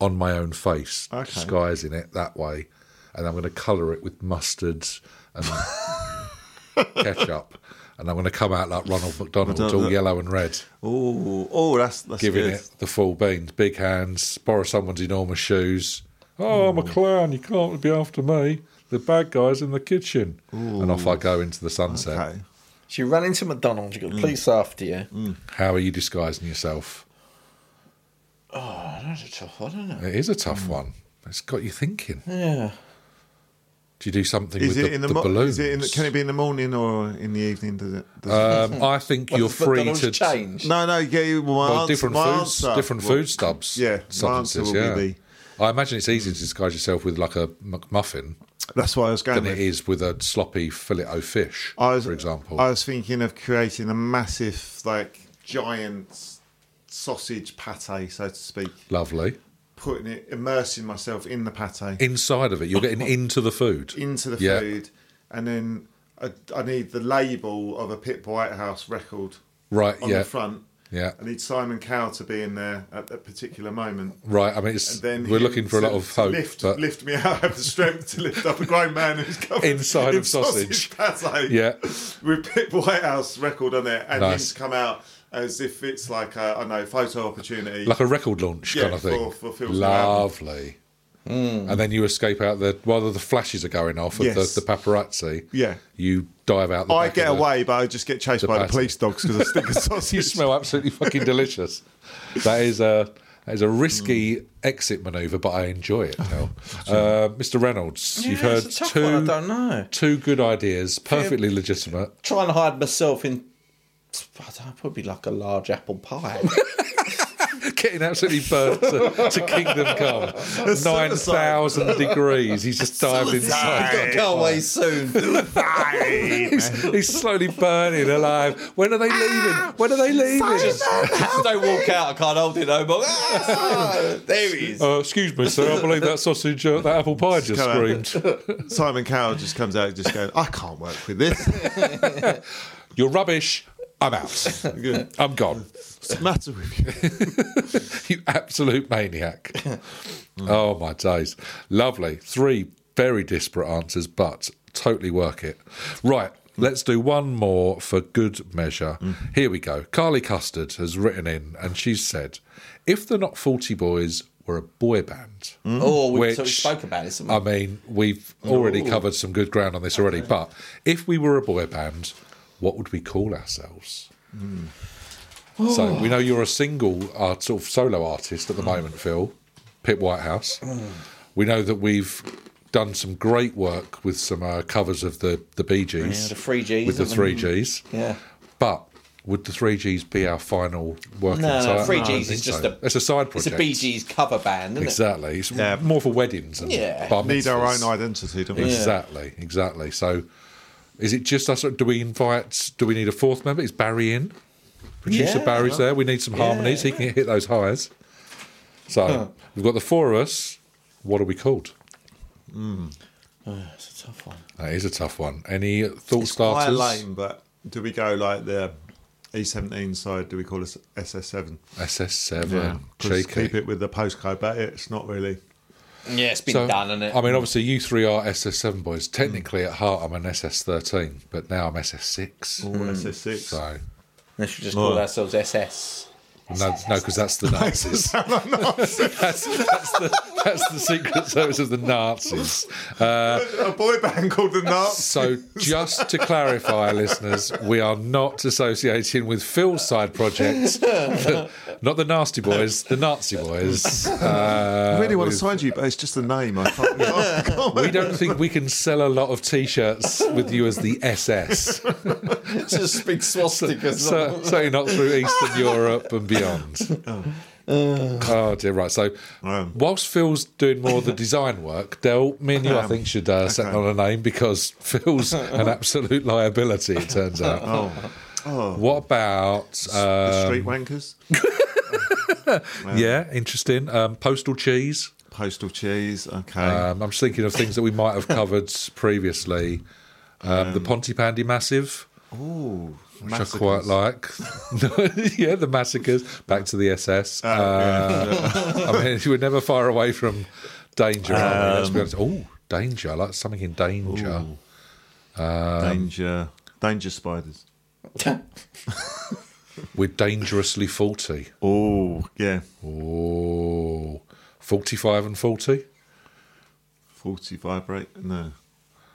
Speaker 1: on my own face,
Speaker 3: Okay.
Speaker 1: disguising it that way. And I'm going to colour it with mustards and ketchup. And I'm going to come out like Ronald McDonald, all
Speaker 3: McDonald.
Speaker 1: yellow and red
Speaker 3: Oh, oh, that's that's
Speaker 1: giving
Speaker 3: good.
Speaker 1: it the full beans. Big hands, borrow someone's enormous shoes. Oh, I'm a clown. You can't be after me. The bad guy's in the kitchen. And off I go into the sunset.
Speaker 3: Okay.
Speaker 2: So you run into McDonald's, you've got
Speaker 1: Mm.
Speaker 2: the police after you.
Speaker 1: How are you disguising yourself?
Speaker 2: Oh, I don't know, it's tough, I don't know.
Speaker 1: It is a tough
Speaker 3: Hmm.
Speaker 1: one. It's got you thinking.
Speaker 2: Yeah.
Speaker 1: Do you do something
Speaker 3: Is
Speaker 1: with
Speaker 3: it
Speaker 1: the,
Speaker 3: in
Speaker 1: the,
Speaker 3: the, mo-
Speaker 1: balloons?
Speaker 3: is it in the, can it be in the morning or in the evening? Does it? Does
Speaker 1: um, I think you're
Speaker 2: Does
Speaker 1: free
Speaker 2: McDonald's
Speaker 1: to
Speaker 2: change.
Speaker 3: it? No, no. Yeah, you- my
Speaker 1: Well,
Speaker 3: answer,
Speaker 1: different
Speaker 3: my
Speaker 1: foods,
Speaker 3: answer-
Speaker 1: different
Speaker 3: well,
Speaker 1: food stubs.
Speaker 3: yeah, my answer
Speaker 1: substances.
Speaker 3: will be
Speaker 1: Yeah.
Speaker 3: the-
Speaker 1: I imagine it's easier to disguise yourself with like a McMuffin
Speaker 3: That's why I was going.
Speaker 1: than
Speaker 3: With.
Speaker 1: it is with a sloppy fillet o fish,
Speaker 3: I was,
Speaker 1: for example.
Speaker 3: I was thinking of creating a massive, like, giant sausage pate, so to speak.
Speaker 1: Lovely.
Speaker 3: Putting it, immersing myself in the pate,
Speaker 1: inside of it. You're getting into the food.
Speaker 3: into the
Speaker 1: Yeah.
Speaker 3: food, and then I, I need the label of a Pip Whitehouse record
Speaker 1: Right,
Speaker 3: on
Speaker 1: yeah.
Speaker 3: the front.
Speaker 1: Yeah.
Speaker 3: I need Simon Cowell to be in there at that particular moment.
Speaker 1: Right. I mean, it's,
Speaker 3: And then
Speaker 1: we're
Speaker 3: him
Speaker 1: looking for a
Speaker 3: to-
Speaker 1: lot of
Speaker 3: to
Speaker 1: hope.
Speaker 3: Lift,
Speaker 1: but
Speaker 3: lift me out. I have the strength to lift up a grown man who's covered
Speaker 1: Inside
Speaker 3: in
Speaker 1: of sausage.
Speaker 3: pate.
Speaker 1: Yeah.
Speaker 3: with Pip Whitehouse record on it, and
Speaker 1: Nice.
Speaker 3: him to come out as if it's like a, I don't know photo opportunity.
Speaker 1: like a record launch
Speaker 3: Yeah,
Speaker 1: kind of thing.
Speaker 3: for- for Phil's Hmm.
Speaker 1: Lovely. And then you escape out the while the flashes are going off of
Speaker 3: Yes.
Speaker 1: the, the paparazzi.
Speaker 3: Yeah.
Speaker 1: You dive out. The
Speaker 3: I
Speaker 1: back
Speaker 3: get
Speaker 1: of the-
Speaker 3: away, but I just get chased by
Speaker 1: pate.
Speaker 3: the police dogs because I stick
Speaker 1: You
Speaker 3: a sausage.
Speaker 1: smell absolutely fucking delicious. That is a that is a risky exit manoeuvre, but I enjoy it now. Uh, Mr. Reynolds, you've
Speaker 2: Yeah,
Speaker 1: heard
Speaker 2: it's a tough one, I
Speaker 1: two
Speaker 2: don't know.
Speaker 1: two good ideas, perfectly legitimate.
Speaker 2: Trying to hide myself in, I don't know, probably like a large apple pie.
Speaker 1: getting absolutely burnt to, to kingdom come. Nine thousand degrees. He's just dived
Speaker 2: I've got
Speaker 1: inside.
Speaker 2: to go away soon.
Speaker 1: He's, he's slowly burning alive. When
Speaker 2: Ah!
Speaker 1: are they leaving? When are they leaving?
Speaker 2: Don't walk out. I can't hold it no more. Ah, there he is.
Speaker 1: Uh, excuse me, sir. I believe that sausage, uh, that apple pie just
Speaker 3: Come on.
Speaker 1: screamed.
Speaker 3: Simon Cowell just comes out, just going, "I can't work with this.
Speaker 1: You're rubbish. I'm out.
Speaker 3: Good.
Speaker 1: I'm gone.
Speaker 3: What's the matter with you?"
Speaker 1: you absolute maniac. oh my days. Lovely. Three very disparate answers, but totally work it. Right. Let's do one more for good measure. Here we go. Carly Custard has written in and she's said, if the Not 40 Boys were a boy band,
Speaker 2: Oh, we
Speaker 1: Which-
Speaker 2: sort of spoke about it. didn't we?
Speaker 1: I mean, we've already covered some good ground on this already, but if we were a boy band, what would we call ourselves?
Speaker 2: Hmm. Oh.
Speaker 1: So we know you're a single art, sort of solo artist at
Speaker 2: Hmm.
Speaker 1: the moment, Phil, Pip Whitehouse. We know that we've done some great work with some uh, covers of the the Bee Gees,
Speaker 2: Yeah, the Three Gs,
Speaker 1: with the
Speaker 2: haven't
Speaker 1: Three Gs.
Speaker 2: Yeah.
Speaker 1: but. Would the Three Gs be our final working
Speaker 2: No, no,
Speaker 1: title?
Speaker 2: Three
Speaker 1: I don't
Speaker 2: Gs is
Speaker 1: think
Speaker 2: just
Speaker 1: so.
Speaker 2: a-
Speaker 1: it's a side
Speaker 2: It's
Speaker 1: project.
Speaker 2: a BG's cover band, isn't it?
Speaker 1: Exactly. It's more for weddings and
Speaker 2: Yeah.
Speaker 1: bar
Speaker 3: Need our
Speaker 1: mitzvahs.
Speaker 3: own identity, don't we?
Speaker 1: Exactly, exactly. So, is it just us? Or do we invite? Do we need a fourth member? Is Barry in? Producer
Speaker 2: Yeah.
Speaker 1: Barry's there. We need some harmonies. He can hit those highs. So we've got the four of us. What are we called?
Speaker 2: Oh, it's a tough one.
Speaker 1: That is a tough one. Any thought
Speaker 3: Higher
Speaker 1: starters?
Speaker 3: lane, but do we go like the E17 side? Do we call us SS7?
Speaker 1: SS
Speaker 3: Yeah,
Speaker 1: seven.
Speaker 3: 'cause
Speaker 1: cheeky.
Speaker 3: keep it with the postcode, but it's not really.
Speaker 2: Yeah, it's been
Speaker 1: So,
Speaker 2: done, isn't it?
Speaker 1: I mean, obviously, you three are SS7 boys.
Speaker 3: Hmm.
Speaker 1: Technically, at heart, I'm an SS13, but now I'm SS6.
Speaker 3: All SS6.
Speaker 1: So,
Speaker 2: we should just call
Speaker 3: Oh.
Speaker 2: ourselves SS.
Speaker 1: no, no, because that's the Nazis. that's, that's, the, that's the secret service of the Nazis.
Speaker 3: a boy band called the Nuts.
Speaker 1: So, just to clarify, listeners, we are not associating with Phil's side project, the, Not the nasty boys, the Nazi boys. Uh,
Speaker 3: I really want to
Speaker 1: with-
Speaker 3: sign you, but it's just the name. I can't, I can't-
Speaker 1: We don't think we can sell a lot of T-shirts with you as the SS.
Speaker 2: It's just big swastikas.
Speaker 1: so, certainly not through Eastern Europe and beyond. Oh Um. dear, right. So,
Speaker 3: Wow.
Speaker 1: whilst Phil's doing more of the design work, Del, me and you, I
Speaker 3: Um,
Speaker 1: think, should uh, settle on a name because Phil's an absolute liability. It turns out. What about
Speaker 3: the
Speaker 1: uh,
Speaker 3: street wankers,
Speaker 1: yeah? Interesting. Um, postal cheese.
Speaker 3: postal cheese. Okay,
Speaker 1: Um, I'm just thinking of things that we might have covered previously. Um, the Pontypandy Massive.
Speaker 3: ooh,
Speaker 1: which I quite like. yeah, the massacres. Back to the SS. Uh, I mean, you were never far away from danger.
Speaker 3: Um,
Speaker 1: oh, danger! I like something in danger.
Speaker 3: Uh, danger, danger spiders.
Speaker 1: We're dangerously faulty.
Speaker 3: Oh yeah,
Speaker 1: Oh, 45 and forty.
Speaker 3: forty vibrate. No,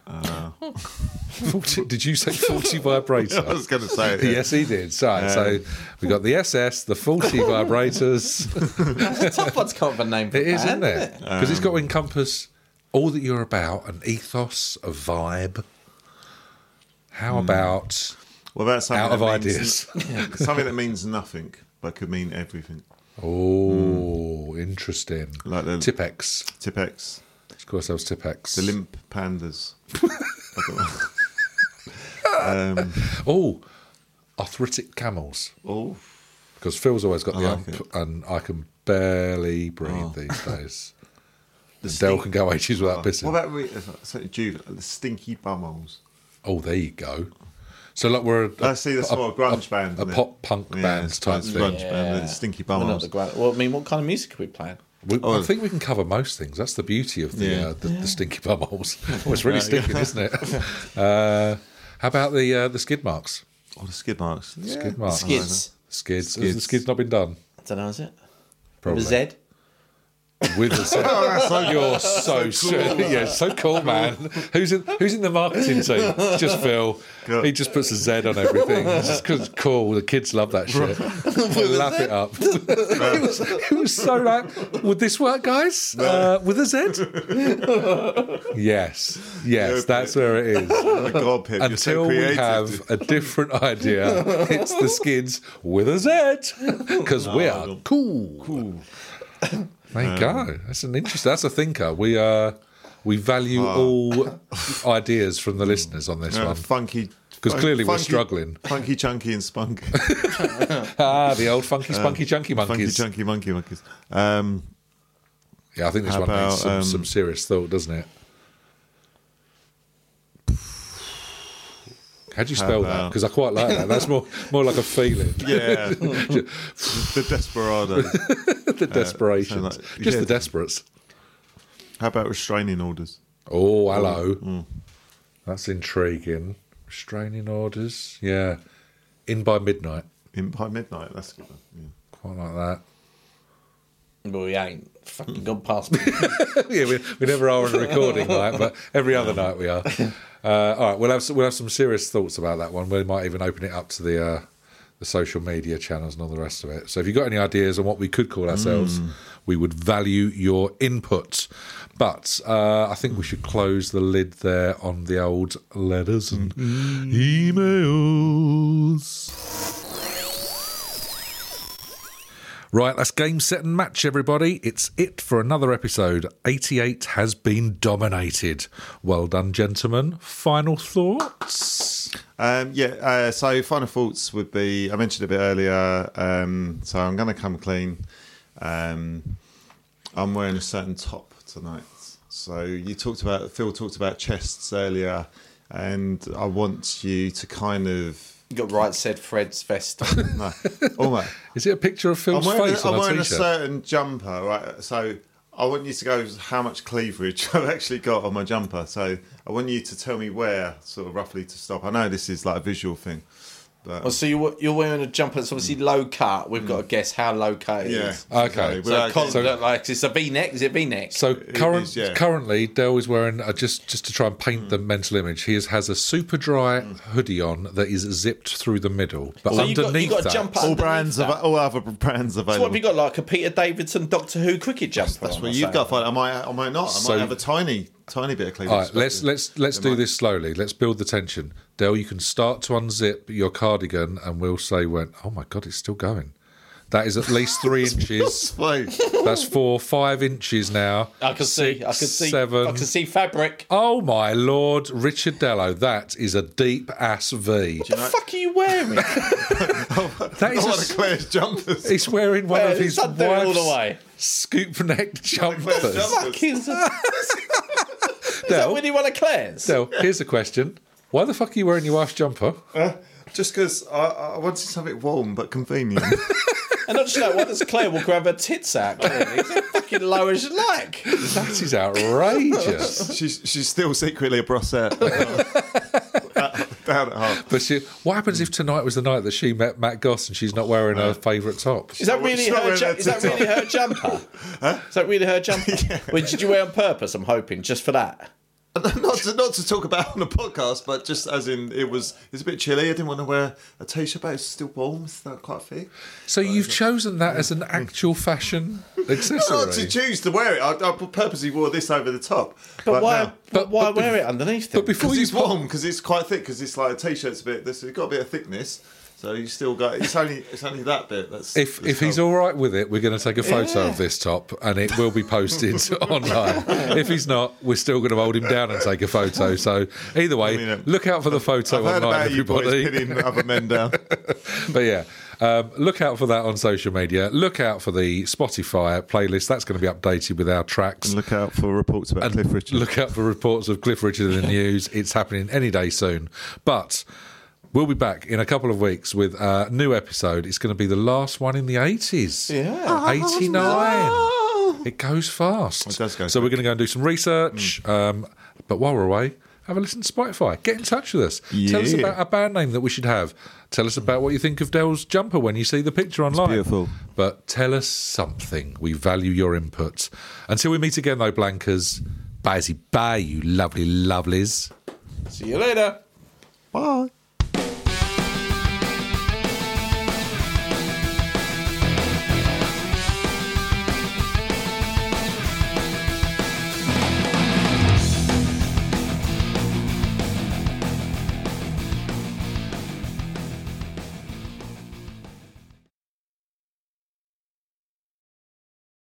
Speaker 1: 40 did you say forty vibrator?
Speaker 3: I was going to say it. yeah.
Speaker 1: Yes, he E did. So, so we got the SS, the faulty vibrators.
Speaker 2: It's a tough one to come up with a name for
Speaker 1: It is, isn't
Speaker 2: that.
Speaker 1: it? Because it's got
Speaker 3: Um,
Speaker 1: to encompass all that you're about an ethos, a vibe.
Speaker 3: Hmm.
Speaker 1: How about
Speaker 3: Well, that's something
Speaker 1: out of
Speaker 3: that means-
Speaker 1: ideas?
Speaker 3: something that means nothing but could mean everything.
Speaker 1: oh, interesting.
Speaker 3: Hmm. Like the-
Speaker 1: Tipex.
Speaker 3: Tipex,
Speaker 1: Let's call ourselves Tipex.
Speaker 3: the limp pandas. I don't know.
Speaker 1: oh, arthritic camels.
Speaker 3: Oh,
Speaker 1: Because Phil's always got the
Speaker 3: like Oh.
Speaker 1: ump, and I can barely breathe these days. And Dale can go ages without pissing.
Speaker 3: what about we, uh, so, juvenile, the stinky bumholes?
Speaker 1: oh, there you go. So, like, we're a,
Speaker 3: I Oh, see that's
Speaker 1: a-
Speaker 3: more a grunge band,
Speaker 1: a
Speaker 3: isn't it?
Speaker 1: pop punk
Speaker 3: Yeah,
Speaker 1: band
Speaker 3: it's
Speaker 1: type
Speaker 3: grunge
Speaker 1: thing.
Speaker 3: band, and stinky
Speaker 2: We're not
Speaker 3: bumholes.
Speaker 2: the grand- well, I mean, what kind of music are we playing?
Speaker 1: We,
Speaker 3: Oh.
Speaker 1: I think we can cover most things. That's the beauty of the
Speaker 3: Yeah.
Speaker 1: uh, the, the stinky bubbles. oh, it's really stinking, isn't it? Uh, how about the uh, the skid marks?
Speaker 3: oh, the skid marks. Yeah.
Speaker 1: Skid marks.
Speaker 2: Skids.
Speaker 1: Skids. Has the
Speaker 3: Skids.
Speaker 1: skids not been done?
Speaker 2: I don't know, is it?
Speaker 1: Probably.
Speaker 2: Zed?
Speaker 1: With the You're so, cool. yeah, so cool, man. Who's in Who's in the marketing team? Just Phil.
Speaker 3: Good.
Speaker 1: He just puts a Z on everything. It's just 'cause it's cool. The kids love that shit. They laugh it up. it, was, it was so like, would this work, guys? Uh, with a Z? yes, yes, that's where it is.
Speaker 3: Oh my God, Pip, you're so
Speaker 1: Until we
Speaker 3: creative.
Speaker 1: have a different idea, it's the skids with a Z because we are cool.
Speaker 3: Ooh.
Speaker 1: There you
Speaker 3: Um,
Speaker 1: go. That's an interest. That's a thinker. We uh, we value all ideas from the listeners on this
Speaker 3: Yeah,
Speaker 1: one.
Speaker 3: funky.
Speaker 1: 'Cause
Speaker 3: fun-
Speaker 1: clearly we're struggling.
Speaker 3: Funky, chunky, and spunky.
Speaker 1: Ah, the old funky, spunky, chunky
Speaker 3: Uh, funky,
Speaker 1: monkeys.
Speaker 3: chunky, monkey monkeys. Um,
Speaker 1: yeah, I think this
Speaker 3: How
Speaker 1: one needs
Speaker 3: about,
Speaker 1: some,
Speaker 3: um,
Speaker 1: some serious thought, doesn't it? How do you spell that?
Speaker 3: about-
Speaker 1: Because I quite like that. That's more more like a feeling.
Speaker 3: yeah, the desperado.
Speaker 1: the desperations,
Speaker 3: Uh, like-
Speaker 1: just the
Speaker 3: yeah.
Speaker 1: desperates.
Speaker 3: How about restraining orders?
Speaker 1: Oh, hello. That's intriguing. Restraining orders. Yeah, in by midnight.
Speaker 3: In by midnight. That's a good. One. Yeah.
Speaker 1: Quite like that.
Speaker 2: Well, we ain't fucking gone past me.
Speaker 1: yeah, we, we never are on a recording night, but every other night we are. Uh, all right, we'll have some, we'll have some serious thoughts about that one. We might even open it up to the uh, the social media channels and all the rest of it. So if you've got any ideas on what we could call ourselves, we would value your input. But uh, I think we should close the lid there on the old letters and emails. Right, that's game, set, and match, everybody. It's it for another episode. 88 has been dominated. Well done, gentlemen. Final thoughts?
Speaker 3: Um, yeah, uh, so final thoughts would be I mentioned a bit earlier, um, so I'm going to come clean. Um, I'm wearing a certain top tonight. So you talked about, Phil talked about chests earlier, and I want you to kind of.
Speaker 2: You got right said Fred's vest.
Speaker 3: No, almost.
Speaker 1: Is it a picture of
Speaker 3: I'm
Speaker 1: Phil's
Speaker 3: wearing,
Speaker 1: face
Speaker 3: I'm
Speaker 1: on a
Speaker 3: wearing a
Speaker 1: t-shirt?
Speaker 3: certain jumper, right? So I want you to go with how much cleavage I've actually got on my jumper. So I want you to tell me where, sort of roughly, to stop. I know this is like a visual thing. But,
Speaker 2: Well, so you're, you're wearing a jumper that's
Speaker 1: Mm.
Speaker 2: obviously low cut. We've got to guess how low cut it is.
Speaker 3: yeah.
Speaker 1: Okay.
Speaker 3: exactly.
Speaker 1: So
Speaker 2: So,
Speaker 3: Without
Speaker 2: con-
Speaker 3: getting-
Speaker 1: So-
Speaker 2: like it's a V-neck. Is it V-neck?
Speaker 1: So current,
Speaker 3: is, yeah. Mm.
Speaker 1: currently, Dell is wearing uh, just just to try and paint the mental image. He is, has a super dry hoodie on that is zipped through the middle, but
Speaker 2: So you've got-
Speaker 1: underneath
Speaker 2: you've got a
Speaker 1: that,
Speaker 2: jumper
Speaker 3: all
Speaker 2: underneath
Speaker 3: brands
Speaker 2: that.
Speaker 3: of all other brands
Speaker 2: So
Speaker 3: available.
Speaker 2: what have you got? Like a Peter Davidson Doctor Who cricket jumper?
Speaker 3: That's
Speaker 2: on
Speaker 3: what
Speaker 2: or
Speaker 3: you've got.
Speaker 2: something?
Speaker 3: I might, I might not. I
Speaker 1: So-
Speaker 3: might have a tiny, tiny bit of cleavage.
Speaker 1: All right, let's let's let's do this slowly. Let's build the tension. Dell, you can start to unzip your cardigan, and we'll say when. Oh my god, it's still going. That is at least three inches.
Speaker 3: Wait,
Speaker 1: That's four, five inches now.
Speaker 2: I can see. I can see.
Speaker 1: seven.
Speaker 2: I can see fabric.
Speaker 1: Oh my lord, Richard Dello, that is a deep ass V.
Speaker 2: What the fuck are you wearing?
Speaker 1: That is
Speaker 3: not
Speaker 1: a
Speaker 3: one of Claire's jumpers.
Speaker 1: He's wearing one
Speaker 2: Yeah,
Speaker 1: of his
Speaker 2: it's undoing all
Speaker 1: wife's
Speaker 2: the way.
Speaker 1: scoop neck jumpers.
Speaker 3: jumper.
Speaker 2: fuck is that? that
Speaker 1: Del,
Speaker 2: when you want to Claire's?
Speaker 1: Del, here's a question. Why the fuck are you wearing your wife's jumper?
Speaker 3: Just because I, I wanted something warm but convenient.
Speaker 2: And not just that, why does Claire will grab her tits out? clearly? It's like fucking low as you like.
Speaker 1: That is outrageous.
Speaker 3: she's she's still secretly a brossette. Down at heart.
Speaker 1: but she, what happens if tonight was the night that she met Matt Goss and she's not wearing her favourite top?
Speaker 2: Is that
Speaker 3: not-
Speaker 2: really
Speaker 3: she's not
Speaker 2: her?
Speaker 3: wearing
Speaker 2: Ju-
Speaker 3: that
Speaker 2: is that
Speaker 3: tits
Speaker 2: really her jumper? Is that really her jumper? Well, did you wear it on purpose? I'm hoping just for that.
Speaker 3: Not to, not to talk about on the podcast, but just as in it was it's a bit chilly. I didn't want to wear a t-shirt, but it's still warm. It's not quite thick.
Speaker 1: So you've chosen that as an actual fashion
Speaker 3: Not to
Speaker 1: accessory.
Speaker 3: choose to wear it. I, I purposely wore this over the top.
Speaker 2: But why?
Speaker 3: now-
Speaker 2: but why wear it underneath? Then?
Speaker 1: But before
Speaker 3: Because
Speaker 1: you
Speaker 3: it's warm, because it's quite thick, because it's like a t-shirt's a bit. This has got a bit of thickness, so you still got. It's only it's only that bit. That's
Speaker 1: If
Speaker 3: that's
Speaker 1: if he's
Speaker 3: cold.
Speaker 1: all right with it, we're going to take a photo of this top and it will be posted online. If he's not, we're still going to hold him down and take a photo. So either way,
Speaker 3: mean, um,
Speaker 1: look out for the photo
Speaker 3: I've heard
Speaker 1: online,
Speaker 3: about you boys
Speaker 1: everybody.
Speaker 3: pinning other men down.
Speaker 1: but yeah, um, look out for that on social media. Look out for the Spotify playlist. That's going to be updated with our tracks.
Speaker 3: Look out for reports about Cliff Richard.
Speaker 1: Look out for reports of Cliff Richard in the news. It's happening any day soon. But we'll be back in a couple of weeks with a new episode. It's going to be the last one in the 80s.
Speaker 2: Yeah.
Speaker 1: 89. It goes fast.
Speaker 3: Oh, It does go Mm.
Speaker 1: so we're going to go and do some research. Um, but while we're away, have a listen to Spotify. Get in touch with us. Tell us
Speaker 3: Yeah.
Speaker 1: about a band name that we should have. Tell us about what you think of Dell's jumper when you see the picture online.
Speaker 3: beautiful.
Speaker 1: But tell us something. We value your input. Until we meet again, though, Blankers, bye, bye, you lovely lovelies.
Speaker 2: See you later.
Speaker 3: Bye.